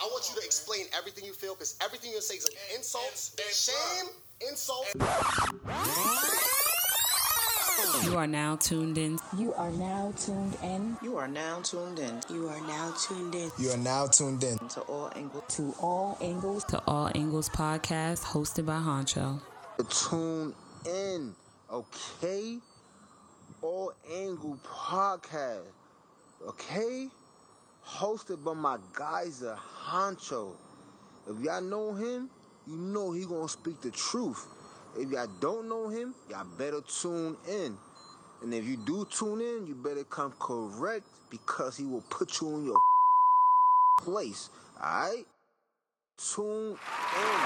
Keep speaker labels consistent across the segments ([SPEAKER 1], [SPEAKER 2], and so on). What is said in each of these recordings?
[SPEAKER 1] want you to explain everything you feel because everything you say is like insults, shame, insults.
[SPEAKER 2] You are now tuned in.
[SPEAKER 3] You are now tuned in
[SPEAKER 4] You are now tuned in
[SPEAKER 3] You are now tuned in
[SPEAKER 5] You are now tuned in.
[SPEAKER 4] to all angles.
[SPEAKER 3] to all angles.
[SPEAKER 2] to All Angles Podcast, hosted by Honcho.
[SPEAKER 5] Tune in, okay? All Angle Podcast, okay? Hosted by my geyser, Honcho. If y'all know him, you know he gonna speak the truth. If y'all don't know him, y'all better tune in. And if you do tune in, you better come correct because he will put you in your place. Alright? Tune in.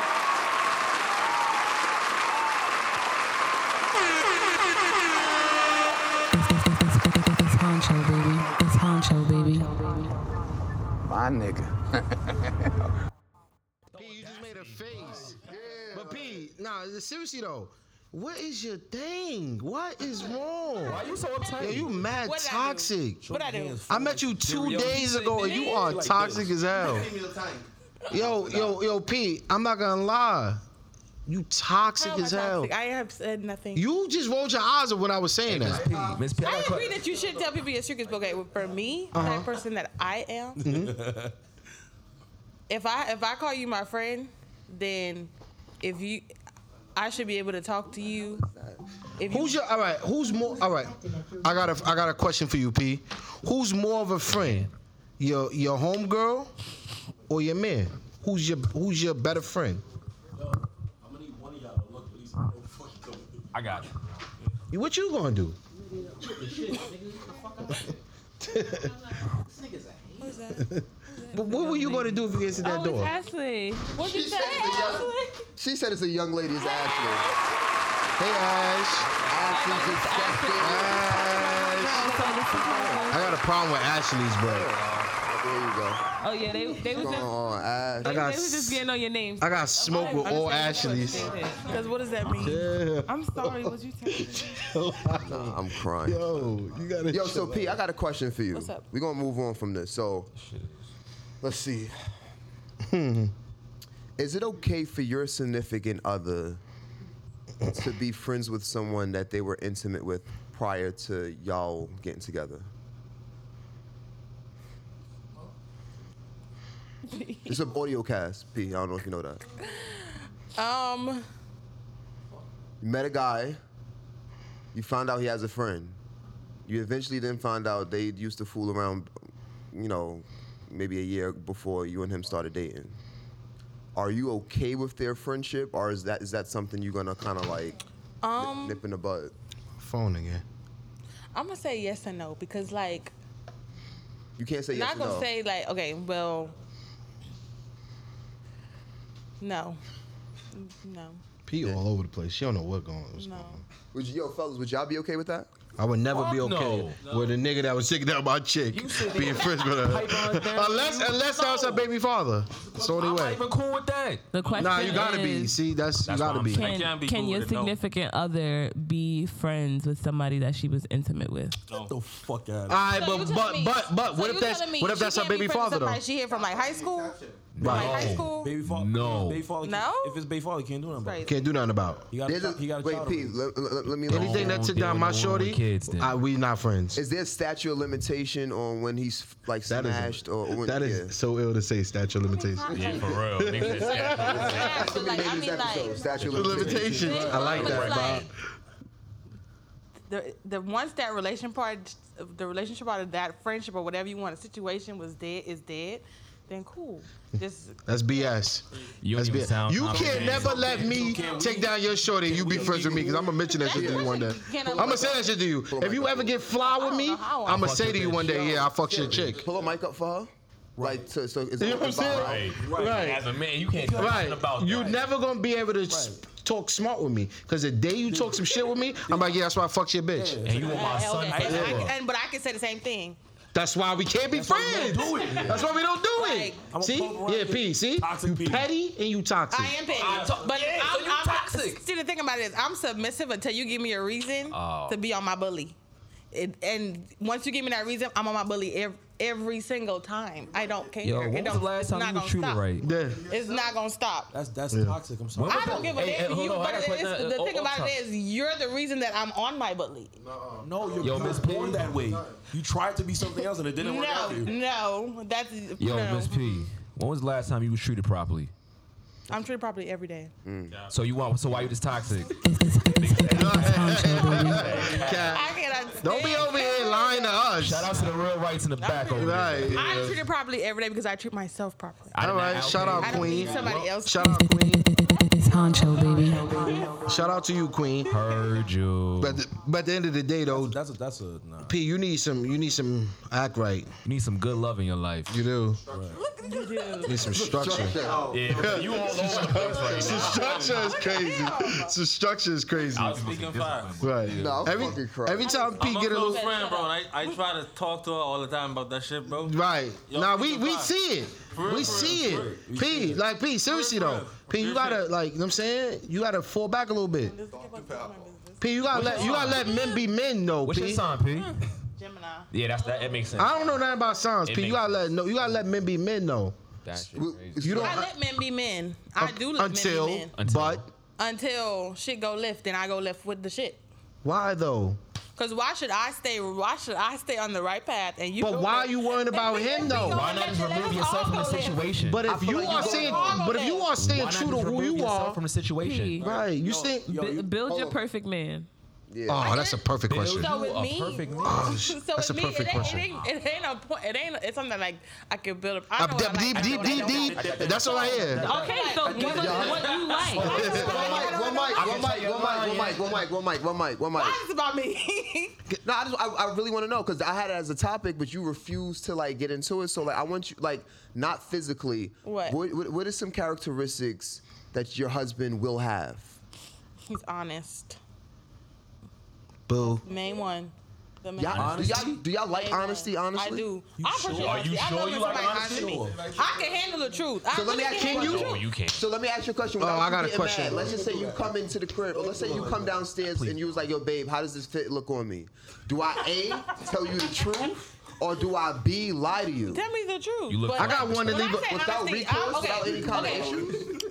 [SPEAKER 2] It's, it's, it's, it's, it's, it's, it's Honcho, baby. It's Honcho, baby.
[SPEAKER 5] My nigga.
[SPEAKER 6] P, you just made a face. But P, nah, seriously though, what is your thing? What is wrong? Why you so uptight? Yeah, you mad
[SPEAKER 7] What did I do?
[SPEAKER 6] toxic.
[SPEAKER 7] What I do?
[SPEAKER 6] I met you two days ago, and you are toxic as hell. Yo, yo, yo, P, I'm not gonna lie. You toxic
[SPEAKER 7] How am I
[SPEAKER 6] as hell.
[SPEAKER 7] toxic? I have said nothing.
[SPEAKER 6] You just rolled your eyes at when I was saying that.
[SPEAKER 8] Miss P, I
[SPEAKER 7] I
[SPEAKER 8] got a
[SPEAKER 7] agree
[SPEAKER 8] que-
[SPEAKER 7] that you should tell people your secrets, but okay, for me, the
[SPEAKER 6] Uh-huh.
[SPEAKER 7] type of person that I am,
[SPEAKER 6] Mm-hmm.
[SPEAKER 7] if I if I call you my friend, then if you, I should be able to talk to you. If
[SPEAKER 6] Who's
[SPEAKER 7] you,
[SPEAKER 6] your all right? Who's more all right? I got a I got a question for you, P. Who's more of a friend, your your homegirl or your man? Who's your Who's your better friend?
[SPEAKER 8] I got you.
[SPEAKER 6] You- What you gonna do? But what were you gonna do if you answered that door?
[SPEAKER 7] Ashley. What you say, Ashley?
[SPEAKER 9] She said it's a young lady's Ashley.
[SPEAKER 6] Hey Ash,
[SPEAKER 9] Ashley's disgusting.
[SPEAKER 6] Ash. I got a problem with Ashley's, but
[SPEAKER 9] There you go. Oh,
[SPEAKER 10] Oh yeah, they they was
[SPEAKER 9] Going
[SPEAKER 10] just,
[SPEAKER 9] on, Ash.
[SPEAKER 6] I
[SPEAKER 10] they
[SPEAKER 6] got
[SPEAKER 10] was just
[SPEAKER 6] s-
[SPEAKER 10] getting on your name.
[SPEAKER 6] I got smoke with all Ashleys.
[SPEAKER 7] Because what does that mean? I'm sorry. What you saying?
[SPEAKER 9] Nah, I'm crying. Yo,
[SPEAKER 6] Yo, you gotta.
[SPEAKER 9] so P, I got a question for you.
[SPEAKER 7] What's up?
[SPEAKER 9] We're gonna move on from this. So let's see. Is it okay for your significant other to be friends with someone that they were intimate with prior to y'all getting together? It's an audio cast, P. I don't know if you know that.
[SPEAKER 7] Um,
[SPEAKER 9] You met a guy. You found out he has a friend. You eventually then find out they used to fool around, you know, maybe a year before you and him started dating. Are you okay with their friendship, or is that is that something you're gonna kind of like
[SPEAKER 7] Um,
[SPEAKER 9] nip in the bud?
[SPEAKER 6] Phone again.
[SPEAKER 7] I'm gonna say yes and no because like
[SPEAKER 9] You can't say yes
[SPEAKER 7] not
[SPEAKER 9] or
[SPEAKER 7] gonna
[SPEAKER 9] no.
[SPEAKER 7] say like okay well no no
[SPEAKER 6] P all over the place. She don't know what going. What's
[SPEAKER 7] no
[SPEAKER 6] going on.
[SPEAKER 9] Would you, yo, fellas, would y'all be okay with that?
[SPEAKER 6] I would never be
[SPEAKER 8] Fuck
[SPEAKER 6] okay with a nigga that was taking out my chick
[SPEAKER 8] sit
[SPEAKER 6] being friends with her.
[SPEAKER 8] Pipe on down.
[SPEAKER 6] unless unless that's her baby father. So
[SPEAKER 8] I'm not
[SPEAKER 6] anyway,
[SPEAKER 8] even cool with that.
[SPEAKER 10] The question
[SPEAKER 6] nah, you gotta be.
[SPEAKER 10] is,
[SPEAKER 6] See, that's,
[SPEAKER 8] That's
[SPEAKER 6] you
[SPEAKER 8] what
[SPEAKER 6] gotta
[SPEAKER 8] I'm
[SPEAKER 6] be.
[SPEAKER 8] saying. I
[SPEAKER 10] Can,
[SPEAKER 8] can't be
[SPEAKER 10] can
[SPEAKER 8] cool
[SPEAKER 10] your
[SPEAKER 8] with it, no.
[SPEAKER 10] significant other be friends with somebody that she was intimate with?
[SPEAKER 8] Get the fuck
[SPEAKER 6] All
[SPEAKER 8] out
[SPEAKER 6] right,
[SPEAKER 7] So you
[SPEAKER 6] but but
[SPEAKER 7] telling me-
[SPEAKER 6] but but
[SPEAKER 7] so
[SPEAKER 6] what
[SPEAKER 7] you
[SPEAKER 6] if that's
[SPEAKER 7] telling me
[SPEAKER 6] what if
[SPEAKER 7] she
[SPEAKER 6] that's her
[SPEAKER 7] can't be
[SPEAKER 6] baby
[SPEAKER 7] friends with
[SPEAKER 6] father though?
[SPEAKER 7] somebody she here from like high school
[SPEAKER 6] Right.
[SPEAKER 7] like high school
[SPEAKER 8] Baby father.
[SPEAKER 6] No.
[SPEAKER 8] Baby father.
[SPEAKER 7] No?
[SPEAKER 8] If it's baby father, can't do nothing. About it.
[SPEAKER 7] Crazy.
[SPEAKER 6] Can't do nothing about.
[SPEAKER 8] He got
[SPEAKER 9] There's
[SPEAKER 8] a,
[SPEAKER 9] a,
[SPEAKER 8] he got a
[SPEAKER 9] wait,
[SPEAKER 8] child
[SPEAKER 9] P,
[SPEAKER 8] on him.
[SPEAKER 9] let, let- let me
[SPEAKER 6] Anything that took
[SPEAKER 8] deal
[SPEAKER 6] down
[SPEAKER 8] with
[SPEAKER 6] my
[SPEAKER 8] the one with
[SPEAKER 6] shorty,
[SPEAKER 8] kids, then.
[SPEAKER 6] I, we not friends.
[SPEAKER 9] Is there a statute of limitation on when he's like
[SPEAKER 6] That is-
[SPEAKER 9] smashed or when?
[SPEAKER 6] that is
[SPEAKER 9] yeah.
[SPEAKER 6] so ill to say statute of limitations.
[SPEAKER 8] Yeah, for real. Niggas is asking.
[SPEAKER 7] Yeah, so, like, I
[SPEAKER 9] Maybe
[SPEAKER 7] mean
[SPEAKER 9] this episode,
[SPEAKER 7] like
[SPEAKER 9] statute of limitations.
[SPEAKER 6] Limitations. I like that.
[SPEAKER 7] It's
[SPEAKER 6] Bob.
[SPEAKER 7] like- the the once that relation part the relationship part of that friendship or whatever you want a situation was dead is dead then cool just
[SPEAKER 6] That's BS.
[SPEAKER 8] You
[SPEAKER 6] That's
[SPEAKER 8] don't even
[SPEAKER 6] BS.
[SPEAKER 8] sound
[SPEAKER 6] You can't
[SPEAKER 8] confident.
[SPEAKER 6] never let me take down your shorty. and You be friends with me because I'm gonna mention that shit to you one day.
[SPEAKER 7] Can I-
[SPEAKER 6] I'm gonna say that shit to you. If you ever get fly with me,
[SPEAKER 7] I don't know how I
[SPEAKER 6] I'm gonna say to you one day, yeah, I fucked your chick.
[SPEAKER 9] Pull a mic up for her. Right. So, so is
[SPEAKER 6] You know what I'm saying?
[SPEAKER 8] Right.
[SPEAKER 6] Right.
[SPEAKER 8] As a man, you can't do
[SPEAKER 6] Right?
[SPEAKER 8] nothing about
[SPEAKER 6] You're
[SPEAKER 8] that.
[SPEAKER 6] never gonna be able to s- talk smart with me because the day you talk some shit with me, I'm like, yeah, that's why I fucked your bitch.
[SPEAKER 8] and you want my son
[SPEAKER 7] okay. and, I
[SPEAKER 8] forever.
[SPEAKER 7] can- and- but I can say the same thing
[SPEAKER 6] That's why we can't be friends.
[SPEAKER 8] do it.
[SPEAKER 6] That's why we don't do it.
[SPEAKER 7] Like,
[SPEAKER 8] I'ma
[SPEAKER 6] See?
[SPEAKER 8] poke around
[SPEAKER 6] Yeah,
[SPEAKER 8] you.
[SPEAKER 6] P. See?
[SPEAKER 8] Toxic
[SPEAKER 6] You
[SPEAKER 8] P.
[SPEAKER 6] petty and you toxic.
[SPEAKER 7] I am petty
[SPEAKER 8] I to-
[SPEAKER 7] but
[SPEAKER 8] Yeah,
[SPEAKER 7] I'm,
[SPEAKER 8] so you
[SPEAKER 7] I'm
[SPEAKER 8] toxic.
[SPEAKER 11] Oh.
[SPEAKER 7] see the thing about it is I'm submissive until you give me a reason to be on my bully It, and once you give me that reason, I'm on my bully every, every single time. I don't care.
[SPEAKER 11] Yo,
[SPEAKER 7] it
[SPEAKER 11] when was
[SPEAKER 7] don't,
[SPEAKER 11] the last
[SPEAKER 7] it's
[SPEAKER 11] time
[SPEAKER 7] not
[SPEAKER 11] you
[SPEAKER 7] gonna
[SPEAKER 11] was treated
[SPEAKER 7] stop.
[SPEAKER 11] right?
[SPEAKER 6] Yeah.
[SPEAKER 7] It's not gonna stop.
[SPEAKER 11] That's that's toxic. I'm sorry.
[SPEAKER 7] I don't give a
[SPEAKER 11] Hey, hey,
[SPEAKER 7] damn.
[SPEAKER 11] hold
[SPEAKER 7] you,
[SPEAKER 11] on, I
[SPEAKER 7] but
[SPEAKER 11] got a
[SPEAKER 7] it's,
[SPEAKER 11] question. Uh,
[SPEAKER 7] the
[SPEAKER 11] oh,
[SPEAKER 7] thing
[SPEAKER 11] oh,
[SPEAKER 7] about
[SPEAKER 11] time.
[SPEAKER 7] it is, you're the reason that I'm on my bully.
[SPEAKER 11] No, you're
[SPEAKER 8] Yo,
[SPEAKER 11] not
[SPEAKER 8] Miss P.
[SPEAKER 11] born that way. You tried to be something else and it didn't work out
[SPEAKER 7] No,
[SPEAKER 11] for you.
[SPEAKER 7] no, that's
[SPEAKER 8] Yo,
[SPEAKER 7] no.
[SPEAKER 8] Miss P, when was the last time you was treated properly?
[SPEAKER 7] I'm treated properly every day.
[SPEAKER 8] So you want? So why you just toxic?
[SPEAKER 12] This this this this honcho, baby.
[SPEAKER 6] Cat,
[SPEAKER 7] I cannot.
[SPEAKER 6] Don't be
[SPEAKER 7] stand-
[SPEAKER 6] over here lying to
[SPEAKER 8] Shout
[SPEAKER 6] us.
[SPEAKER 8] out to the real rights in the back over there.
[SPEAKER 6] Right.
[SPEAKER 7] I'm treated properly every day because I treat myself properly.
[SPEAKER 8] I
[SPEAKER 6] All
[SPEAKER 8] did not
[SPEAKER 6] right.
[SPEAKER 8] out
[SPEAKER 6] Shout
[SPEAKER 8] you.
[SPEAKER 6] out,
[SPEAKER 7] I don't
[SPEAKER 6] Queen.
[SPEAKER 7] need somebody else.
[SPEAKER 6] Shout out,
[SPEAKER 12] This
[SPEAKER 6] Queen.
[SPEAKER 12] this this this honcho, baby.
[SPEAKER 6] Shout out to you, Queen.
[SPEAKER 8] Heard you.
[SPEAKER 6] But the, but at the end of the day, though,
[SPEAKER 11] That's a that's a nah.
[SPEAKER 6] P, you need some you need some act right.
[SPEAKER 8] You need some good love in your life.
[SPEAKER 6] You do. You need some structure.
[SPEAKER 8] Yeah, you all over the place right now.
[SPEAKER 6] structure is crazy. So structure is crazy.
[SPEAKER 11] I was speaking facts.
[SPEAKER 6] Right.
[SPEAKER 9] Nah, I'm
[SPEAKER 6] every,
[SPEAKER 9] fucking crying.
[SPEAKER 6] every time P get a little
[SPEAKER 11] friend, bro. I, I try to talk to her all the time about that shit, bro.
[SPEAKER 6] Right.
[SPEAKER 11] Yo,
[SPEAKER 6] nah,
[SPEAKER 11] P
[SPEAKER 6] we,
[SPEAKER 11] the
[SPEAKER 6] we
[SPEAKER 11] vibe.
[SPEAKER 6] see it.
[SPEAKER 11] real,
[SPEAKER 6] we
[SPEAKER 11] for
[SPEAKER 6] see
[SPEAKER 11] real, for
[SPEAKER 6] it.
[SPEAKER 11] real. We
[SPEAKER 6] P,
[SPEAKER 11] see it.
[SPEAKER 6] like P, seriously
[SPEAKER 11] real, for
[SPEAKER 6] though.
[SPEAKER 11] real.
[SPEAKER 6] P, you
[SPEAKER 11] Real
[SPEAKER 6] gotta
[SPEAKER 11] shit.
[SPEAKER 6] like, you know what I'm saying? You gotta fall back a little bit. P, you gotta let you gotta let men be men though,
[SPEAKER 8] What's your
[SPEAKER 6] P.
[SPEAKER 8] sign, P?
[SPEAKER 7] Gemini.
[SPEAKER 8] Yeah, that's that. That makes sense.
[SPEAKER 6] I don't know nothing about signs,
[SPEAKER 8] It
[SPEAKER 6] P. You
[SPEAKER 8] makes
[SPEAKER 6] gotta let no you gotta let men be men though.
[SPEAKER 8] That shit
[SPEAKER 9] We-
[SPEAKER 8] crazy.
[SPEAKER 9] it's
[SPEAKER 6] You don't
[SPEAKER 7] I let men be men. I do let
[SPEAKER 6] until,
[SPEAKER 7] men be men.
[SPEAKER 8] Until-
[SPEAKER 6] but
[SPEAKER 7] Until shit go left, then I go left with the shit.
[SPEAKER 6] why though?
[SPEAKER 7] Cause why should I stay? Why should I stay on the right path and you?
[SPEAKER 6] But
[SPEAKER 7] go
[SPEAKER 6] why
[SPEAKER 7] left?
[SPEAKER 6] you worrying
[SPEAKER 7] If
[SPEAKER 6] about
[SPEAKER 7] we-
[SPEAKER 6] him,
[SPEAKER 7] if we
[SPEAKER 6] though?
[SPEAKER 7] go
[SPEAKER 8] Why not
[SPEAKER 7] left,
[SPEAKER 8] just
[SPEAKER 7] then let
[SPEAKER 8] remove
[SPEAKER 7] us
[SPEAKER 8] yourself
[SPEAKER 7] all
[SPEAKER 8] from the
[SPEAKER 7] go left.
[SPEAKER 8] situation?
[SPEAKER 6] But
[SPEAKER 9] I
[SPEAKER 6] if
[SPEAKER 9] feel
[SPEAKER 6] you
[SPEAKER 9] like you
[SPEAKER 6] are
[SPEAKER 9] go-
[SPEAKER 6] saying,
[SPEAKER 7] Why
[SPEAKER 6] but if you
[SPEAKER 7] not
[SPEAKER 6] are staying
[SPEAKER 8] Why not
[SPEAKER 6] true to
[SPEAKER 8] just
[SPEAKER 6] who
[SPEAKER 8] remove
[SPEAKER 6] you
[SPEAKER 8] yourself
[SPEAKER 6] are,
[SPEAKER 8] from the situation?
[SPEAKER 10] P.
[SPEAKER 6] right? You stay.
[SPEAKER 11] Yo,
[SPEAKER 10] B-
[SPEAKER 11] you-
[SPEAKER 10] build your
[SPEAKER 9] on.
[SPEAKER 10] perfect man.
[SPEAKER 9] Yeah.
[SPEAKER 6] Oh, that's a perfect
[SPEAKER 8] Build
[SPEAKER 6] question.
[SPEAKER 7] So with
[SPEAKER 8] you a
[SPEAKER 7] me-
[SPEAKER 8] perfect man.
[SPEAKER 7] So
[SPEAKER 6] That's a
[SPEAKER 7] with me,
[SPEAKER 6] perfect
[SPEAKER 7] it ain't,
[SPEAKER 6] question.
[SPEAKER 7] it ain't, it ain't a point. It ain't. It's something like I could build. A, I
[SPEAKER 6] Uh,
[SPEAKER 7] know what I
[SPEAKER 6] deep,
[SPEAKER 7] like,
[SPEAKER 6] deep, deep,
[SPEAKER 7] I know what I
[SPEAKER 6] deep,
[SPEAKER 7] don't
[SPEAKER 6] deep. That's all I hear.
[SPEAKER 10] Okay, so what, was, what you like?
[SPEAKER 9] One mic, one mic, one mic, one mic, one mic, one mic, one mic, one mic.
[SPEAKER 7] like. It's about me.
[SPEAKER 9] No, I, just, I, I really want to know because I had it as a topic, but you refused to like get into it. So like, I want you like not physically.
[SPEAKER 7] What?
[SPEAKER 9] What, what, what are some characteristics that your husband will have?
[SPEAKER 7] He's honest.
[SPEAKER 6] Boo.
[SPEAKER 7] Main one. The main
[SPEAKER 9] Y'all,
[SPEAKER 7] one.
[SPEAKER 9] Do y'all, do y'all like
[SPEAKER 7] Amen.
[SPEAKER 9] honesty? Honestly,
[SPEAKER 7] I do. I appreciate
[SPEAKER 11] sure? Are you
[SPEAKER 7] honesty. I
[SPEAKER 11] sure
[SPEAKER 7] love
[SPEAKER 11] you
[SPEAKER 7] when
[SPEAKER 11] like
[SPEAKER 7] somebody
[SPEAKER 11] honesty?
[SPEAKER 7] honest with me. I can handle the truth. I
[SPEAKER 9] So let me
[SPEAKER 7] really
[SPEAKER 9] ask you-
[SPEAKER 7] handle the
[SPEAKER 8] No,
[SPEAKER 7] truth.
[SPEAKER 8] you can't.
[SPEAKER 9] So let me ask you a question.
[SPEAKER 6] Oh,
[SPEAKER 9] without
[SPEAKER 6] I
[SPEAKER 9] you
[SPEAKER 6] got a
[SPEAKER 9] getting
[SPEAKER 6] question.
[SPEAKER 9] Mad. Let's just say you come into the crib, or let's say you come downstairs and you was like, "Yo, babe, how does this fit look on me? Do I a tell you the truth, or do I b lie to you?"
[SPEAKER 7] Tell me the truth.
[SPEAKER 8] You look
[SPEAKER 7] But
[SPEAKER 8] I got
[SPEAKER 7] when
[SPEAKER 6] one to
[SPEAKER 7] I
[SPEAKER 6] leave
[SPEAKER 7] say
[SPEAKER 9] Without
[SPEAKER 7] honesty,
[SPEAKER 9] recourse,
[SPEAKER 7] I'm- okay,
[SPEAKER 9] without any kind
[SPEAKER 7] okay.
[SPEAKER 9] of issues.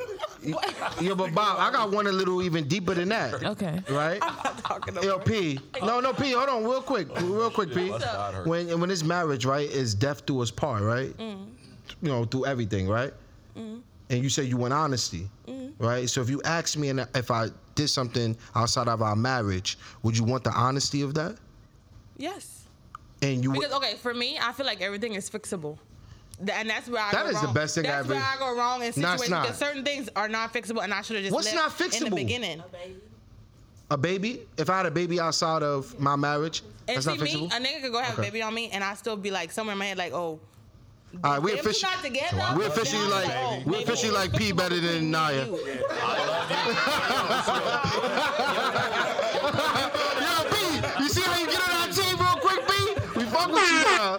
[SPEAKER 6] Yo, but Bob, I got one a little even deeper than that.
[SPEAKER 10] Okay.
[SPEAKER 6] Right?
[SPEAKER 7] I'm talking about
[SPEAKER 6] Yo, P. No, no, P. Hold on, real quick, real quick, P. When when this marriage, right, is death do us part, right?
[SPEAKER 7] Mm.
[SPEAKER 6] You know, through everything, right? And you say you want honesty,
[SPEAKER 7] Mm.
[SPEAKER 6] right? So if you ask me and if I did something outside of our marriage, would you want the honesty of that?
[SPEAKER 7] Yes.
[SPEAKER 6] And you would.
[SPEAKER 7] Because okay, for me, I feel like everything is fixable. Th- And that's where I
[SPEAKER 6] That
[SPEAKER 7] go
[SPEAKER 6] is the
[SPEAKER 7] wrong.
[SPEAKER 6] best thing I
[SPEAKER 7] That's
[SPEAKER 6] ever-
[SPEAKER 7] where I go wrong in
[SPEAKER 6] No,
[SPEAKER 7] situations
[SPEAKER 6] it's
[SPEAKER 7] because
[SPEAKER 6] not.
[SPEAKER 7] certain things are not fixable, and I should have just
[SPEAKER 6] What's
[SPEAKER 7] left
[SPEAKER 6] not
[SPEAKER 7] in the
[SPEAKER 6] fixable?
[SPEAKER 7] beginning.
[SPEAKER 6] a baby? If I had a baby outside of my marriage,
[SPEAKER 7] And
[SPEAKER 6] that's
[SPEAKER 7] see
[SPEAKER 6] not
[SPEAKER 7] me,
[SPEAKER 6] fixable.
[SPEAKER 7] a nigga could go have
[SPEAKER 6] Okay.
[SPEAKER 7] a baby on me, and I still be like somewhere in my head, like, oh,
[SPEAKER 6] All right, we
[SPEAKER 7] if we're
[SPEAKER 6] officially.
[SPEAKER 7] not together,
[SPEAKER 6] We're
[SPEAKER 7] then
[SPEAKER 6] officially
[SPEAKER 7] I'm
[SPEAKER 6] like
[SPEAKER 7] oh,
[SPEAKER 6] we're
[SPEAKER 7] maybe
[SPEAKER 6] officially
[SPEAKER 7] it's
[SPEAKER 6] like P
[SPEAKER 7] fixable
[SPEAKER 6] better than
[SPEAKER 7] between me
[SPEAKER 6] Naya.
[SPEAKER 7] and you.
[SPEAKER 6] Yo, B, you see how you get on our team real quick, B? We fuck with you now.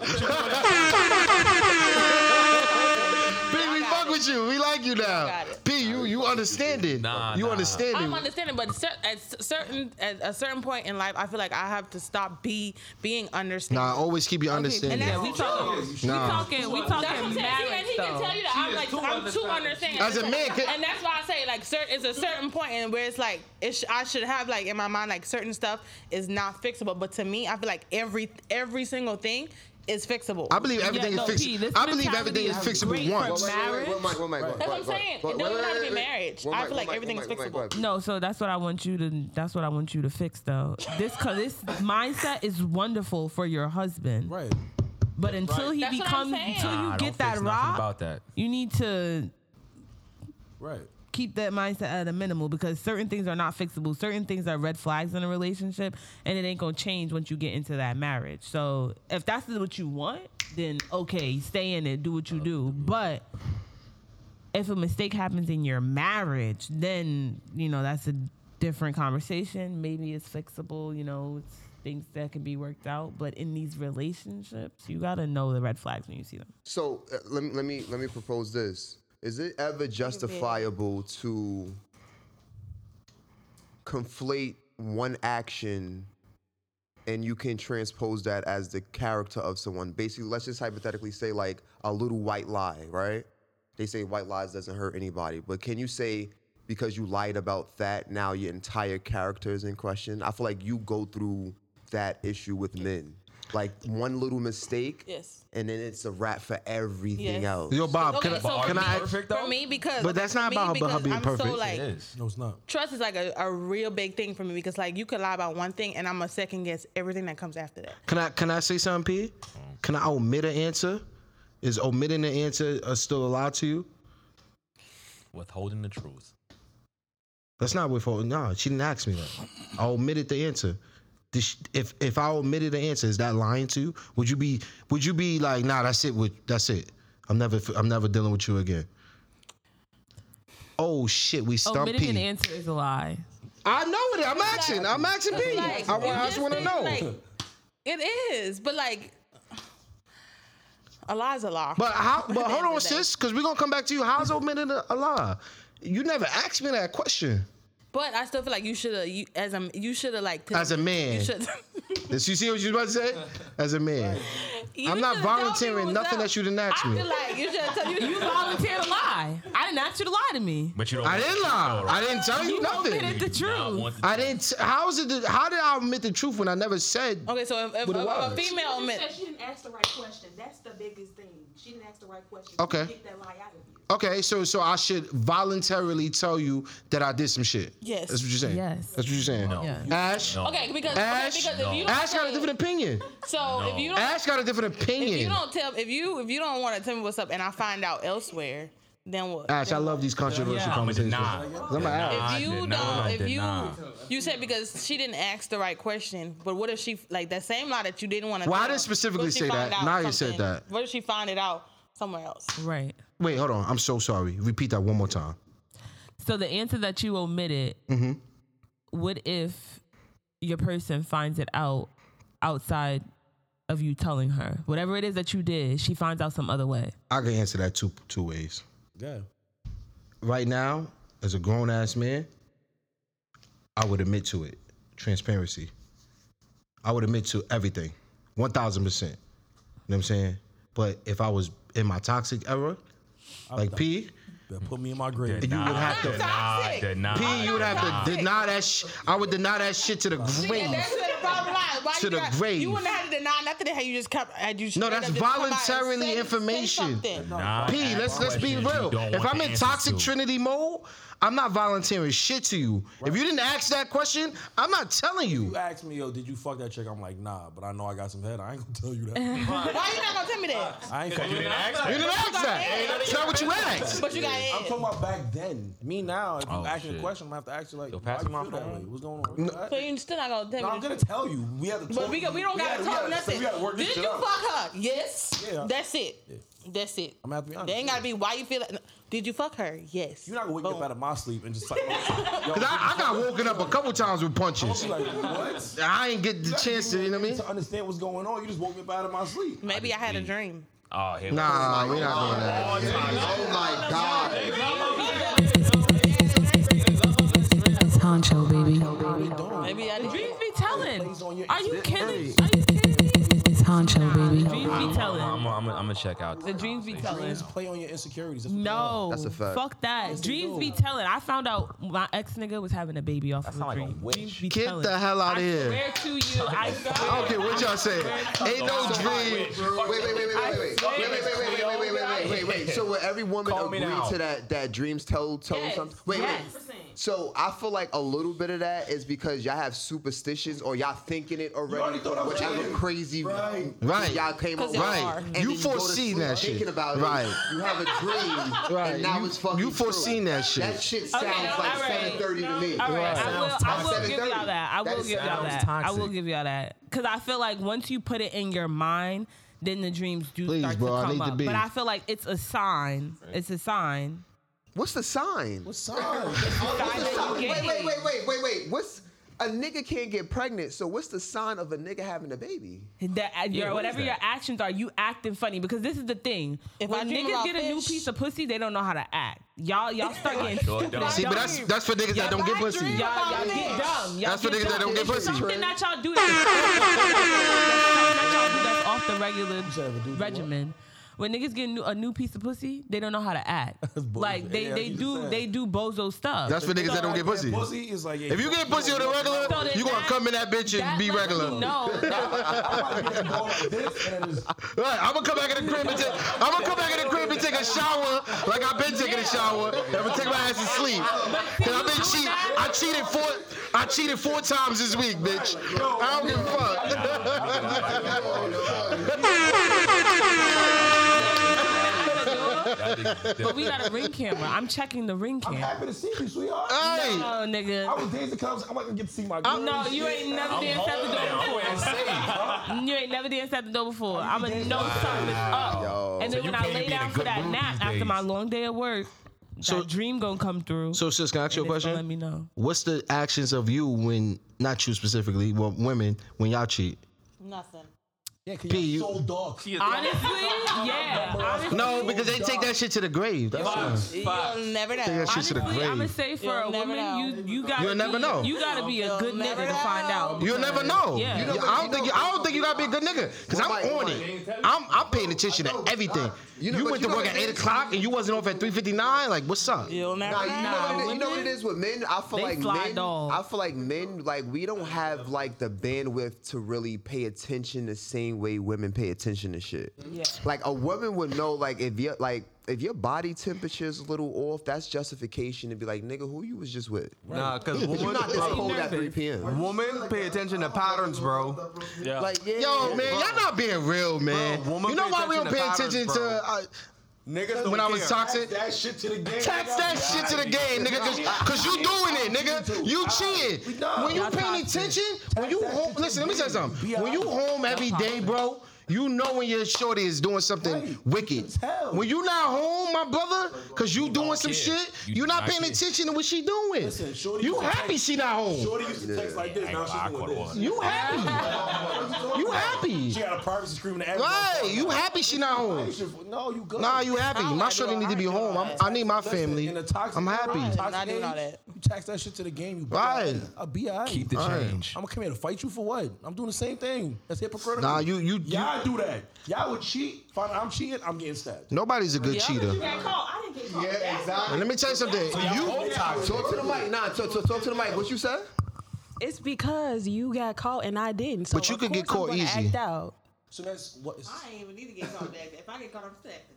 [SPEAKER 6] B, we fuck with you. We like you now.
[SPEAKER 7] got it.
[SPEAKER 6] P, you you understand it.
[SPEAKER 8] Nah,
[SPEAKER 6] you
[SPEAKER 8] nah.
[SPEAKER 6] understand
[SPEAKER 7] I'm
[SPEAKER 6] it.
[SPEAKER 7] understanding, but cer- at s- certain at a certain point in life, I feel like I have to stop be being understanding.
[SPEAKER 6] Nah, always keep your
[SPEAKER 10] And
[SPEAKER 6] understanding.
[SPEAKER 10] yeah, we talking, we talking, we
[SPEAKER 7] That's what I'm
[SPEAKER 10] talking
[SPEAKER 7] saying. See, and
[SPEAKER 10] marriage
[SPEAKER 7] he can
[SPEAKER 10] though.
[SPEAKER 7] tell you that I'm like I'm too understanding.
[SPEAKER 6] As a man, can-
[SPEAKER 7] and that's why I say like certain it's a certain point in where it's like it sh- I should have like in my mind like certain stuff is not fixable, but to me I feel like every every single thing is fixable.
[SPEAKER 6] I believe everything
[SPEAKER 10] Yeah, no,
[SPEAKER 6] is
[SPEAKER 10] P,
[SPEAKER 6] fixable.
[SPEAKER 10] this
[SPEAKER 6] I believe
[SPEAKER 10] mentality
[SPEAKER 6] everything is
[SPEAKER 10] is
[SPEAKER 6] fixable
[SPEAKER 10] great for
[SPEAKER 6] once.
[SPEAKER 10] men. Marriage?
[SPEAKER 9] One mic, one mic, one mic,
[SPEAKER 7] That's what
[SPEAKER 9] one
[SPEAKER 7] I'm
[SPEAKER 9] mic,
[SPEAKER 7] saying. It
[SPEAKER 9] one mic.
[SPEAKER 7] don't
[SPEAKER 9] Wait,
[SPEAKER 7] even have to
[SPEAKER 9] wait, wait,
[SPEAKER 7] be marriage.
[SPEAKER 9] one
[SPEAKER 7] I
[SPEAKER 9] mic,
[SPEAKER 7] feel
[SPEAKER 9] one
[SPEAKER 7] like
[SPEAKER 9] mic,
[SPEAKER 7] everything
[SPEAKER 9] one
[SPEAKER 7] is
[SPEAKER 9] mic, one mic,
[SPEAKER 7] fixable.
[SPEAKER 9] one mic.
[SPEAKER 10] No, so that's what I want you to. That's what I want you to fix, though. This co- this mindset is wonderful for your husband,
[SPEAKER 11] Right.
[SPEAKER 10] but until he
[SPEAKER 7] That's what I'm
[SPEAKER 10] becomes,
[SPEAKER 7] saying.
[SPEAKER 10] until you
[SPEAKER 8] Nah,
[SPEAKER 10] get
[SPEAKER 8] don't fix
[SPEAKER 10] that
[SPEAKER 8] nothing
[SPEAKER 10] rock,
[SPEAKER 8] About that.
[SPEAKER 10] you need to
[SPEAKER 11] Right.
[SPEAKER 10] keep that mindset at a minimal because certain things are not fixable. Certain things are red flags in a relationship, and it ain't gonna change once you get into that marriage. So if that's what you want, then okay, stay in it, do what you
[SPEAKER 7] Uh,
[SPEAKER 10] do. But if a mistake happens in your marriage, then you know that's a different conversation. Maybe it's fixable. You know, it's things that can be worked out. But in these relationships, you gotta know the red flags when you see them.
[SPEAKER 9] So uh, let me let me let me propose this. Is it ever justifiable to conflate one action and you can transpose that as the character of someone. Basically, let's just hypothetically say like a little white lie, right? They say white lies doesn't hurt anybody, but can you say because you lied about that, now your entire character is in question? I feel like you go through that issue with men. Like one little mistake,
[SPEAKER 7] Yes.
[SPEAKER 9] and then it's a wrap for everything
[SPEAKER 7] Yes.
[SPEAKER 9] else.
[SPEAKER 6] Yo, Bob, can I,
[SPEAKER 7] so
[SPEAKER 6] can
[SPEAKER 7] for
[SPEAKER 6] I
[SPEAKER 7] me-
[SPEAKER 6] ask-
[SPEAKER 7] For me, because
[SPEAKER 6] But that's
[SPEAKER 7] for
[SPEAKER 6] not
[SPEAKER 7] me,
[SPEAKER 6] about her
[SPEAKER 7] because
[SPEAKER 6] being
[SPEAKER 7] I'm
[SPEAKER 6] perfect.
[SPEAKER 7] So, like,
[SPEAKER 8] It is.
[SPEAKER 13] No, it's not.
[SPEAKER 7] Trust is like a, a real big thing for me because like you could lie about one thing and I'm a second guess everything that comes after that.
[SPEAKER 6] Can I can I say something, P? Can I omit an answer? Is omitting an answer uh, still a lie to you?
[SPEAKER 8] Withholding the truth.
[SPEAKER 6] That's not withholding. No, she didn't ask me that. I omitted the answer. Did she- if if I omitted the answer, is that lying to you? Would you be Would you be like, nah, that's it. With that's it. I'm never I'm never dealing with you again. Oh shit, we stumped
[SPEAKER 10] Omitting an
[SPEAKER 6] P.
[SPEAKER 10] answer is a lie.
[SPEAKER 6] I know it. I'm asking. I'm asking P.
[SPEAKER 7] Like,
[SPEAKER 6] I, wa- I
[SPEAKER 7] you
[SPEAKER 6] just want to
[SPEAKER 7] think,
[SPEAKER 6] know.
[SPEAKER 7] like, it is, but like a lie is a lie.
[SPEAKER 6] But how?
[SPEAKER 7] At the
[SPEAKER 6] But
[SPEAKER 7] end
[SPEAKER 6] hold
[SPEAKER 7] of
[SPEAKER 6] on,
[SPEAKER 7] the day.
[SPEAKER 6] sis, because we're gonna come back to you. How's omitting a, a lie? You never asked me that question.
[SPEAKER 7] But I still feel like you should have you as a you should have like
[SPEAKER 6] As a man.
[SPEAKER 7] You should.
[SPEAKER 6] Did you see what you about to say? As a man,
[SPEAKER 7] You
[SPEAKER 6] I'm not
[SPEAKER 7] should've told me what
[SPEAKER 6] volunteering
[SPEAKER 7] was
[SPEAKER 6] nothing
[SPEAKER 7] up.
[SPEAKER 6] that you didn't ask
[SPEAKER 7] I
[SPEAKER 6] me.
[SPEAKER 7] feel like you should have told
[SPEAKER 10] You volunteered to lie. I didn't ask you to lie to me.
[SPEAKER 8] But you don't.
[SPEAKER 6] I didn't lie. I didn't tell you
[SPEAKER 10] You omitted
[SPEAKER 6] nothing.
[SPEAKER 10] the truth.
[SPEAKER 6] I didn't. t- How is it? that- How did I omit the truth when I never said?
[SPEAKER 7] Okay, so if, if,
[SPEAKER 6] With
[SPEAKER 7] if
[SPEAKER 6] a
[SPEAKER 7] a
[SPEAKER 6] wallet.
[SPEAKER 7] female
[SPEAKER 2] She
[SPEAKER 7] man,
[SPEAKER 2] said she didn't ask the right question. That's the biggest thing. She didn't ask the right question.
[SPEAKER 6] Okay.
[SPEAKER 2] Get that lie out of you.
[SPEAKER 6] Okay, so so I should voluntarily tell you that I did some shit.
[SPEAKER 2] Yes.
[SPEAKER 6] That's what you're saying.
[SPEAKER 2] Yes.
[SPEAKER 6] That's what you're saying.
[SPEAKER 8] No.
[SPEAKER 6] Ash.
[SPEAKER 7] Okay, because- okay,
[SPEAKER 6] Ash.
[SPEAKER 7] because if you don't
[SPEAKER 6] Ash got a
[SPEAKER 7] say-
[SPEAKER 6] different opinion.
[SPEAKER 7] so if you don't,
[SPEAKER 6] Ash got a different opinion.
[SPEAKER 7] if you don't tell if you if you don't want to tell me what's up and I find out elsewhere, then what?
[SPEAKER 6] Ash, I love these controversial
[SPEAKER 8] Yeah.
[SPEAKER 6] conversations.
[SPEAKER 8] Nah.
[SPEAKER 6] I'm
[SPEAKER 8] Nah.
[SPEAKER 6] ask.
[SPEAKER 8] I
[SPEAKER 7] If you
[SPEAKER 8] did
[SPEAKER 7] don't,
[SPEAKER 8] not. I
[SPEAKER 7] if
[SPEAKER 8] did
[SPEAKER 7] you
[SPEAKER 8] not.
[SPEAKER 7] you said because she didn't ask the right question, but what if she like that same lie that you didn't want to?
[SPEAKER 6] Well, I didn't specifically say that. Naya said that.
[SPEAKER 7] What if she find it out somewhere else?
[SPEAKER 10] Right.
[SPEAKER 6] Wait, hold on. I'm so sorry. Repeat that one more time.
[SPEAKER 10] So the answer that you omitted,
[SPEAKER 6] Mm-hmm.
[SPEAKER 10] what if your person finds it out outside of you telling her? Whatever it is that you did, she finds out some other way.
[SPEAKER 6] I can answer that two two ways.
[SPEAKER 13] Yeah.
[SPEAKER 6] Right now, as a grown ass man, I would admit to it. Transparency. I would admit to everything. One thousand percent. You know what I'm saying? But if I was in my toxic era, like P,
[SPEAKER 13] That put me in my grave.
[SPEAKER 6] you would have to
[SPEAKER 8] Nah, did not.
[SPEAKER 6] P, you would have to deny that. Sh- I would deny that shit to the
[SPEAKER 7] And
[SPEAKER 6] grave.
[SPEAKER 7] that's where the problem lies. Why
[SPEAKER 6] To
[SPEAKER 7] you
[SPEAKER 6] the
[SPEAKER 7] got-
[SPEAKER 6] grave.
[SPEAKER 7] You wouldn't have to deny nothing. How you just kept? Had you
[SPEAKER 6] No,
[SPEAKER 7] straight
[SPEAKER 6] that's
[SPEAKER 7] up just come out and
[SPEAKER 6] voluntarily
[SPEAKER 7] say- say
[SPEAKER 6] information.
[SPEAKER 7] something.
[SPEAKER 8] Nah,
[SPEAKER 6] P,
[SPEAKER 8] ask
[SPEAKER 6] let's let's be
[SPEAKER 8] questions you
[SPEAKER 6] real.
[SPEAKER 8] don't
[SPEAKER 6] If
[SPEAKER 8] want
[SPEAKER 6] I'm
[SPEAKER 8] the
[SPEAKER 6] in
[SPEAKER 8] answers
[SPEAKER 6] toxic
[SPEAKER 8] to.
[SPEAKER 6] trinity mode, I'm not volunteering shit to you. If you didn't ask that question, I'm not telling you.
[SPEAKER 13] You asked me, yo, did you fuck that chick? I'm like, nah, but I know I got some head. I ain't gonna tell you that.
[SPEAKER 7] Why you not gonna tell me that?
[SPEAKER 13] I ain't fucking that.
[SPEAKER 6] You didn't ask that. That's not what you asked.
[SPEAKER 7] But you got
[SPEAKER 13] I'm
[SPEAKER 7] it.
[SPEAKER 13] talking about back then. Me now, if you
[SPEAKER 8] Oh,
[SPEAKER 13] ask me a
[SPEAKER 8] shit.
[SPEAKER 13] question, I'm gonna have to ask you like,
[SPEAKER 8] pass
[SPEAKER 13] why you
[SPEAKER 8] me my
[SPEAKER 13] feel that
[SPEAKER 8] phone.
[SPEAKER 13] way? What's going on? Where you
[SPEAKER 7] So
[SPEAKER 13] at?
[SPEAKER 7] you still not gonna tell
[SPEAKER 13] No,
[SPEAKER 7] me?
[SPEAKER 13] I'm
[SPEAKER 7] the
[SPEAKER 13] gonna
[SPEAKER 7] truth.
[SPEAKER 13] tell you. We have to talk.
[SPEAKER 7] But we, got- we don't
[SPEAKER 13] We
[SPEAKER 7] gotta
[SPEAKER 13] gotta-
[SPEAKER 7] talk
[SPEAKER 13] we gotta-
[SPEAKER 7] nothing.
[SPEAKER 13] we gotta work this
[SPEAKER 7] Did
[SPEAKER 13] shit
[SPEAKER 7] you
[SPEAKER 13] out.
[SPEAKER 7] fuck her? Yes.
[SPEAKER 13] Yeah.
[SPEAKER 7] That's it. That's it.
[SPEAKER 13] I'm gonna have to be honest.
[SPEAKER 7] They ain't gotta be why you feel like. no. Did you fuck her? Yes.
[SPEAKER 13] You're not gonna wake
[SPEAKER 6] Oh.
[SPEAKER 13] me up out of my sleep and just like, yo,
[SPEAKER 6] Cause I, I got woken up a couple times with punches.
[SPEAKER 13] I'm gonna be like, what?
[SPEAKER 6] I ain't get the chance to, you know what I mean?
[SPEAKER 13] To understand what's going on, you just woke me up out of my sleep.
[SPEAKER 7] Maybe I had a dream.
[SPEAKER 8] Oh, here we go.
[SPEAKER 6] Nah, we're not doing that.
[SPEAKER 1] Oh my God.
[SPEAKER 12] This honcho, baby.
[SPEAKER 7] Maybe I did.
[SPEAKER 10] Dreams be telling. Are you kidding?
[SPEAKER 12] This honcho, baby.
[SPEAKER 10] Dreams be
[SPEAKER 8] I'm
[SPEAKER 10] telling.
[SPEAKER 8] gonna check out.
[SPEAKER 10] The dreams be telling.
[SPEAKER 13] Just play on your insecurities. That's what
[SPEAKER 10] No,
[SPEAKER 9] That's a fact.
[SPEAKER 10] Fuck that. Dreams be telling. I found out my ex nigga was having a baby off of a
[SPEAKER 8] sound like a
[SPEAKER 10] dream.
[SPEAKER 8] witch.
[SPEAKER 10] Dreams be
[SPEAKER 6] Get
[SPEAKER 10] telling.
[SPEAKER 6] the hell out
[SPEAKER 10] I
[SPEAKER 6] of here.
[SPEAKER 10] swear to you, I
[SPEAKER 6] I don't
[SPEAKER 10] swear.
[SPEAKER 6] care what y'all say. Ain't no dream.
[SPEAKER 9] Wait, wait, wait, wait, wait, wait, wait, wait, wait, wait, wait, wait, wait, wait, wait, wait. So would every woman
[SPEAKER 8] Call me
[SPEAKER 9] agree
[SPEAKER 8] now.
[SPEAKER 9] to that that dreams tell tell
[SPEAKER 10] Yes.
[SPEAKER 9] something? Wait,
[SPEAKER 10] Yes.
[SPEAKER 9] wait. So I feel like a little bit of that is because y'all have superstitions or y'all thinking it already.
[SPEAKER 13] already thought I was
[SPEAKER 9] Whatever
[SPEAKER 13] kidding.
[SPEAKER 9] crazy
[SPEAKER 13] Right.
[SPEAKER 6] Right.
[SPEAKER 9] y'all came up
[SPEAKER 7] 'Cause
[SPEAKER 9] with.
[SPEAKER 7] y'all are.
[SPEAKER 9] And
[SPEAKER 6] Right.
[SPEAKER 9] then
[SPEAKER 6] You
[SPEAKER 9] go to
[SPEAKER 6] foreseen
[SPEAKER 9] sleep
[SPEAKER 6] that
[SPEAKER 9] thinking
[SPEAKER 6] shit.
[SPEAKER 9] about it.
[SPEAKER 6] Right.
[SPEAKER 9] You have a dream.
[SPEAKER 6] Right.
[SPEAKER 9] And now
[SPEAKER 6] You-
[SPEAKER 9] it's fucking
[SPEAKER 6] you foreseen
[SPEAKER 9] true.
[SPEAKER 6] that shit.
[SPEAKER 9] That shit sounds
[SPEAKER 10] Okay, all
[SPEAKER 9] like
[SPEAKER 10] right.
[SPEAKER 9] 7:30 to me.
[SPEAKER 10] All right, I will. I
[SPEAKER 9] By
[SPEAKER 10] will give
[SPEAKER 9] 7:30.
[SPEAKER 10] y'all that. I
[SPEAKER 9] That
[SPEAKER 10] will give y'all
[SPEAKER 9] sounds
[SPEAKER 10] that. I will give y'all that. Cause I feel like once you put it in your mind, then the dreams do
[SPEAKER 6] Please,
[SPEAKER 10] start
[SPEAKER 6] bro, I
[SPEAKER 10] to come
[SPEAKER 6] need to
[SPEAKER 10] up.
[SPEAKER 6] be.
[SPEAKER 10] But I feel like it's a sign. It's a sign.
[SPEAKER 9] What's the sign?
[SPEAKER 13] I'm
[SPEAKER 10] Sign
[SPEAKER 13] saying.
[SPEAKER 10] that you
[SPEAKER 9] Wait, wait,
[SPEAKER 10] gave.
[SPEAKER 9] wait, wait, wait, wait. What's
[SPEAKER 14] a nigga can't get pregnant. So what's the sign of a nigga having a baby?
[SPEAKER 10] That uh, your
[SPEAKER 14] Yeah, what
[SPEAKER 10] whatever
[SPEAKER 14] is
[SPEAKER 10] your
[SPEAKER 14] that?
[SPEAKER 10] actions are, you acting funny because this is the thing.
[SPEAKER 7] If I
[SPEAKER 10] when
[SPEAKER 7] dream
[SPEAKER 10] niggas
[SPEAKER 7] about
[SPEAKER 10] get a new
[SPEAKER 7] fish-
[SPEAKER 10] piece of pussy, they don't know how to act. Y'all, y'all start getting
[SPEAKER 6] Sure
[SPEAKER 10] stupid.
[SPEAKER 6] don't.
[SPEAKER 10] and
[SPEAKER 6] See, but
[SPEAKER 10] dumb.
[SPEAKER 6] that's- that's for niggas that don't get
[SPEAKER 10] Y'all-
[SPEAKER 6] pussy.
[SPEAKER 10] Y'all, y'all
[SPEAKER 6] About
[SPEAKER 10] get
[SPEAKER 6] me.
[SPEAKER 10] dumb. Y'all
[SPEAKER 6] That's for
[SPEAKER 10] get
[SPEAKER 6] niggas that
[SPEAKER 10] dumb.
[SPEAKER 6] don't get
[SPEAKER 10] It's
[SPEAKER 6] pussy.
[SPEAKER 10] Something that y'all do. That's off the regular regimen. When niggas get new, a new piece of pussy, they don't know how to act. like they,
[SPEAKER 13] Yeah,
[SPEAKER 10] they
[SPEAKER 13] you
[SPEAKER 10] do
[SPEAKER 13] said.
[SPEAKER 10] they do bozo stuff.
[SPEAKER 6] That's for niggas that don't get pussy.
[SPEAKER 13] is like, yeah,
[SPEAKER 6] if you get
[SPEAKER 13] fuck
[SPEAKER 6] pussy
[SPEAKER 13] you.
[SPEAKER 6] on the regular,
[SPEAKER 13] So then
[SPEAKER 6] you gonna
[SPEAKER 13] that-
[SPEAKER 6] come in that bitch and
[SPEAKER 13] that
[SPEAKER 6] be
[SPEAKER 13] lets
[SPEAKER 6] regular.
[SPEAKER 13] me know
[SPEAKER 6] Right, I'm gonna come back in the crib and take. I'm gonna come back in the crib and take a shower like I've been taking a shower. And I'm gonna take my ass to sleep. Cause I've been cheat. I cheated four. I cheated four times this week, bitch. I don't give a fuck.
[SPEAKER 10] but we got a ring camera. I'm checking the ring camera. I'm happy
[SPEAKER 13] to see you, sweetheart.
[SPEAKER 6] Uh,
[SPEAKER 10] Hey. No, nigga.
[SPEAKER 13] I was dancing clubs. I'm not gonna get to see my.
[SPEAKER 10] I'm-
[SPEAKER 13] girl
[SPEAKER 10] no,
[SPEAKER 13] and
[SPEAKER 10] you
[SPEAKER 13] shit.
[SPEAKER 10] ain't never danced at the door before. you ain't never danced at the door before. I'ma know something is up.
[SPEAKER 6] Yo.
[SPEAKER 10] And then
[SPEAKER 6] So
[SPEAKER 10] when
[SPEAKER 6] you
[SPEAKER 10] I
[SPEAKER 6] can't
[SPEAKER 10] lay
[SPEAKER 6] be in a
[SPEAKER 10] down for
[SPEAKER 6] good
[SPEAKER 10] that
[SPEAKER 6] mood
[SPEAKER 10] nap
[SPEAKER 6] these
[SPEAKER 10] after
[SPEAKER 6] days.
[SPEAKER 10] my long day at work, that dream gonna come through.
[SPEAKER 6] So, sis, can I ask you a
[SPEAKER 10] And it's
[SPEAKER 6] question?
[SPEAKER 10] gonna Let me know.
[SPEAKER 6] What's the actions of you when, not you specifically, but women when y'all cheat?
[SPEAKER 7] Nothing.
[SPEAKER 13] Yeah,
[SPEAKER 6] P, you-
[SPEAKER 13] so dark.
[SPEAKER 10] Honestly, yeah. Honestly,
[SPEAKER 6] No, because they take that shit to the grave. That's
[SPEAKER 13] Facts.
[SPEAKER 6] why.
[SPEAKER 7] You'll never know.
[SPEAKER 6] Take that shit to the grave.
[SPEAKER 10] I'm gonna say for a woman, you you gotta
[SPEAKER 6] You'll
[SPEAKER 10] be,
[SPEAKER 6] never know.
[SPEAKER 10] You gotta be a good nigga to find out.
[SPEAKER 6] You'll
[SPEAKER 10] because-
[SPEAKER 6] never know.
[SPEAKER 10] Yeah.
[SPEAKER 6] You- I don't think you, I don't think you gotta be a good nigga because I'm
[SPEAKER 10] Right,
[SPEAKER 6] on
[SPEAKER 10] right.
[SPEAKER 6] it. I'm I'm paying attention to everything. You,
[SPEAKER 9] know, but
[SPEAKER 6] went
[SPEAKER 9] you
[SPEAKER 6] to
[SPEAKER 9] know
[SPEAKER 6] work
[SPEAKER 9] what
[SPEAKER 6] at
[SPEAKER 9] it
[SPEAKER 6] eight
[SPEAKER 9] is?
[SPEAKER 6] o'clock and you wasn't off at three fifty nine. Like what's
[SPEAKER 9] Nah,
[SPEAKER 6] up?
[SPEAKER 9] you, know what it is, you know what it
[SPEAKER 10] women-
[SPEAKER 9] is with men. I feel
[SPEAKER 10] They
[SPEAKER 9] like
[SPEAKER 10] fly
[SPEAKER 9] men. I feel like men. Like we don't have like the bandwidth to really pay attention the same way women pay attention to shit.
[SPEAKER 10] Yeah.
[SPEAKER 9] Like a woman would know. Like if your like if your body temperature is a little off, that's justification to be like, nigga, who you was just with.
[SPEAKER 15] Nah, because
[SPEAKER 9] You're
[SPEAKER 15] women,
[SPEAKER 9] not this cold at 3 p.m.
[SPEAKER 15] Women pay attention to patterns, bro.
[SPEAKER 9] Yeah. Like, yeah,
[SPEAKER 6] Yo,
[SPEAKER 9] yeah,
[SPEAKER 6] man,
[SPEAKER 9] bro.
[SPEAKER 6] y'all not being real, man.
[SPEAKER 15] woman
[SPEAKER 6] you know
[SPEAKER 15] pay
[SPEAKER 6] why we don't
[SPEAKER 15] attention to
[SPEAKER 6] pay
[SPEAKER 15] patterns,
[SPEAKER 6] attention
[SPEAKER 15] bro.
[SPEAKER 6] to uh,
[SPEAKER 15] Niggas
[SPEAKER 6] when
[SPEAKER 15] don't
[SPEAKER 6] I was
[SPEAKER 15] care.
[SPEAKER 6] toxic?
[SPEAKER 13] That shit to the game.
[SPEAKER 6] Tax that shit to the game, nigga, cause, 'cause you doing it, nigga. You cheating. When you paying attention, when you home, listen, let me tell you something. When you home every day, bro, you know when your shorty is doing something wicked. When you not home, my brother, cause you doing some shit, you not paying attention to what she doing. You happy she not
[SPEAKER 13] Shorty
[SPEAKER 6] home.
[SPEAKER 13] used to text like this. Now she's doing this.
[SPEAKER 6] You happy? You happy?
[SPEAKER 13] She got a privacy screaming at everyone.
[SPEAKER 6] Right, you happy she not home?
[SPEAKER 13] No, you good.
[SPEAKER 6] Nah, you happy. My shorty need to be home. I'm, I need my
[SPEAKER 13] Listen,
[SPEAKER 6] family.
[SPEAKER 13] In a toxic,
[SPEAKER 6] I'm
[SPEAKER 13] in a
[SPEAKER 6] happy.
[SPEAKER 13] toxic age, You tax that shit to the game. You
[SPEAKER 6] Right.
[SPEAKER 13] I'll be all right.
[SPEAKER 6] Keep the Right. change.
[SPEAKER 13] I'm gonna come here to fight you for what? I'm doing the same thing. That's hypocritical.
[SPEAKER 6] Nah, you- you-
[SPEAKER 13] y'all
[SPEAKER 6] you-
[SPEAKER 13] do that. Y'all would cheat. Find out I'm cheating. I'm getting stabbed.
[SPEAKER 6] Nobody's a good cheater.
[SPEAKER 2] I didn't get called. Yeah,
[SPEAKER 6] And let me tell you something. You
[SPEAKER 9] talk to the mic. Nah, talk, talk, talk to the mic. What you said?
[SPEAKER 2] It's because you got caught and I didn't. So
[SPEAKER 6] But you
[SPEAKER 2] of
[SPEAKER 6] could get
[SPEAKER 2] course
[SPEAKER 6] caught
[SPEAKER 2] I'm gonna
[SPEAKER 6] easy.
[SPEAKER 2] Act out.
[SPEAKER 13] So that's what is.
[SPEAKER 2] I ain't even need to get caught that. If I get caught, I'm set.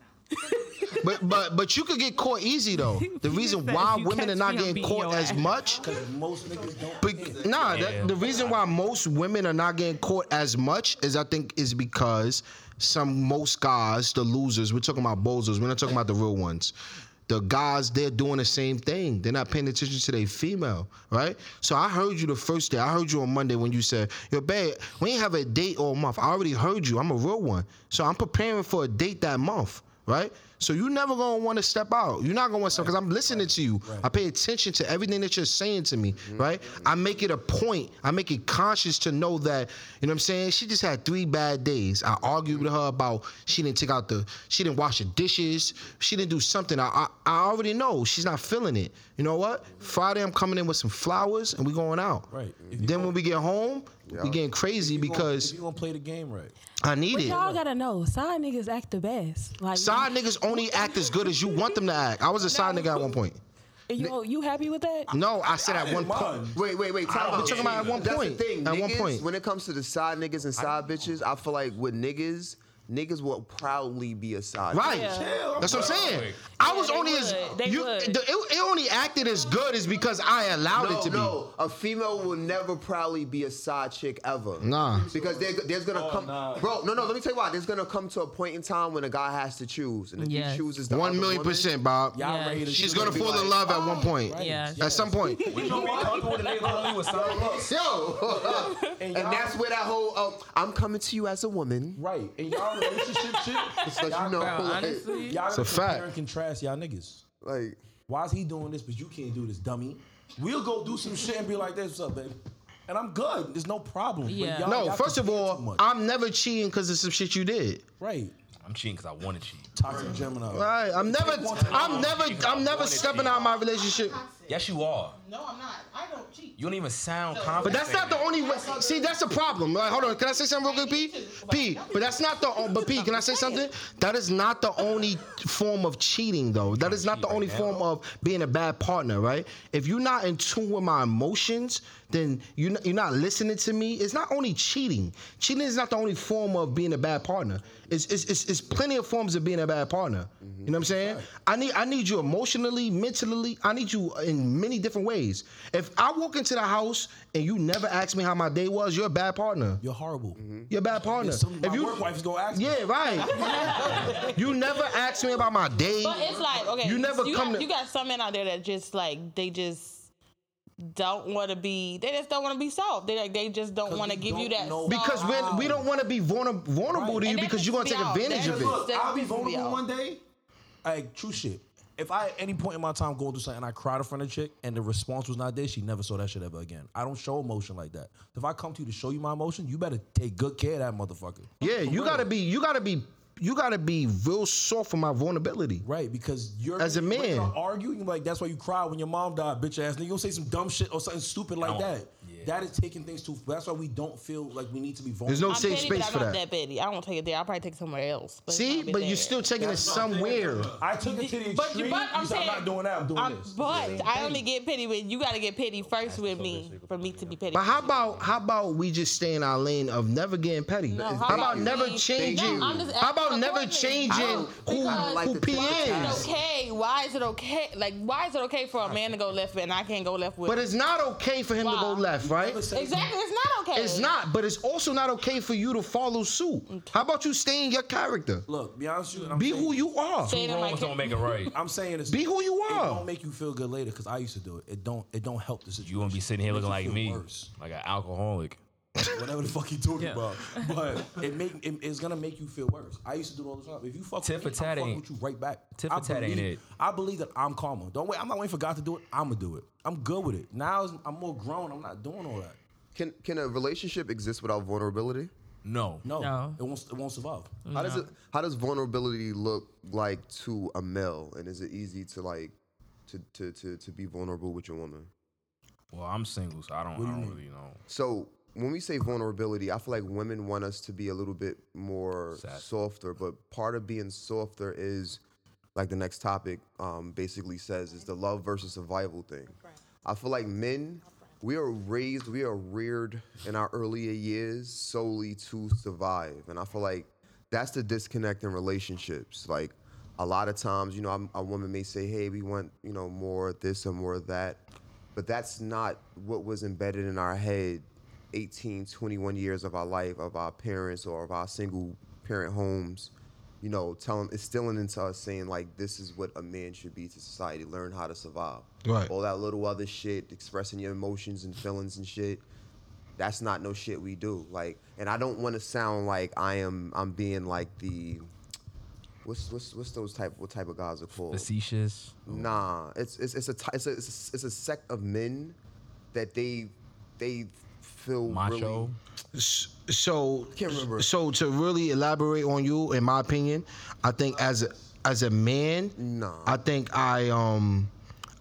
[SPEAKER 6] but but but you could get caught easy though. The reason
[SPEAKER 2] said
[SPEAKER 6] why
[SPEAKER 2] if you
[SPEAKER 6] women
[SPEAKER 2] catch
[SPEAKER 6] are not
[SPEAKER 2] me, I'm
[SPEAKER 6] getting
[SPEAKER 2] beating
[SPEAKER 6] caught
[SPEAKER 2] your
[SPEAKER 6] as
[SPEAKER 2] ass.
[SPEAKER 6] much.
[SPEAKER 13] Because most niggas don't.
[SPEAKER 6] But nah, that, the reason why most women are not getting caught as much is I think is because some most guys, the losers, we're talking about bozos, we're not talking about the real ones. The guys, they're doing the same thing. They're not paying attention to their female, right? So I heard you the first day. I heard you on Monday when you said, "Yo, babe, we ain't have a date all month." I already heard you. I'm a real one, so I'm preparing for a date that month right? So you never gonna want to step out. You're not gonna want to because I'm listening to you. I pay attention to everything that you're saying to me,
[SPEAKER 13] Mm-hmm.
[SPEAKER 6] right? I make it a point. I make it conscious to know that you know what I'm saying. She just had three bad days. I argued with her about she didn't take out the, she didn't wash the dishes, she didn't do something. I I, I already know she's not feeling it. You know what? Friday I'm coming in with some flowers and we going out.
[SPEAKER 13] Right.
[SPEAKER 6] Then when we get home, we getting crazy because
[SPEAKER 13] you gonna play the game right.
[SPEAKER 6] I need
[SPEAKER 2] But
[SPEAKER 6] it.
[SPEAKER 2] y'all gotta know, side niggas act the best. Like
[SPEAKER 6] Side niggas only act as good as you want them to act. I was a side nigga at one point.
[SPEAKER 2] yo, you happy with that?
[SPEAKER 6] No, I said at
[SPEAKER 9] I
[SPEAKER 6] one
[SPEAKER 9] didn't
[SPEAKER 6] point.
[SPEAKER 9] Wait, wait, wait. Time
[SPEAKER 6] We're talking about at one
[SPEAKER 9] That's
[SPEAKER 6] point.
[SPEAKER 9] The thing.
[SPEAKER 6] At one
[SPEAKER 9] Niggas,
[SPEAKER 6] point.
[SPEAKER 9] When it comes to the side niggas and side bitches, I feel like with niggas, niggas will proudly be a side.
[SPEAKER 6] Right.
[SPEAKER 9] bitch.
[SPEAKER 6] That's what I'm saying. I was only as you. the- It, it only acted as good as because I allowed
[SPEAKER 9] no,
[SPEAKER 6] it to
[SPEAKER 9] no, a female will never proudly be a side chick ever.
[SPEAKER 6] Nah.
[SPEAKER 9] because there, there's gonna come, bro. No, no. Let me tell you why. There's gonna come to a point in time when a guy has to choose, and if
[SPEAKER 6] Yes.
[SPEAKER 9] he chooses
[SPEAKER 6] be.
[SPEAKER 9] the
[SPEAKER 6] One
[SPEAKER 9] other
[SPEAKER 6] million
[SPEAKER 9] woman-
[SPEAKER 6] percent, Bob.
[SPEAKER 9] Y'all Yeah. ready to
[SPEAKER 6] She's
[SPEAKER 9] shoot
[SPEAKER 6] gonna
[SPEAKER 9] and be
[SPEAKER 6] fall in
[SPEAKER 9] like, oh,
[SPEAKER 6] love at one point.
[SPEAKER 9] Yeah.
[SPEAKER 6] At some point.
[SPEAKER 13] You know what? I thought the nigga early was solid looks.
[SPEAKER 9] Yo, and,
[SPEAKER 13] And y'all-
[SPEAKER 9] that's where that whole uh, "I'm coming to you as a woman."
[SPEAKER 13] Right, and y'all relationship shit.
[SPEAKER 9] It's like, you know,
[SPEAKER 13] honestly, y'all
[SPEAKER 9] It's
[SPEAKER 13] gotta
[SPEAKER 9] a fact.
[SPEAKER 13] compare and contrast y'all niggas.
[SPEAKER 9] Like,
[SPEAKER 13] why is he doing this, but you can't do this, dummy? We'll go do some shit and be like, "This what's up, baby." and I'm good. There's no problem. But y'all-
[SPEAKER 6] no,
[SPEAKER 13] y'all
[SPEAKER 6] first of all, I'm never cheating because of some shit you did.
[SPEAKER 13] Right.
[SPEAKER 8] I'm cheating because I want to cheat.
[SPEAKER 13] Toxic Gemini.
[SPEAKER 6] Right. I'm never. I'm never. I'm never stepping out of my relationship.
[SPEAKER 8] Yes, you are.
[SPEAKER 7] No, I'm not. I don't cheat.
[SPEAKER 8] You don't even sound
[SPEAKER 6] But
[SPEAKER 8] confident.
[SPEAKER 6] that's not the only way. See, that's the problem. Like, hold on, can I say something real quick, P? P, but that's not the. o- But P, can I say something? That is not the only form of cheating, though. That is not the only form of being a bad partner, right? If you're not in tune with my emotions, then you're not, you're not listening to me. It's not only cheating. Cheating is not the only form of being a bad partner. It's it's it's, it's plenty of forms of being a bad partner. You know what I'm saying? I need I need you emotionally, mentally. I need you in many different ways. If I walk into the house and you never ask me how my day was, you're a bad partner.
[SPEAKER 13] You're horrible.
[SPEAKER 6] You're a bad partner.
[SPEAKER 13] Some-
[SPEAKER 6] if
[SPEAKER 13] my
[SPEAKER 6] you
[SPEAKER 13] work wife's gonna ask me.
[SPEAKER 6] yeah, right. you never ask me about my day.
[SPEAKER 7] But it's like okay,
[SPEAKER 6] You never
[SPEAKER 7] you
[SPEAKER 6] come
[SPEAKER 7] Got,
[SPEAKER 6] to.
[SPEAKER 7] you got some men out there that just like they just don't want to be. They just don't want to be soft. They like they just don't want to give you that. soft-
[SPEAKER 6] because when we don't want to be vulnerable, vulnerable to you
[SPEAKER 7] And that
[SPEAKER 6] because you're gonna
[SPEAKER 7] pisses
[SPEAKER 6] take
[SPEAKER 7] me off.
[SPEAKER 6] advantage
[SPEAKER 7] That
[SPEAKER 6] of it.
[SPEAKER 7] pisses
[SPEAKER 13] Look, I'll be
[SPEAKER 7] pisses me
[SPEAKER 13] vulnerable
[SPEAKER 7] off.
[SPEAKER 13] one day. Like true shit. If I at any point in my time go through something and I cried in front of a chick and the response was not there, she never saw that shit ever again. I don't show emotion like that. If I come to you to show you my emotion, you better take good care of that motherfucker.
[SPEAKER 6] Yeah, you gotta be, you gotta be, you gotta be real soft for my vulnerability.
[SPEAKER 13] Right, because you're
[SPEAKER 6] as a
[SPEAKER 13] you're
[SPEAKER 6] man.
[SPEAKER 13] gonna argue, you like that's why you cry when your mom died, bitch ass. Nigga, you say some dumb shit or something stupid
[SPEAKER 6] No.
[SPEAKER 13] like that. That is taking things too. That's why we don't feel like we need to be vulnerable.
[SPEAKER 6] There's no
[SPEAKER 7] I'm
[SPEAKER 6] safe
[SPEAKER 7] petty,
[SPEAKER 6] space
[SPEAKER 7] but I'm
[SPEAKER 6] for
[SPEAKER 7] not
[SPEAKER 6] that.
[SPEAKER 7] that petty. I won't take it there. I'll probably take it somewhere else. But it's
[SPEAKER 6] See,
[SPEAKER 7] not been
[SPEAKER 6] but you're
[SPEAKER 7] there.
[SPEAKER 6] still taking it somewhere.
[SPEAKER 13] I took it to the
[SPEAKER 7] But,
[SPEAKER 13] extreme.
[SPEAKER 7] but I'm
[SPEAKER 13] You said,
[SPEAKER 7] saying
[SPEAKER 13] I'm not doing that. I'm doing
[SPEAKER 7] I'm-
[SPEAKER 13] this.
[SPEAKER 7] But I only get petty when you got to get petty first with me for me to be petty.
[SPEAKER 6] But how about how about we just stay in our lane of never getting petty?
[SPEAKER 7] No, how
[SPEAKER 6] how about
[SPEAKER 7] about
[SPEAKER 6] never
[SPEAKER 7] we-
[SPEAKER 6] changing?
[SPEAKER 7] No, I'm just
[SPEAKER 6] how about
[SPEAKER 7] asking
[SPEAKER 6] never
[SPEAKER 7] accordingly.
[SPEAKER 6] changing who
[SPEAKER 7] Because
[SPEAKER 6] who P
[SPEAKER 7] Is
[SPEAKER 6] is?
[SPEAKER 7] it okay? Why is it okay? Like, why is it okay for a man to go left and I can't go left with?
[SPEAKER 6] But it's not okay for him to go
[SPEAKER 7] Why?
[SPEAKER 6] left, right?
[SPEAKER 7] Exactly, it's not okay.
[SPEAKER 6] It's not, but it's also not okay for you to follow suit. How about you stay in your character?
[SPEAKER 13] Look, be honest with you. and I'm
[SPEAKER 6] Be
[SPEAKER 13] saying-
[SPEAKER 6] who you are.
[SPEAKER 8] Two wrongs don't make a right.
[SPEAKER 13] I'm saying this.
[SPEAKER 6] Be who you
[SPEAKER 13] It
[SPEAKER 6] are.
[SPEAKER 13] don't make you feel good later because I used to do it. It don't. It don't help the situation.
[SPEAKER 8] You won't be sitting here
[SPEAKER 13] It
[SPEAKER 8] looking
[SPEAKER 13] makes
[SPEAKER 8] like
[SPEAKER 13] you
[SPEAKER 8] me,
[SPEAKER 13] feel
[SPEAKER 8] like an alcoholic.
[SPEAKER 13] worse, Whatever the fuck you talking about, but it make it- it's gonna make you feel worse. I used to do it all the time. If you fuck
[SPEAKER 8] Tit for
[SPEAKER 13] with me,
[SPEAKER 8] tat
[SPEAKER 13] I'm fucking
[SPEAKER 8] ain't-
[SPEAKER 13] with you right back.
[SPEAKER 8] tit for
[SPEAKER 13] I
[SPEAKER 8] tat ain't
[SPEAKER 13] believe-
[SPEAKER 8] it.
[SPEAKER 13] I believe that I'm calmer. Don't wait. I'm not waiting for God to do it. I'm gonna do it. I'm good with it. Now it's- I'm more grown. I'm not doing all that.
[SPEAKER 9] Can can a relationship exist without vulnerability?
[SPEAKER 8] No.
[SPEAKER 13] No, Oh, it won't. It won't survive.
[SPEAKER 9] How does it? How does vulnerability look like to a male? And is it easy to like to to to, to be vulnerable with your woman?
[SPEAKER 8] Well, I'm single, so I don't, I don't really know.
[SPEAKER 9] So when we say vulnerability, I feel like women want us to be a little bit more softer, but part of being softer is like the next topic um, basically says is the love versus survival thing. I feel like men, we are raised, we are reared in our earlier years solely to survive, and I feel like that's the disconnect in relationships. Like a lot of times, you know, I'm, a woman may say, "Hey, we want you know more of this and more of that," but that's not what was embedded in our head 18 21 years of our life of our parents or of our single parent homes you know telling instilling into us saying like this is what a man should be to society learn how to survive
[SPEAKER 6] Right.
[SPEAKER 9] all that little other shit expressing your emotions and feelings and shit that's not no shit we do like and i don't want to sound like i am i'm being like the what's what's what's those type what type of guys are called
[SPEAKER 8] Facetious.
[SPEAKER 9] Nah, it's it's it's a ty- it's a it's a, it's a sect of men that they they feel Really,
[SPEAKER 6] so so to really elaborate on you in my opinion i think as a as a man i think i um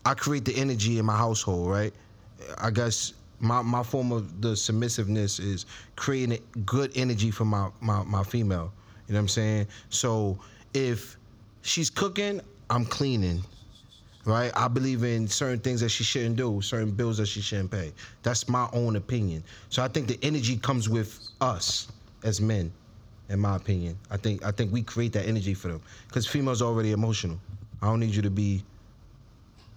[SPEAKER 6] i create the energy in my household right i guess my, my form of the submissiveness is creating good energy for my, my my female you know what i'm saying so if she's cooking i'm cleaning right? I believe in certain things that she shouldn't do, certain bills that she shouldn't pay. That's my own opinion. So I think the energy comes with us as men, in my opinion. I think I think we create that energy for them because females are already emotional. I don't need you to be.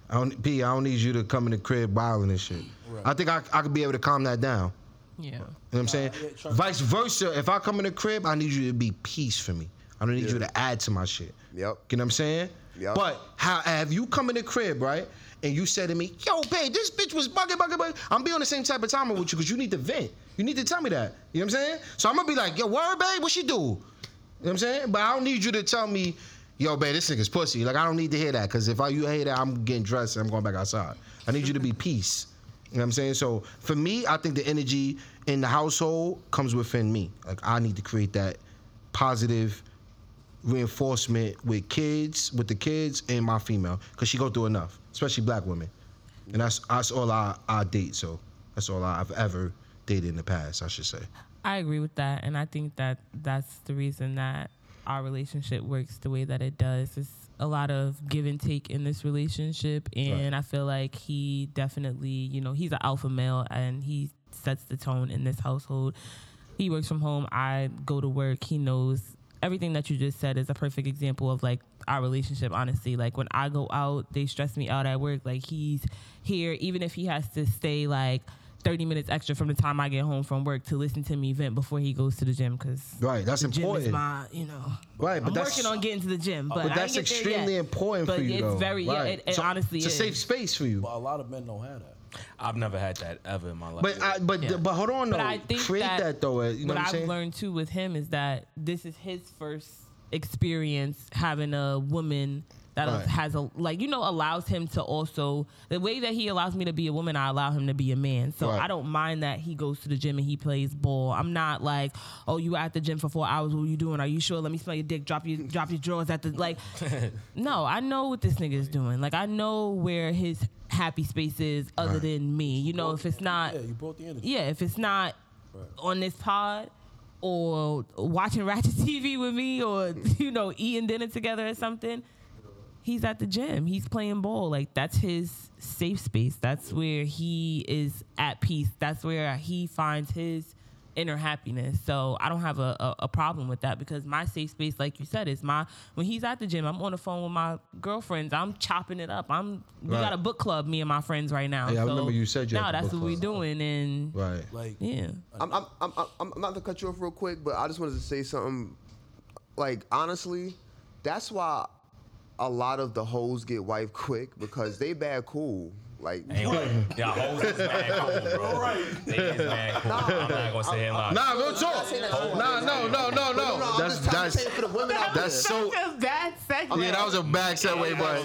[SPEAKER 6] I don't, P, I don't need you to come in the crib wilding and shit. I think I, I could be able to calm that down.
[SPEAKER 10] Yeah.
[SPEAKER 6] You know what I'm saying? Vice versa. If I come in the crib, I need you to be peace for me. I don't need you to add to my shit.
[SPEAKER 9] Yep.
[SPEAKER 6] You know what I'm saying?
[SPEAKER 9] Yep.
[SPEAKER 6] But how have you come in the crib, right? And you said to me, "Yo, babe, this bitch was bugging, bugging, bugging." I'm be on the same type of timer with you because you need to vent. You need to tell me that. You know what I'm saying? So I'm gonna be like, "Yo, word, babe, what she do?" You know what I'm saying? But I don't need you to tell me, "Yo, babe, this nigga's pussy." Like I don't need to hear that because if I you hear that, I'm getting dressed and I'm going back outside. I need you to be peace. You know what I'm saying? So for me, I think the energy in the household comes within me. Like I need to create that positive reinforcement with kids, with the kids and my female, because she go through enough, especially black women. And that's that's all I, I date. So that's all I've ever dated in the past, I should say.
[SPEAKER 7] I agree with that, and I think that that's the reason that our relationship works the way that it does. It's a lot of give and take in this relationship, and I feel like he definitely, you know, he's an alpha male, and he sets the tone in this household. He works from home. I go to work. He knows everything that you just said is a perfect example of like our relationship. Honestly, like when I go out, they stress me out at work. Like he's here, even if he has to stay like. 30 minutes extra from the time I get home from work to listen to me vent before he goes to the gym because
[SPEAKER 6] Right, that's
[SPEAKER 7] the gym is
[SPEAKER 6] important.
[SPEAKER 7] my, you know
[SPEAKER 6] Right, but
[SPEAKER 7] I'm
[SPEAKER 6] that's Uh,
[SPEAKER 7] working on getting to the gym, but,
[SPEAKER 6] But
[SPEAKER 7] I
[SPEAKER 6] that's
[SPEAKER 7] ain't get there
[SPEAKER 6] extremely
[SPEAKER 7] yet.
[SPEAKER 6] important
[SPEAKER 7] but
[SPEAKER 6] for you,
[SPEAKER 7] It's
[SPEAKER 6] though.
[SPEAKER 7] very yeah.
[SPEAKER 6] Right.
[SPEAKER 7] It, it
[SPEAKER 6] So-
[SPEAKER 7] honestly
[SPEAKER 6] it's a
[SPEAKER 7] is.
[SPEAKER 6] safe space for you.
[SPEAKER 13] But a lot of men don't have that.
[SPEAKER 8] I've never had that ever in my life.
[SPEAKER 6] But I, but
[SPEAKER 7] Yeah.
[SPEAKER 6] but hold on though.
[SPEAKER 7] But I think
[SPEAKER 6] create that,
[SPEAKER 7] that,
[SPEAKER 6] though. eh, You know what, I'm
[SPEAKER 7] I've
[SPEAKER 6] saying?
[SPEAKER 7] learned too with him is that this is his first experience having a woman that
[SPEAKER 6] Right.
[SPEAKER 7] has a like you know allows him to also the way that he allows me to be a woman, I allow him to be a man. So
[SPEAKER 6] Right.
[SPEAKER 7] I don't mind that he goes to the gym and he plays ball. I'm not like, oh, you at the gym for four hours. What are you doing? Are you sure? Let me smell your dick. Drop your drop your drawers at the like. No, I know what this nigga is doing. Like I know where his happy space is other
[SPEAKER 13] Right.
[SPEAKER 7] than me. You know, if it's not
[SPEAKER 13] Yeah, you brought the energy.
[SPEAKER 7] yeah, if it's not on this pod or watching Ratchet TV with me or you know eating dinner together or something, he's at the gym. He's playing ball. Like that's his safe space. That's where he is at peace. That's where he finds his inner happiness. So I don't have a, a, a problem with that because my safe space, like you said, is my when he's at the gym, I'm on the phone with my girlfriends. I'm chopping it up. I'm we
[SPEAKER 6] Right.
[SPEAKER 7] got a book club, me and my friends right now.
[SPEAKER 6] Yeah, I
[SPEAKER 7] So
[SPEAKER 6] remember you said you had
[SPEAKER 7] now
[SPEAKER 6] the
[SPEAKER 7] that's
[SPEAKER 6] book
[SPEAKER 7] what we
[SPEAKER 6] club.
[SPEAKER 7] doing and
[SPEAKER 6] Right.
[SPEAKER 13] Like
[SPEAKER 7] yeah.
[SPEAKER 9] I'm, I'm, I'm, I'm, I'm not to cut you off real quick, but I just wanted to say something. Like honestly, that's why a lot of the hoes get wife quick because they bad cool. Like
[SPEAKER 8] Anyway, y'all hoes is mad cool, bro. They is mad cool. I'm not gonna say it loud.
[SPEAKER 6] Nah, real talk. Nah, no, no, no, no.
[SPEAKER 9] I'm
[SPEAKER 6] That's
[SPEAKER 9] just trying to
[SPEAKER 6] that's
[SPEAKER 9] say for the women out
[SPEAKER 6] that's so.
[SPEAKER 7] bad segment.
[SPEAKER 6] Yeah, that was a bad segue, but